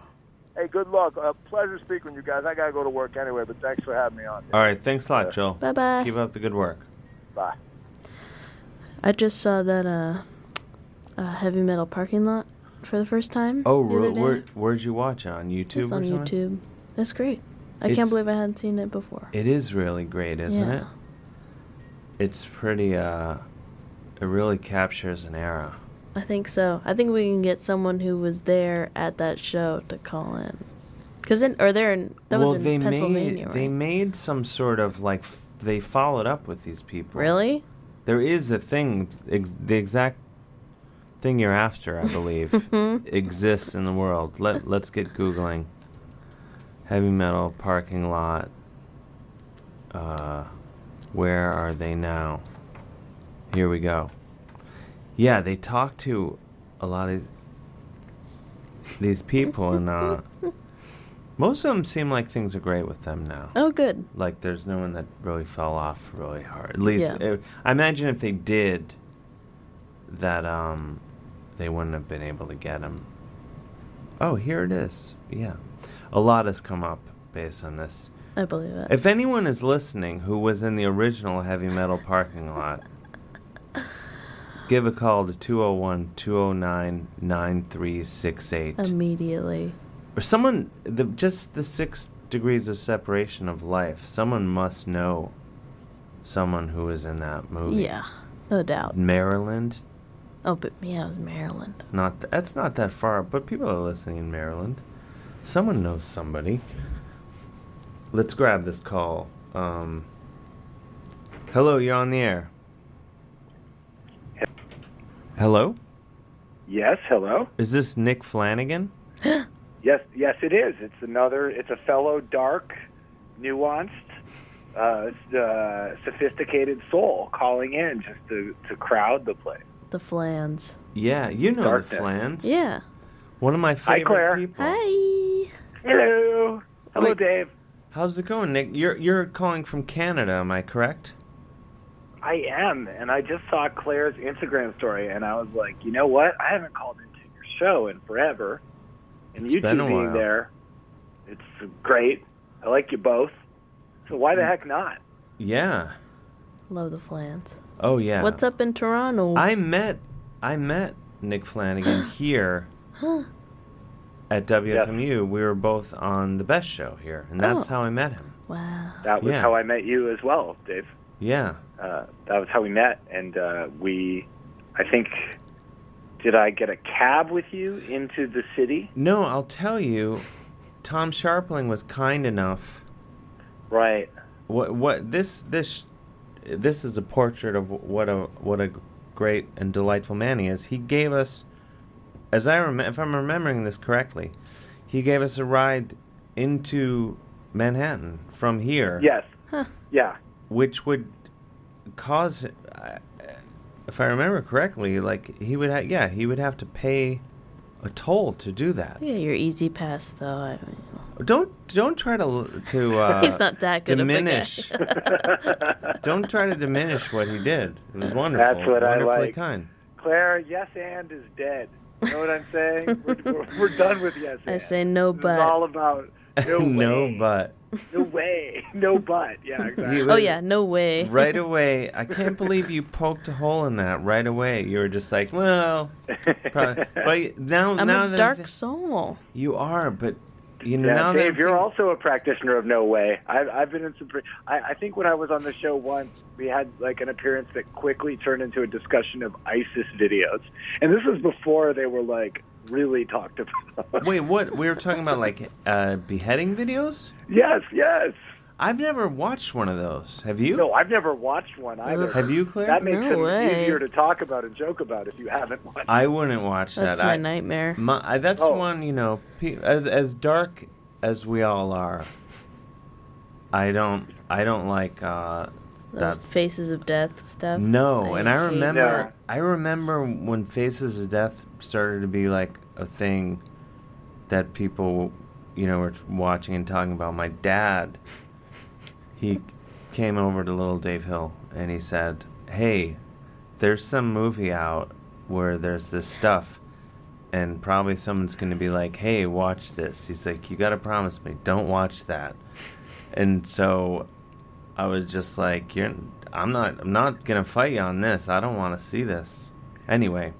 hey, good luck. Uh, pleasure speaking with you guys. I gotta go to work anyway, but thanks for having me on. All right, thanks a lot, Joel. Bye-bye. Keep up the good work. Bye. I just saw that uh, a heavy metal parking lot for the first time. Oh, Mm-hmm. the where, other day. where, where'd you watch it? on YouTube Just or on something? YouTube. That's great. I It's- can't believe I hadn't seen it before. It is really great, isn't Yeah. it? It's pretty. uh It really captures an era. I think so. I think we can get someone who was there at that show to call in. Cause in or they're in that well, was in they Pennsylvania, made right? they made some sort of like f- they followed up with these people. Really? There is a thing, ex- the exact thing you're after, I believe, Mm-hmm. exists in the world. Let Let's get googling. Heavy metal parking lot. Uh, where are they now? Here we go. Yeah, they talked to a lot of these people, and uh, most of them seem like things are great with them now. Oh, good. Like there's no one that really fell off really hard. At least Yeah. uh, I imagine if they did, that um, they wouldn't have been able to get him. Oh, here it is. Yeah, a lot has come up based on this. I believe it. If anyone is listening who was in the original heavy metal parking lot, give a call to 201 209 9368. Um, Immediately. Or someone, the, just the six degrees of separation of life, someone must know someone who was in that movie. Yeah. No doubt. Maryland? Oh, but yeah, it was Maryland. Not th- That's not that far, but people are listening in Maryland. Someone knows somebody. Let's grab this call. Um, hello, you're on the air. Hello? Yes, hello. Is this Nick Flanagan? Yes, yes, it is. It's another. It's a fellow dark, nuanced, uh, s- uh, sophisticated soul calling in just to to crowd the place. The Flans. Yeah, you know the Darkness. Flans. Yeah. One of Hi, my favorite Claire. people. Hi. Hello. Hello, Dave. How's it going, Nick? You're you're calling from Canada, am I correct? I am, and I just saw Claire's Instagram story, and I was like, you know what? I haven't called into your show in forever, and It's you two been a being while. there, it's great. I like you both. So why Hmm. the heck not? Yeah. Love the Flans. Oh yeah. What's up in Toronto? I met I met Nick Flanagan here Huh. at WFMU. We were both on the best show here, and that's Oh. how I met him. Wow. That was Yeah. how I met you as well, Dave. Yeah. Uh, that was how we met, and uh, we, I think, did I get a cab with you into the city? No, I'll tell you, Tom Sharpling was kind enough Right. What what this this this is a portrait of what a what a great and delightful man he is. He gave us, as I remember, if I'm remembering this correctly, he gave us a ride into Manhattan from here. Yes. Huh. Yeah. which would cause, I- if I remember correctly, like he would ha- yeah he would have to pay a toll to do that. Yeah, your easy pass though. I mean, Don't don't try to to uh, He's not that good of a guy. diminish. don't try to diminish what he did. It was wonderful. That's what I Wonderfully like. kind. Claire, yes, and is dead. You know what I'm saying? we're, we're, we're done with yes. I say no, It's but all about no, no, but no way, no but. Yeah, exactly. You- oh yeah, no way. right away, I can't believe you poked a hole in that. Right away, you were just like, well, probably. but now I'm now a that dark I'm thi- soul. you are, but you know Yeah, now Dave, that you're also a practitioner of no way. I've, I've been in some. Pre- I, I think when I was on the show once, we had like an appearance that quickly turned into a discussion of ISIS videos, and this was before they were like really talked about. wait, what we were talking about, like uh, beheading videos? yes, yes. I've never watched one of those. Have you? No, I've never watched one either. Have you, Claire? That makes No it way. easier to talk about and joke about if you haven't watched. I wouldn't watch That's that. my I- nightmare. My, I, that's Oh. one, you know, pe- as as dark as we all are. I don't I don't like uh Those that faces of death stuff. No, and I hate remember I remember when Faces of Death started to be like a thing that people you know were watching and talking about. My dad he came over to little Dave Hill and he said, "Hey, there's some movie out where there's this stuff and probably someone's going to be like, "Hey, watch this." He's like, "You got to promise me, don't watch that." And so I was just like, "You're I'm not I'm not going to fight you on this. I don't want to see this." Anyway,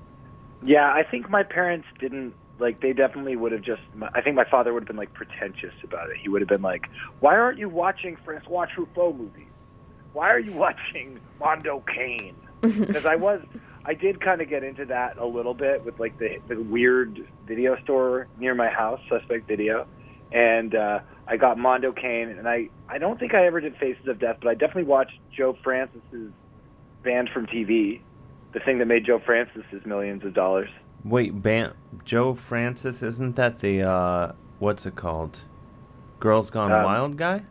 Yeah, I think my parents didn't like. They definitely would have just. I think my father would have been like pretentious about it. He would have been like, "Why aren't you watching Francois Truffaut movies? Why are you watching Mondo Kane? because I was, I did kind of get into that a little bit with like the the weird video store near my house, Suspect Video, and uh, I got Mondo Kane, and I I don't think I ever did Faces of Death, but I definitely watched Joe Francis's Banned from TV, the thing that made Joe Francis's millions of dollars. Wait, Ban- Joe Francis, isn't that the uh, what's it called? Girls Gone Um, Wild guy?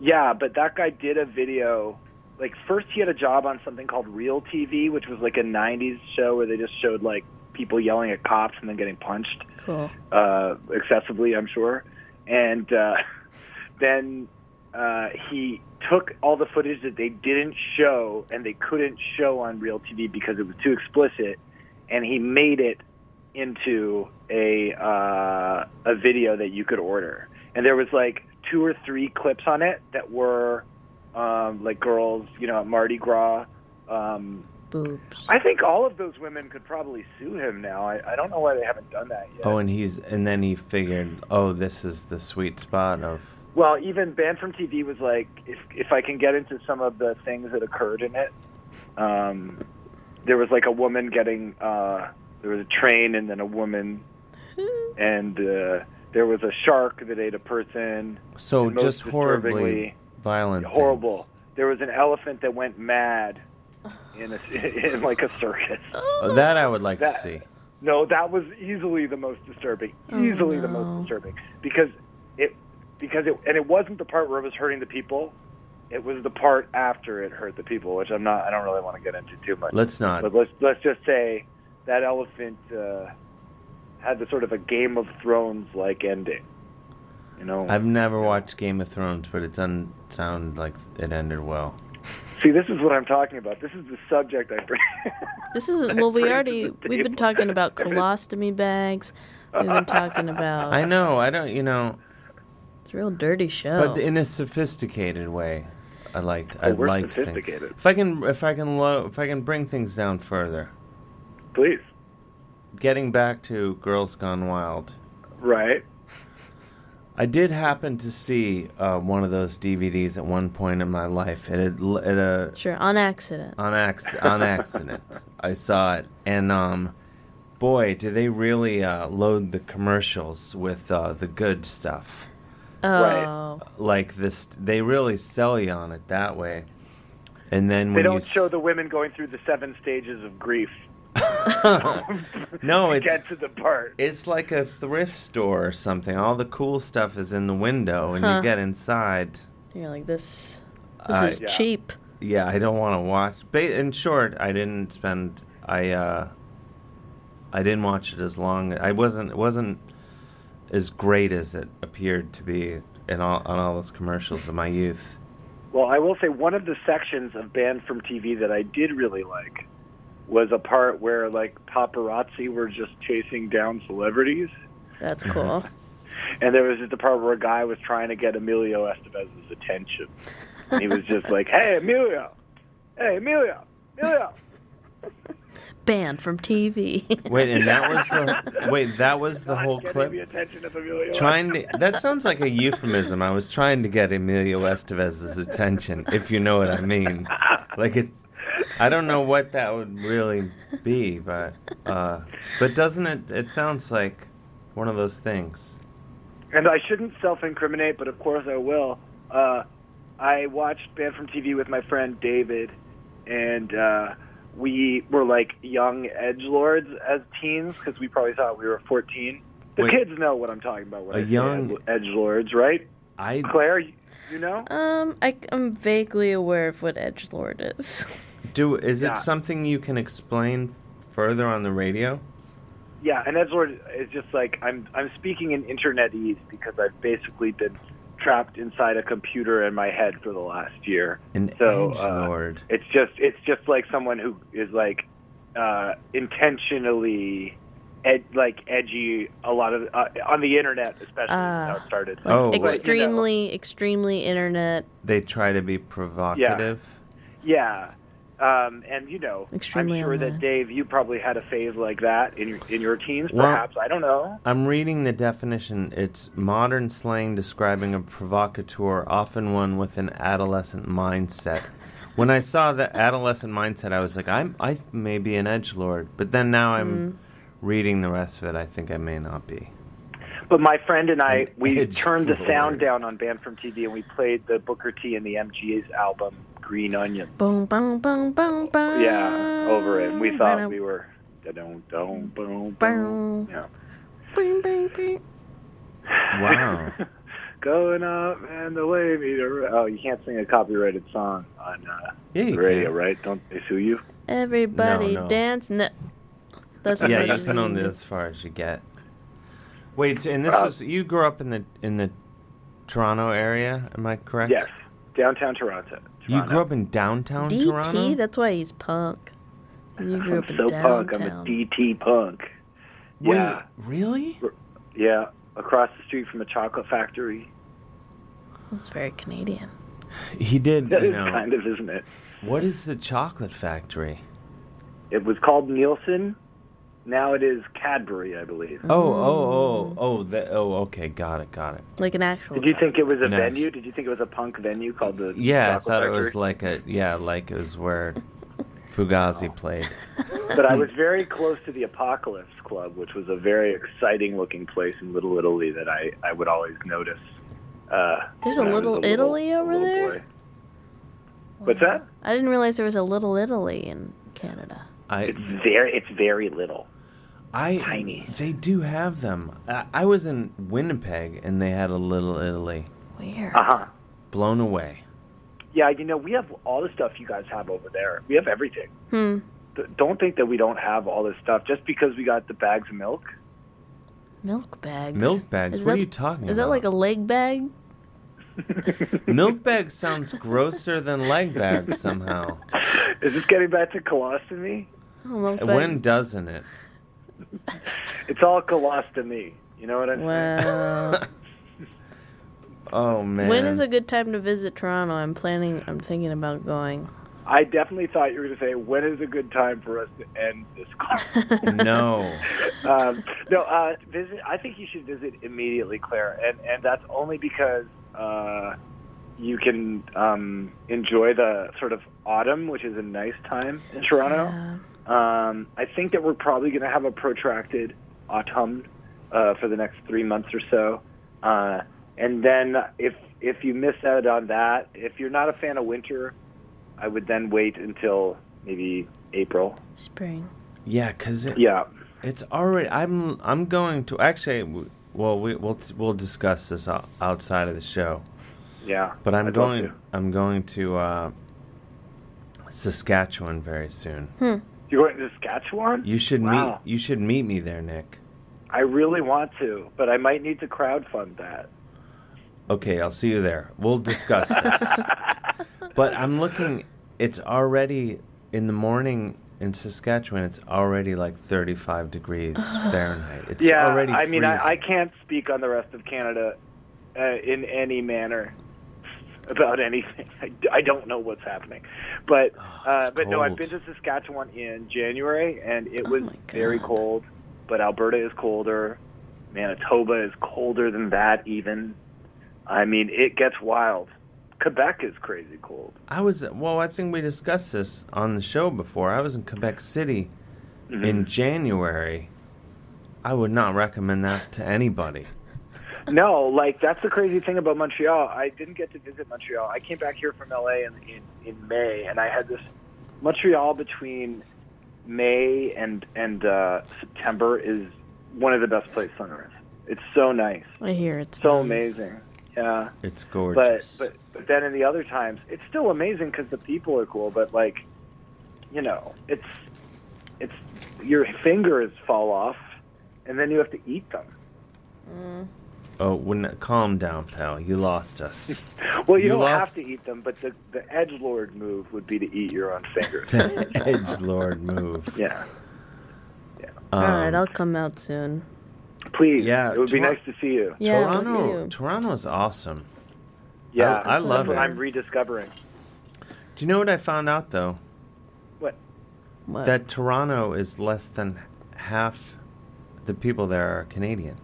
Yeah, but that guy did a video. Like first, he had a job on something called Real TV, which was like a '90s show where they just showed like people yelling at cops and then getting punched Cool. uh, excessively, I'm sure. And uh, then uh, he took all the footage that they didn't show and they couldn't show on Real TV because it was too explicit, and he made it into a uh, a video that you could order. And there was like two or three clips on it that were um, like girls, you know, at Mardi Gras. Um, Boobs. I think all of those women could probably sue him now. I, I don't know why they haven't done that yet. Oh, and he's and then he figured, oh, this is the sweet spot of Well, even banned from TV was like, if if I can get into some of the things that occurred in it, um, there was like a woman getting uh, there was a train and then a woman, and uh, there was a shark that ate a person. so and most just horribly disturbingly, violent. horrible. There was an elephant that went mad in a, in like a circus. Oh, that I would like to That- see. No, that was easily the most disturbing. Oh, Easily the most disturbing because it because it and it wasn't the part where it was hurting the people. It was the part after it hurt the people, which I'm not. I don't really want to get into too much. Let's not. But let's let's just say that elephant uh, had the sort of a Game of Thrones like ending. You know. I've never watched Game of Thrones, but it doesn't sound like it ended well. See, this is what I'm talking about. This is the subject I bring. This isn't. Well, we already we've been talking about colostomy bags. We've been talking about. I know. I don't. You know. It's a real dirty show. But in a sophisticated way, I liked. Oh, I we're liked things. sophisticated. If I can, if I can, low, if I can bring things down further. Please. Getting back to Girls Gone Wild. Right. I did happen to see uh, one of those DVDs at one point in my life. It had, l- at a sure, on accident. on acc- on accident. I saw it, and um, boy, do they really uh, load the commercials with uh, the good stuff. Oh. Right. Like this, they really sell you on it that way. And then They when you don't s- show the women going through the seven stages of grief. to no, it's get to the part. it's like a thrift store or something. All the cool stuff is in the window, and Huh. you get inside. You're like this. This I- is cheap. Yeah, I don't want to watch. Ba- in short, I didn't spend. I uh, I didn't watch it as long. I wasn't. It wasn't as great as it appeared to be in all on all those commercials of my youth. Well, I will say one of the sections of Banned from TV that I did really like was a part where like paparazzi were just chasing down celebrities, That's cool. and there was just a part where a guy was trying to get Emilio Estevez's attention. And he was just like, "Hey, Emilio! Hey, Emilio! Emilio!" Banned from TV. Wait, and that was the wait. That was the whole Getting the clip. attention of Emilio. Trying to, that sounds like a euphemism. I was trying to get Emilio Estevez's attention, if you know what I mean. Like it, I don't know what that would really be, but uh, but doesn't it? It sounds like one of those things. and I shouldn't self-incriminate, but of course I will. Uh, I watched Band from TV with my friend David, and uh, we were like young edge lords as teens because we probably thought we were 14. The Wait. kids know what I'm talking about. When A I say young edge lords, right? I Claire, you you know? Um, I, am vaguely aware of what Edge Lord is. do. Is Yeah. it something you can explain further on the radio? Yeah, an edge lord is just like I'm. I'm speaking in internetese because I've basically been trapped inside a computer in my head for the last year. An So, edge uh, lord. It's just it's just like someone who is like uh, intentionally ed- like edgy a lot of uh, on the internet especially Ah. is how it started. Like Oh. But, you know, extremely, extremely internet. They try to be provocative. yeah. Um, and you know, Extremely I'm sure that Dave, you probably had a phase like that in your, in your teens, Well- perhaps. I don't know. I'm reading the definition. It's modern slang describing a provocateur, often one with an adolescent mindset, when I saw the adolescent mindset, I was like, I'm I may be an edge lord, but then now I'm reading the rest of it. I think I may not be. But my friend and I, we edge turned the lord. sound down on Band from TV, and we played the Booker T and the MG's album Green Onion. Boom, boom, boom, boom, boom. Yeah, over it. And Mm, we thought we were. Don't, don't, boom, boom. Yeah. Bing, bing, bing. Wow. Going up and the way meter. Oh, you can't sing a copyrighted song on uh, Yeah, you the radio, can. right? Don't they sue you? Everybody No, no. dance. No. That's yeah, what you it can only means. as far as you get. Wait, so, and this Uh, is you grew up in the in the Toronto area? Am I correct? Yes, downtown Toronto. You grew up in downtown DT. Toronto. That's why he's punk. You grew I'm up in so downtown. punk. I'm a DT punk. Wait, yeah, really? yeah. Across the street from a chocolate factory. That's very Canadian. He did. That You is know, kind of, isn't it? What is the chocolate factory? It was called Nielsen. Now it is Cadbury, I believe. Oh, oh, oh, oh. The, oh, okay, got it, got it. Mm-hmm. Like an actual. Did you think it was a No. venue? Did you think it was a punk venue called the? Yeah, I Chocolate thought it Factory? was like a yeah, like it was where Oh. Fugazi played. but I was very close to the Apocalypse Club, which was a very exciting looking place in Little Italy that I, I would always notice. Uh, There's a when I was little Italy over little there? boy. What's that? I didn't realize there was a little Italy in Canada. I it's very it's very little. I Tiny. They do have them. I, I was in Winnipeg and they had a Little Italy. Weird. Uh huh. Blown away. Yeah, you know we have all the stuff you guys have over there. We have everything. Hmm. D- don't think that we don't have all this stuff just because we got the bags of milk. Milk bags. Milk bags? Is What are that- you talking Is that about? like a leg bag? Milk bag sounds grosser than leg bag somehow. Is this getting back to colostomy? Oh, milk bags. When doesn't it? It's all colostomy. You know what I'm Wow. Oh man. when is a good time to visit Toronto? I'm planning. I'm thinking about going. saying? I definitely thought you were going to say when is a good time for us to end this call. No. um, no, uh, visit. I think you should visit immediately, Claire, and and that's only because uh, you can um, enjoy the sort of autumn, which is a nice time in Toronto. Um, I think that we're probably going to have a protracted autumn uh, for the next three months or so, uh, and then if if you miss out on that, if you're not a fan of winter, I would then wait until maybe April. Spring. Yeah, cause it, yeah, it's already. I'm I'm going to actually. w- Well, we we'll we'll discuss this o- outside of the show. Yeah, But I'm I'd love going. to. I'm going to uh, Saskatchewan very soon. You're going to Saskatchewan. You should Wow. meet. You should meet me there, Nick. I really want to, but I might need to crowdfund that. Okay, I'll see you there. We'll discuss this. but I'm looking. It's already in the morning in Saskatchewan. It's already like 35 degrees Fahrenheit. It's yeah, already. I mean, I, I freezing. can't speak on the rest of Canada uh, in any manner about anything. I, I don't know what's happening, but uh, but no, I've cold. Oh been to Saskatchewan in January, and it was very cold. But Alberta is colder. Manitoba is colder than that. Even, I mean, it gets wild. Quebec is crazy cold. I was well. I think we discussed this on the show before. I was in Quebec City Mm-hmm. in January. I would not recommend that to anybody. No, like that's the crazy thing about Montreal. I didn't get to visit Montreal. I came back here from LA in in, in May, and I had this Montreal between May and and uh, September is one of the best places on earth. It's so nice, I hear it's so nice. amazing. Yeah, It's gorgeous. but but but then in the other times, it's still amazing because the people are cool. But like, you know, it's it's your fingers fall off, and then you have to eat them. Mm. oh, when, calm down, pal. You lost us. Well, you, don't lost have to eat them, but the the edge lord move would be to eat your own fingers. the edge lord move. Um, Yeah. All right, I'll come out soon. Please. Yeah. It would be Tor- nice to see you. Yeah, I wanna see Toronto. you. Toronto's awesome. Yeah, I, I it's love what it. I'm rediscovering. Do you know what I found out though? What? What? That Toronto is less than half the people there are Canadian.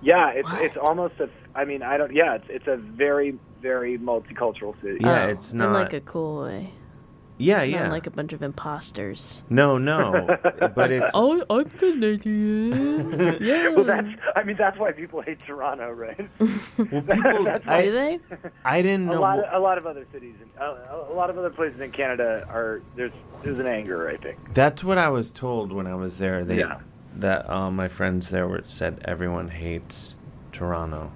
Yeah, it's it's almost a. I mean, I don't. Yeah, it's it's a very very multicultural city. Yeah, it's In not. like a cool way. yeah, Not yeah. like a bunch of imposters. no, no. but it's Oh, I'm gonna do it. Yeah. Well, that's. I mean, that's why people hate Toronto, right? well, people. That's I, why- I didn't a know. lot, of, a lot of other cities, in, a, a lot of other places in Canada are there's there's an anger, I think. That's what I was told when I was there. They, Yeah. That all my friends there were said everyone hates Toronto.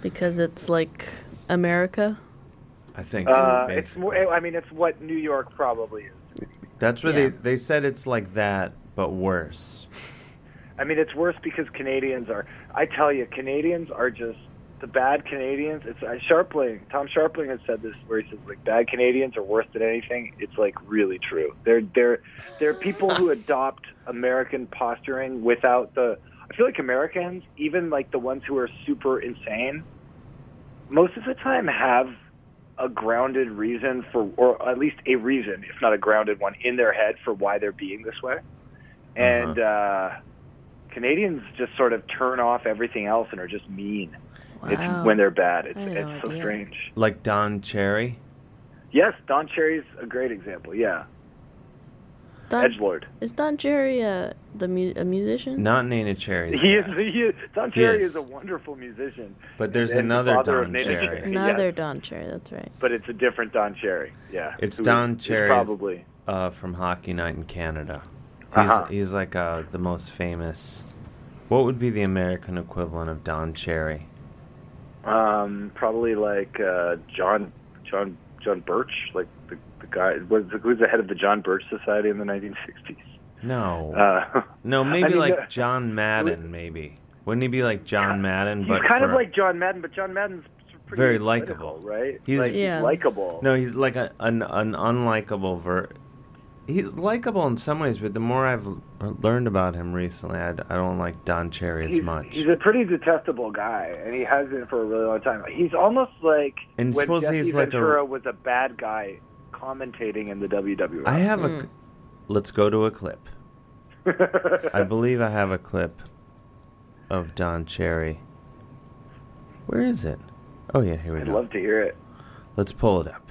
Because it's like America. I think Uh, so, it's basically. more. I mean, it's what New York probably is. that's where they, they said it's like that, but worse. I mean, it's worse because Canadians are. I tell you, Canadians are just the bad Canadians. It's uh, Sharpling. Tom Sharpling has said this, where he says like bad Canadians are worse than anything. It's like really true. They're they're they're people who adopt American posturing without the. I feel like Americans, even like the ones who are super insane, most of the time have a grounded reason for, or at least a reason, if not a grounded one, in their head for why they're being this way. And uh, Canadians just sort of turn off everything else and are just mean. It's when they're bad. It's it's so strange. Like Don Cherry. Yes, Don Cherry's a great example. Yeah, Don, Edgelord. Is Don Cherry uh, the mu- a musician? Not Nana Cherry. He is, he is. Don He Cherry is. is. a wonderful musician. But there's And the another father of Don Nate- Cherry. Yeah, Another Don Cherry. That's right. but it's a different Don Cherry. Yeah, It's Who is- Don is Cherry. Probably. Uh, from Hockey Night in Canada. He's, Uh-huh. he's like uh, the most famous. What would be the American equivalent of Don Cherry? Um, probably like uh, John John John Birch, like the, the guy was who's the head of the John Birch Society in the 1960s. No. Uh, no, maybe I mean, like uh, John Madden, maybe. Wouldn't he be like John Madden? He's but kind of for- like John Madden, but John Madden's pretty Very political, right? He's- like, Yeah. he's likable. No, he's like a, an an unlikable ver. He's likable in some ways, but the more I've l- learned about him recently, I, d- I don't like Don Cherry as he's, much. He's a pretty detestable guy, and he has been for a really long time. He's almost like And when suppose Jesse he's like a- Ventura was a bad guy commentating in the WWF. I have Hmm. a. c- Let's go to a clip. I believe I have a clip of Don Cherry. Where is it? Oh yeah, here we I'd go. love to hear it. Let's pull it up.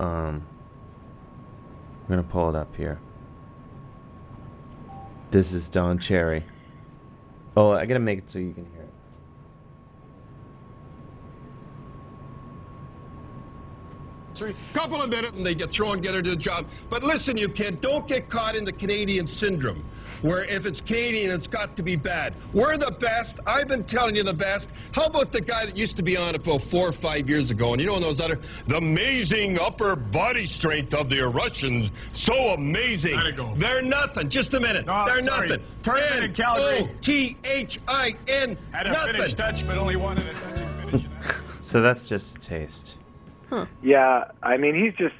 Um, we're gonna pull it up here. This is Don Cherry. Oh, I gotta make it so you can hear it. Three- Couple of minutes and they get thrown, get her to the job. But listen, you kid, don't get caught in the Canadian syndrome, where if it's Canadian, it's got to be bad. We're the best. I've been telling you the best. How about the guy that used to be on about four or five years ago? And you know those other, the amazing upper body strength of the Russians, so amazing. They're nothing. Just a minute. They're sorry. nothing. Tournament in Calgary. N O T H I N. Had a nothing. Finnish touch, but only one in a touch. So that's just a taste. Yeah, I mean, he's just,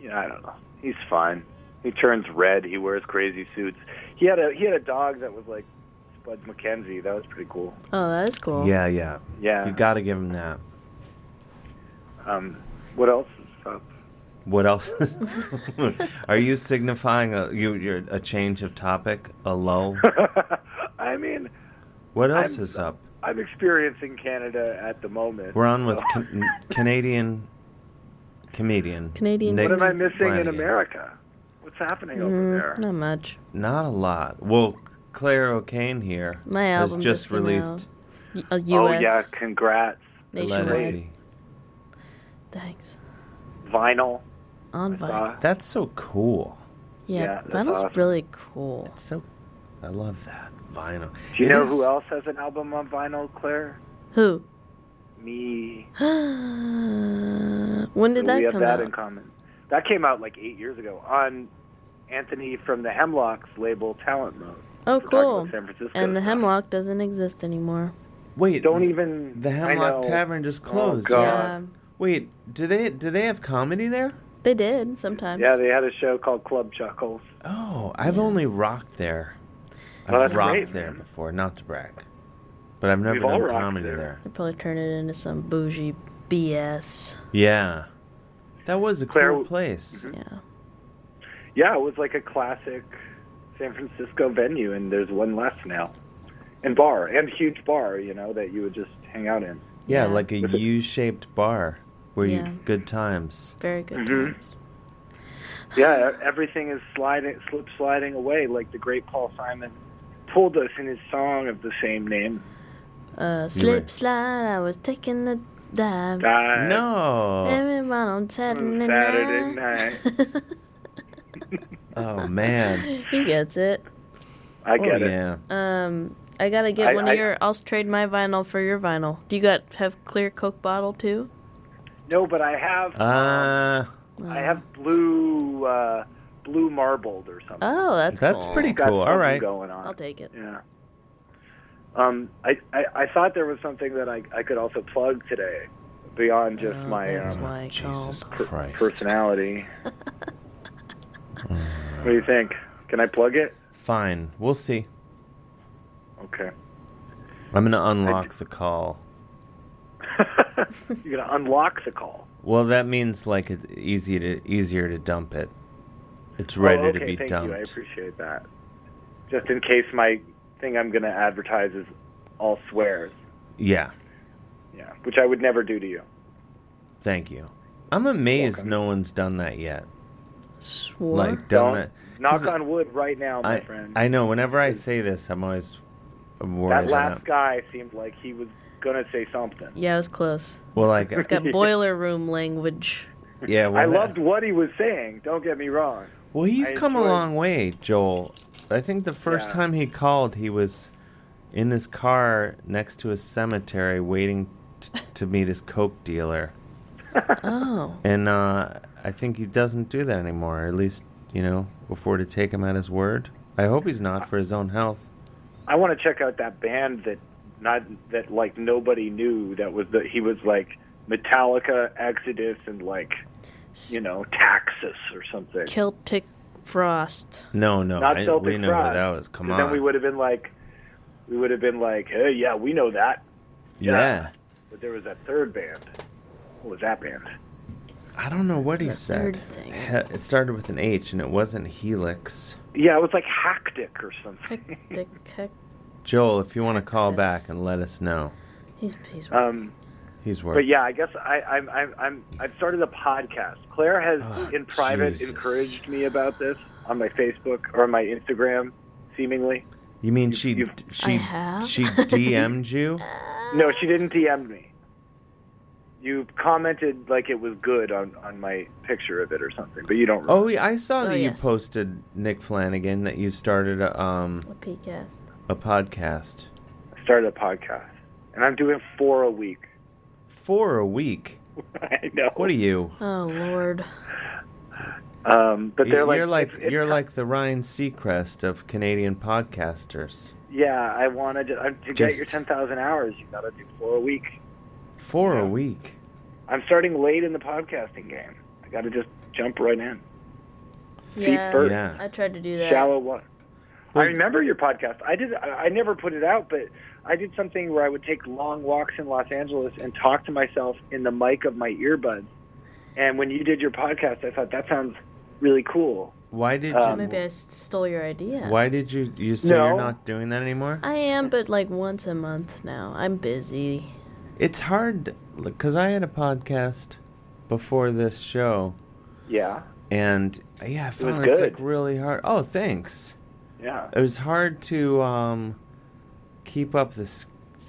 you know, I don't know. He's fine. He turns red. He wears crazy suits. He had a he had a dog that was like Spud McKenzie. That was pretty cool. Oh, that is cool. Yeah, yeah, Yeah. You gotta give him that. Um, what else? is up? What else? Are you signifying a you you're a change of topic, a lull? I mean, What else I'm- is up? I'm experiencing Canada at the moment. We're on with so- can, Canadian comedian. Nick What am I missing in Flanagan. America? What's happening over there? Mm, not much. Not a lot. Well, Claire O'Kane here My has album just, just came released. out. Y- a Oh U.S. yeah, congrats. uh, Nationwide. Lady. Thanks. Vinyl. On vinyl. That's so cool. Yeah, Yeah, that's vinyl's awesome. really cool. It's so. I love that vinyl. Do you It know is- who else has an album on vinyl, Claire? Who? Me. when did So that we have come that out? in common. That came out like eight years ago on Anthony from the Hemlocks label Talent Mode. oh, talking about cool. San Francisco And the stuff. Hemlock doesn't exist anymore. Wait, don't even. The Hemlock Tavern just closed. Oh, God. Yeah, Wait, do they do they have comedy there? they did sometimes. Yeah, they had a show called Club Chuckles. Oh, I've only rocked there. I've Well, Oh, that's rocked great, there before, not to brag, but I've never We've all done rocked comedy there. They probably turned it into some bougie BS. Yeah, that was a Claire cool w- mm-hmm. place. Yeah. Yeah, it was like a classic San Francisco venue, and there's one less now. And bar, and huge bar, you know, that you would just hang out in. Yeah, like a U-shaped bar where Yeah. you good times. Very good. Mm-hmm. Yeah, everything is sliding, slip sliding away, like the great Paul Simon told us in his song of the same name. Uh, Anyway. slip slide. I was taking the dive. Dive. No. Everyone on Saturday, Saturday night. Oh man. he gets it. I get Oh, it. yeah. Um, I gotta get I- one I- of your. I'll trade my vinyl for your vinyl. Do you got have clear Coke bottle too? No, but I have Uh I have blue uh, blue marbled or something. Oh, that's That's cool. pretty Got cool. All something right. going on. I'll take it. Yeah. Um, I, I I thought there was something that I I could also plug today, beyond Oh, just my um, Jesus Christ. personality. what do you think? Can I plug it? Fine. We'll see. Okay. I'm going to unlock the call. You're gonna unlock the call. Well, that means like it's easy to easier to dump it. It's ready oh, okay, to be thank dumped. you. I appreciate that. Just in case my thing I'm gonna advertise is all swears, Yeah. yeah, which I would never do to you. Thank you. I'm amazed no one's done that yet. Swore. Like done Don't. that. Knock on wood right now, my I, friend. I know. Whenever I say this, I'm always I'm worried. that I'm last not- guy seemed like he was gonna say something. Yeah, it was close. well, like It's got boiler room language. yeah. Well, I that- loved what he was saying. Don't get me wrong. Well, he's I come a enjoyed- long way, Joel. I think the first Yeah. time he called, he was in his car next to a cemetery waiting t- to meet his coke dealer. Oh. And uh, I think he doesn't do that anymore. At least, you know, before to take him at his word. I hope he's not for his own health. I want to check out that band that not that like nobody knew that was the he was like Metallica, Exodus, and like you know Taxus or something. Celtic frost. No, no, not I- Celtic we know Frost. who that was. Come 'Cause on. Then we would have been like, we would have been like, hey, yeah, we know that. yeah. But there was that third band. What was that band? I don't know what he said. third He- It started with an H, and it wasn't Helix. Yeah, it was like Hackdick or something. Hectic, hec- Joel, if you want to call back and let us know, He's he's. Um, he's worth. But yeah, I guess I, I'm, I'm, I'm, I've started a podcast. Claire has, in private, Ah, Jesus. encouraged me about this on my Facebook or my Instagram, seemingly. You mean she d- she have? Uh, she DM'd you? No, she didn't DM me. You commented like it was good on, on my picture of it or something, but you don't. Remember. Oh, yeah, I saw Oh, that yes. you posted Nick Flanagan that you started a, um Podcast. a podcast I started a podcast, and I'm doing four a week. for a week. I know. What are you? Oh Lord. Um, but they're you're like- like, it's- it's- you're like the Ryan Seacrest of Canadian podcasters. Yeah, I want to. To get Just- your ten thousand hours, you got to do four a week. For a week. I'm starting late in the podcasting game. I got to just jump right in. Feet Yeah, first. I tried to do that. Shallow water. I remember your podcast. I did. I I never put it out, but I did something where I would take long walks in Los Angeles and talk to myself in the mic of my earbuds. And when you did your podcast, I thought that sounds really cool. Why Uh, did So you? maybe I s- stole your idea. Why did you? You say No. you're not doing that anymore? I am, but like once a month now. I'm busy. It's hard because I had a podcast before this show, Yeah. and yeah, I was found it's good. like really hard. Oh, thanks. Yeah. It was hard to um, keep up this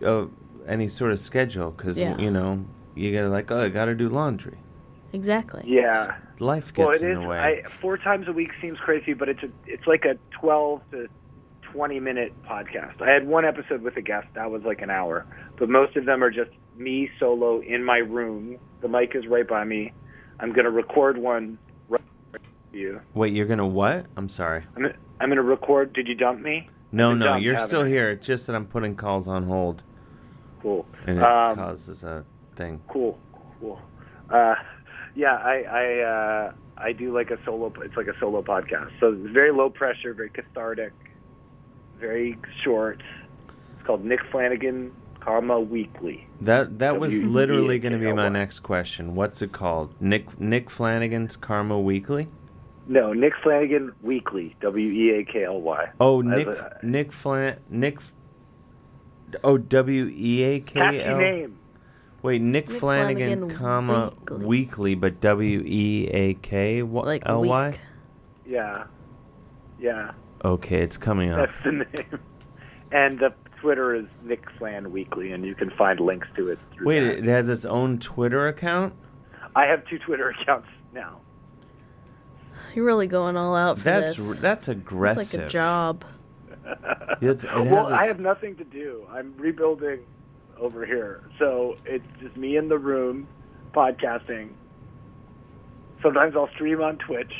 uh, any sort of schedule because Yeah. you know you gotta like oh I gotta do laundry. Exactly. Yeah. Life gets Well, it in is. the way. I, four times a week seems crazy, but it's a, it's like a twelve to twenty minute podcast. I had one episode with a guest that was like an hour, but most of them are just me solo in my room. The mic is right by me. I'm gonna record one. Right to you. Wait, you're gonna what? I'm sorry. I'm gonna, I'm gonna record. Did you dump me? No, Good no, job, you're Kevin. still here. It's just that I'm putting calls on hold, Cool. and it Um, causes a thing. Cool. Cool. Uh, yeah, I I uh, I do like a solo. It's like a solo podcast. So it's very low pressure, very cathartic, very short. It's called Nick Flanagan, comma Weekly. That that was W E literally going to be my next question. What's it called? Nick Nick Flanagan's Karma Weekly. No, Nick Flanagan Weekly. W e a k l y. Oh, As Nick a- Nick Flan Nick. Oh, W E A K catchy L. name. Wait, Nick, Nick Flanagan, Flanagan comma weekly, but W E A K Like L Y. week. Yeah, yeah, Okay, it's coming up. that's the name. And the Twitter is Nick Flan Weekly, and you can find links to it. Through Wait, that. it has its own Twitter account. I have two Twitter accounts now. You're really going all out for That's this. r- that's It's like a aggressive. job. It's- it has Uh, well, its- I have nothing to do. I'm rebuilding over here, so it's just me in the room podcasting. Sometimes I'll stream on Twitch.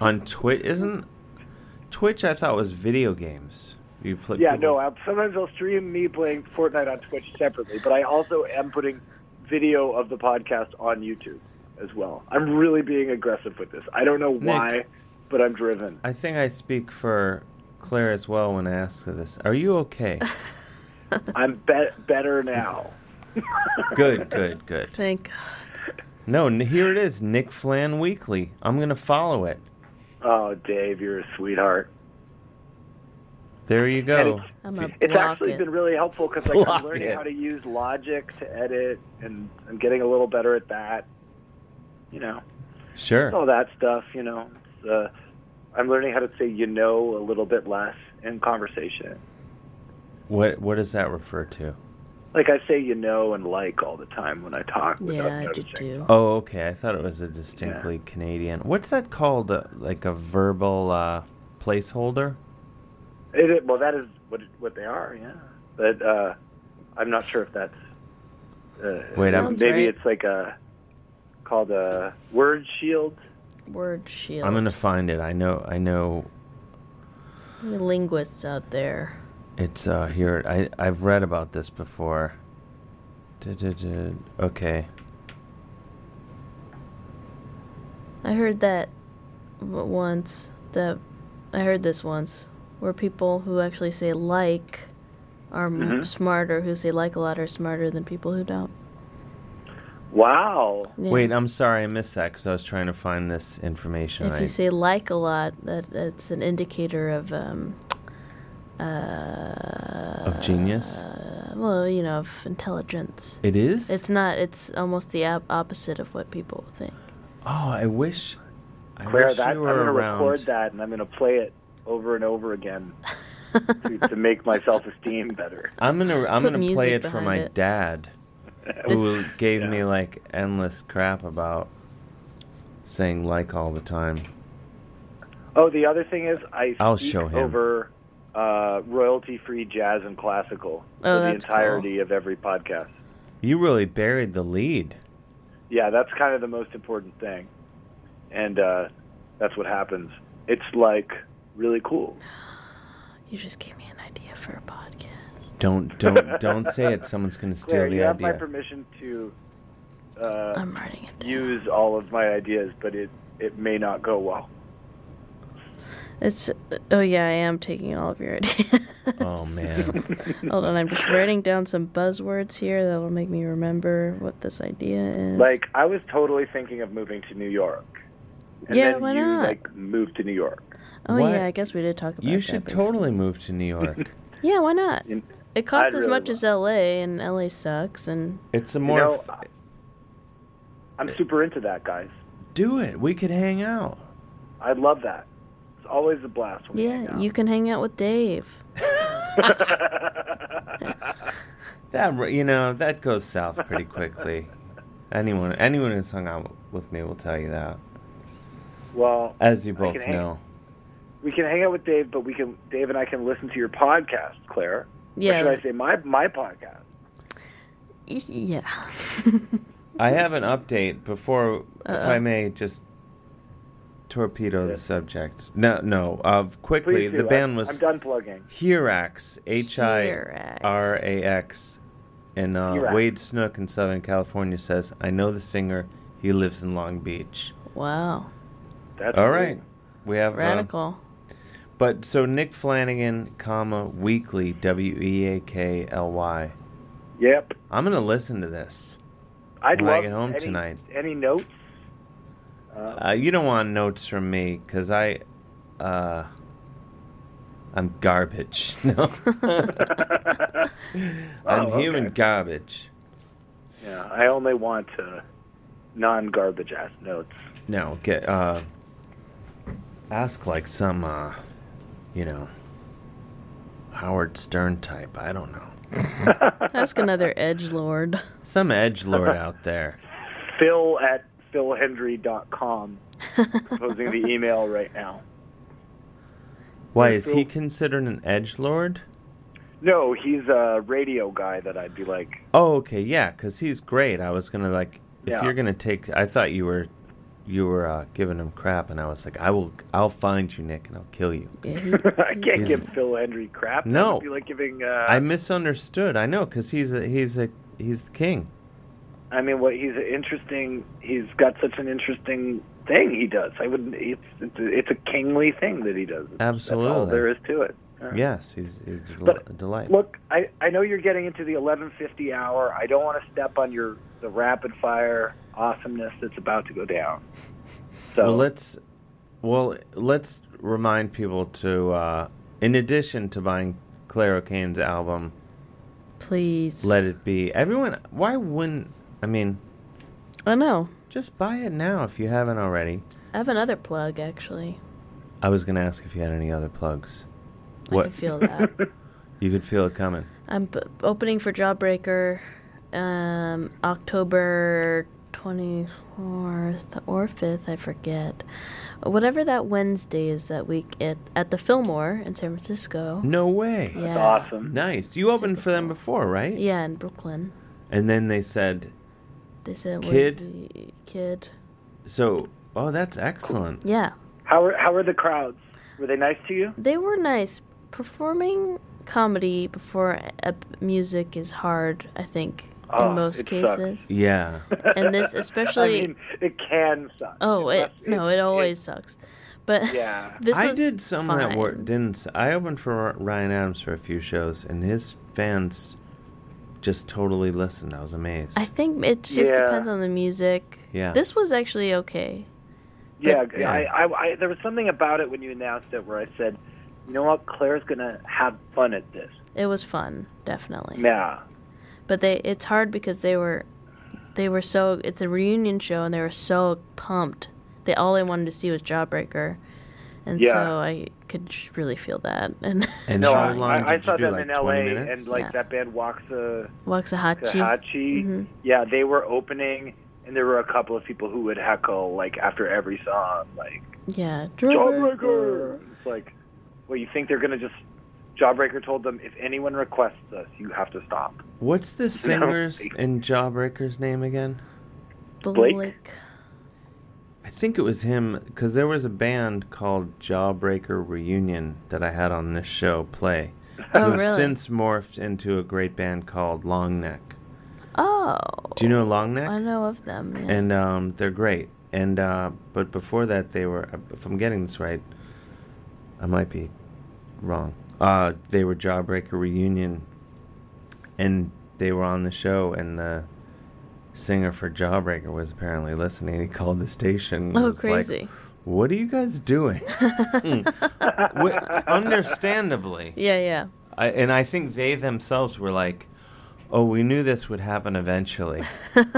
on Twitch. Isn't Twitch? I thought was video games. You play. yeah, people- no. i sometimes I'll stream me playing Fortnite on Twitch separately, but I also am putting video of the podcast on YouTube as well. I'm really being aggressive with this. I don't know Nick. why, but I'm driven. I think I speak for Claire as well when I ask her this. Are you okay? I'm be- better now. good, good, good. Thank God. No, n- here it is, Nick Flan Weekly. I'm gonna follow it. Oh, Dave, you're a sweetheart. There you go. I'm a It's block actually it. been really helpful because like, Block I'm learning it. how to use Logic to edit, and I'm getting a little better at that. You know, Sure. all that stuff. You know, It's, uh, I'm learning how to say you know a little bit less in conversation. What what does that refer to? Like I say you know and like all the time when I talk. without Yeah, I do noticing. too. Oh, okay. I thought it was a distinctly Canadian. What's that called? Uh, like a verbal uh, placeholder? It, it, well, that is what what they are. Yeah, but uh, I'm not sure if that's. Uh, Wait, I'm- Sounds maybe right. it's like a called a word shield. Word shield. I'm gonna find it. I know. I know. Any linguists out there. It's uh, here. I I've read about this before. Du-du-du. Okay. I heard that w- once. That I heard this once, where people who actually say like are m- Mhm. smarter. Who say like a lot are smarter than people who don't. Wow. Yeah. Wait, I'm sorry. I missed that because I was trying to find this information. If I- you say like a lot, that that's an indicator of um, uh, of genius. well, you know, of intelligence. It is? It's not. It's almost the op- opposite of what people think. Oh, I wish. I Claire, wish that, I'm you were going to around. record that and I'm going to play it over and over again to, to make my self-esteem better. I'm gonna I'm Put gonna play music it for behind my it. dad, who gave me like endless crap about saying like all the time. Oh, the other thing is I I'll speak show him. over uh, royalty-free jazz and classical Oh, for the that's entirety of every podcast. You really buried the lead. Yeah, that's kind of the most important thing, and uh, that's what happens. It's like really cool. You just gave me an idea for a podcast. Don't don't don't say it. Someone's gonna steal Claire, the you have idea. my permission to uh, use all of my ideas, but it, it may not go well. It's. Oh yeah, I am taking all of your ideas. Oh man. Hold on, I'm just writing down some buzzwords here that'll make me remember what this idea is. Like I was totally thinking of moving to New York. And Yeah, then why you not? like moved to New York. oh What? yeah, I guess we did talk about You that should briefly. totally move to New York. Yeah, why not? In- It costs I'd as really much as LA, and LA sucks. And it's a You more. know, f- I- I'm super into that, guys. do it. We could hang out. I love that. It's always a blast. When yeah, you can hang out with Dave. That re- you know that goes south pretty quickly. anyone anyone who's hung out with me will tell you that. Well, As you I both can hang- know. we can hang out with Dave, but we can Dave and I can listen to your podcast, Claire. Or Yeah. should I say my my podcast? Y- Yeah. I have an update before, if Uh-oh. I may, just torpedo the subject. No, no. Of quickly, Please do. the band I'm- was I'm done plugging. Hirax, H I R A X, and uh, Hirax. Wade Snook in Southern California says, "I know the singer. He lives in Long Beach." Wow. That's All right, we have uh, Radical. but so Nick Flanagan, comma Weekly, W E A K L Y. Yep. I'm gonna listen to this. I'd when I love get home any, tonight. Any notes? Uh, you don't want notes from me because I, uh, I uh, I'm garbage. No. I'm Oh, human okay. garbage. Yeah, I only want uh, non-garbage ass notes. No, get uh ask like some uh you know Howard Stern type, I don't know. Ask another edge lord. Some edge lord out there. Phil at philhenry.com proposing the email right now. Why Yeah, is so- he considered an edge lord? No, he's a radio guy that I'd be like, Oh, okay, yeah, because he's great. I was gonna like, if Yeah. you're gonna take, I thought you were, you were uh, giving him crap, and I was like, I will, I'll find you, Nick, and I'll kill you. I can't He's- give Phil Henry crap. That No. would be like giving. Uh, I misunderstood. I know, because he's a, he's a, he's the king. I mean, what he's an interesting. He's got such an interesting thing he does. I would. It's it's a, it's a kingly thing that he does. Absolutely. That's all there is to it. Yeah. Yes, he's he's a del- But- a delight. Look, I, I know you're getting into the 11:50 hour. I don't want to step on your the rapid fire awesomeness that's about to go down. uh, well, let's, well, let's remind people to, uh, in addition to buying Claire O'Kane's album, Please. Let It Be. Everyone, why wouldn't? I mean, I know. Just buy it now if you haven't already. I have another plug, actually. I was gonna ask if you had any other plugs. I can feel that. You could feel it coming. I'm b- opening for Jawbreaker um, October 24th or 5th, I forget. Whatever that Wednesday is that week at, at the Fillmore in San Francisco. No way. That's Yeah. awesome. Nice. You opened for them before, right? Yeah, in Brooklyn. And then they said, They said, we're Kid? the Kid. so, oh, that's excellent. Yeah. How are how are the crowds? Were they nice to you? They were nice. Performing comedy before ep- music is hard, I think, Oh, in most it sucks. cases. Yeah. And this especially- I mean, it can suck. Oh, it, no, it always sucks. But Yeah. this I was did some that fine. were didn't. s- I opened for Ryan Adams for a few shows, and his fans just totally listened. I was amazed. I think it just Yeah. depends on the music. Yeah. This was actually okay. Yeah, But- I, I, I, there was something about it when you announced it where I said, you know what, Claire's gonna have fun at this. It was fun, definitely. Yeah. But they it's hard because they were they were so it's a reunion show and they were so pumped. They all they wanted to see was Jawbreaker. And Yeah. so I could j- really feel that. And, And no, how I, long I, I did you saw do, them like, in L.A. 20 minutes? and like Yeah. that band Waxa Waxahachie. Kahachi. Mhm. Yeah, they were opening, and there were a couple of people who would heckle like after every song, like Yeah. Jawbreaker. It's like, well, you think they're gonna just? Jawbreaker told them, if anyone requests us, you have to stop. What's the You know? singer's and Jawbreaker's name again? Blake? I think it was him because there was a band called Jawbreaker Reunion that I had on this show play. Oh, who've really? since morphed into a great band called Long Neck. Oh, Do you know Long Neck? I know of them. Yeah. And um, they're great. And uh, but before that, they were. If I'm getting this right, I might be wrong. Uh, they were Jawbreaker Reunion, and they were on the show, and the singer for Jawbreaker was apparently listening. He called the station. and Oh, was Mm, like, crazy. what are you guys doing? Wi- Understandably. yeah, yeah. I, and I think they themselves were like, "Oh, we knew this would happen eventually.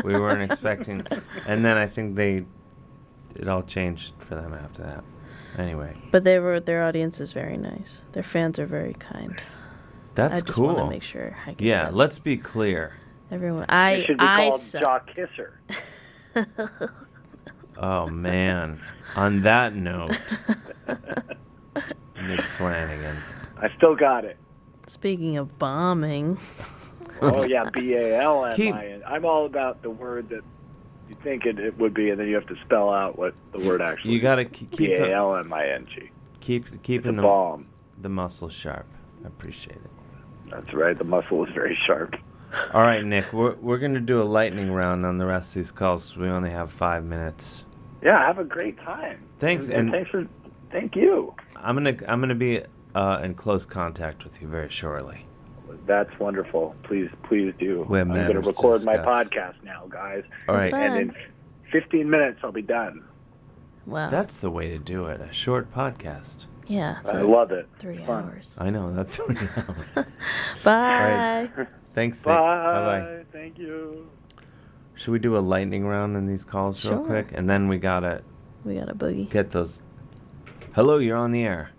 we weren't expecting." And then I think they, it all changed for them after that. Anyway, But they were their audience is very nice. Their fans are very kind. that's I just cool. want to make sure I get yeah, let's be clear. everyone. I it should be I called suck. Jaw Kisser. Oh man. On that note, Nick Flanagan. I still got it. Speaking of bombing, Oh yeah, B A L M Keep- I N. I'm all about the word that you think it, it would be, and then you have to spell out what the word actually. You gotta k- keep B the- A L M I N G. Keep keeping a the bomb. the muscle sharp. I appreciate it. That's right. The muscle is very sharp. All right, Nick, we're we're gonna do a lightning round on the rest of these calls. 'cause We only have five minutes. Yeah, have a great time. Thanks, and- thanks for thank you. I'm gonna I'm gonna be uh, in close contact with you very shortly. That's wonderful. Please, please do. We have I'm going to matters to record my discuss. podcast now, guys. All right. and in 15 minutes I'll be done. Wow. That's the way to do it. A short podcast. Yeah. so I it's love it. Three Fun. hours. I know that's three hours. Bye. All right. Thanks. Nick. Bye-bye. Bye. Thank you. Should we do a lightning round on these calls Sure. real quick, and then we gotta We got a boogie. get those? Hello, you're on the air.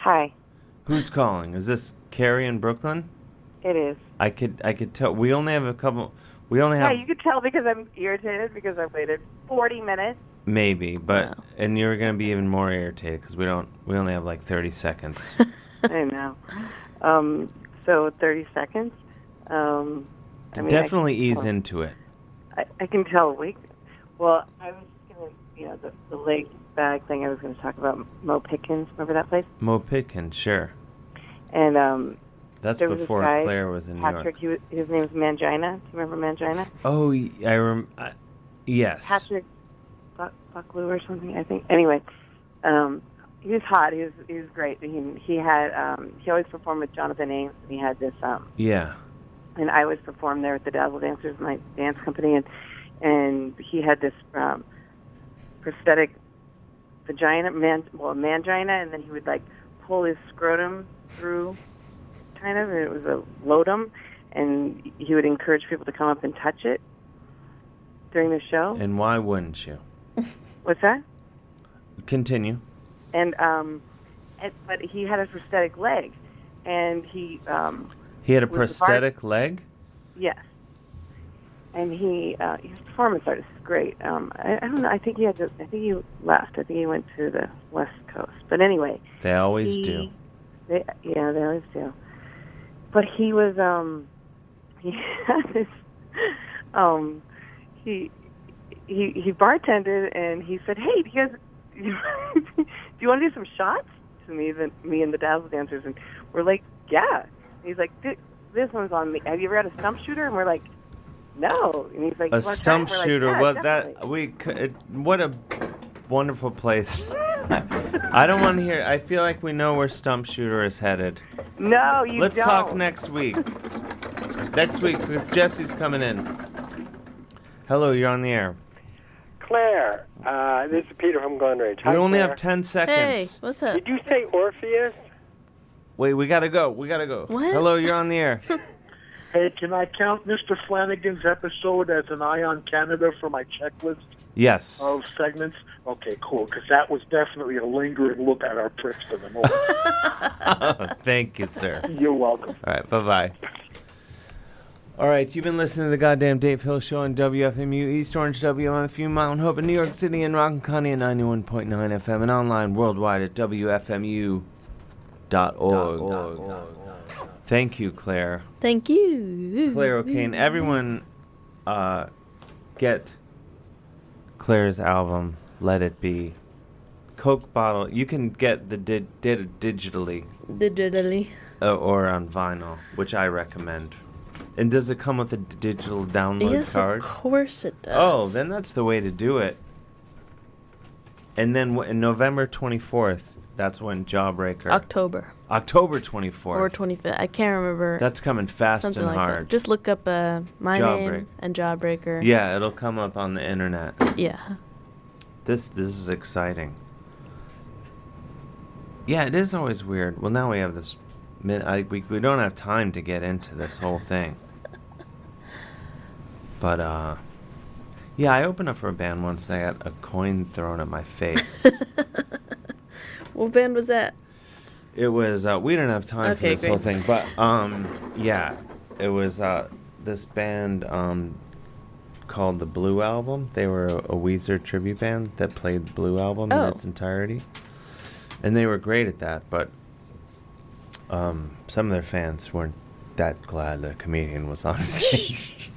Hi, Who's calling? Is this Carrie in Brooklyn? it is. I could I could tell. We only have a couple. We only Yeah, have you could tell because I'm irritated because I waited 40 minutes. maybe, but and you're gonna be even more irritated because we don't. We only have like 30 seconds. I know. Um, so 30 seconds. Um, I mean, Definitely I can, ease into it. I, I can tell weak. Well, I was going to, you know, the, the leg bag thing I was going to talk about, Mo Pickens. Remember that place? Mo Pitkin, sure. And um, That's there was this before guy, Claire was in New York. Patrick, he was, his name was Mangina. Do you remember Mangina? Oh, y- I rem. I, yes. Patrick Buck, Bucklew or something, I think. Anyway, um, he was hot. He was he was great. He he had um, he always performed with Jonathan Ames, and he had this. Um, Yeah. and I always performed there with the Dazzle Dancers, my dance company, and and he had this um, prosthetic vagina, man, well, mangina, and then he would like pull his scrotum through, kind of, and it was a lodum, and he would encourage people to come up and touch it during the show. And why wouldn't you? What's that? Continue. and um, and, but he had a prosthetic leg, and he um, He had a was the bar- prosthetic leg. yes, and he uh, his performance artist is great. Um, I, I don't know. I think he had to. I think he left. I think he went to the West Coast. But anyway, They always he- do. They, yeah, they always do. But he was um, he had this um, he he he bartended and he said, "Hey, do you guys do you want to do some shots?" To me, the, me and the dazzle dancers, and we're like, "Yeah." And he's like, "Thi- "This one's on me. Have you ever had a stump shooter?" And we're like, "No." And he's like, a "You wanna try it?" stump We're like, shooter. "Yeah, well, definitely." that we could. What a wonderful place. I don't want to hear. I feel like we know where stump shooter is headed. No, Oh, you Let's don't. talk next week. next week, because Jesse's coming in. Hello, you're on the air. Claire, uh, this is Peter from Glen Ridge. Hi, we only Claire. have ten seconds. what's up? Did you say Orpheus? Wait, we gotta go. We gotta go. What? Hello, you're on the air. Hey, can I count Mr. Flanagan's episode as an eye on Canada for my checklist yes. of segments? Okay, cool, because that was definitely a lingering look at our Princeton and all. Thank you, sir. You're welcome. All right, bye bye. All right, you've been listening to the goddamn Dave Hill Show on WFMU East Orange, WFMU Mountain Hope in New York City and Rockland County at 91.9 FM and online worldwide at WFMU.org. Thank you, Claire. Thank you. Claire O'Kane. Everyone, uh, get Claire's album, Let It Be. Coke bottle. You can get the di- did digitally Digitally. uh, or on vinyl, which I recommend. And does it come with a d- digital download Yes, card? of course it does. Oh, then that's the way to do it. And then wh- in November 24th, that's when Jawbreaker. October October 24th. or 25th. I can't remember. that's coming fast something and like hard. that. Just look up uh, my Jawbreaker. name and Jawbreaker. Yeah, it'll come up on the internet. Yeah. This this is exciting. Yeah, it is always weird. Well, now we have this. Min- I, we we don't have time to get into this whole thing. but uh, yeah, I opened up for a band once. and I got a coin thrown at my face. What band was that? it was uh, we didn't have time for Okay, this whole great. thing, but um, yeah, it was uh, this band um called the Blue Album. They were a, a Weezer tribute band that played the Blue Album Oh. in its entirety, and they were great at that. But um, some of their fans weren't that glad a comedian was on stage.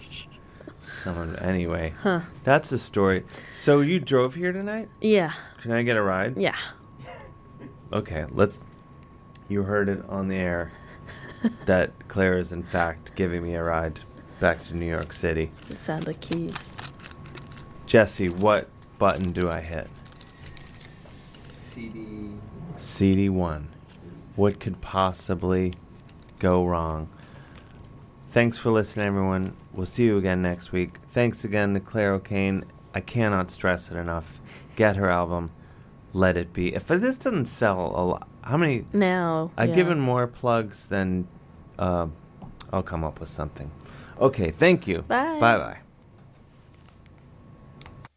Someone, anyway. Huh. That's the story. So you drove here tonight? Yeah. Can I get a ride? Yeah. Okay, let's. You heard it on the air that Claire is, in fact, giving me a ride back to New York City. It sounded keys. Jesse, what button do I hit? CD. CD1. What could possibly go wrong? Thanks for listening, everyone. We'll see you again next week. Thanks again to Claire O'Kane. I cannot stress it enough. Get her album, Let It Be. If this doesn't sell a lot, how many? Now. I've yeah. given more plugs than uh, I'll come up with something. Okay, thank you. Bye. Bye bye.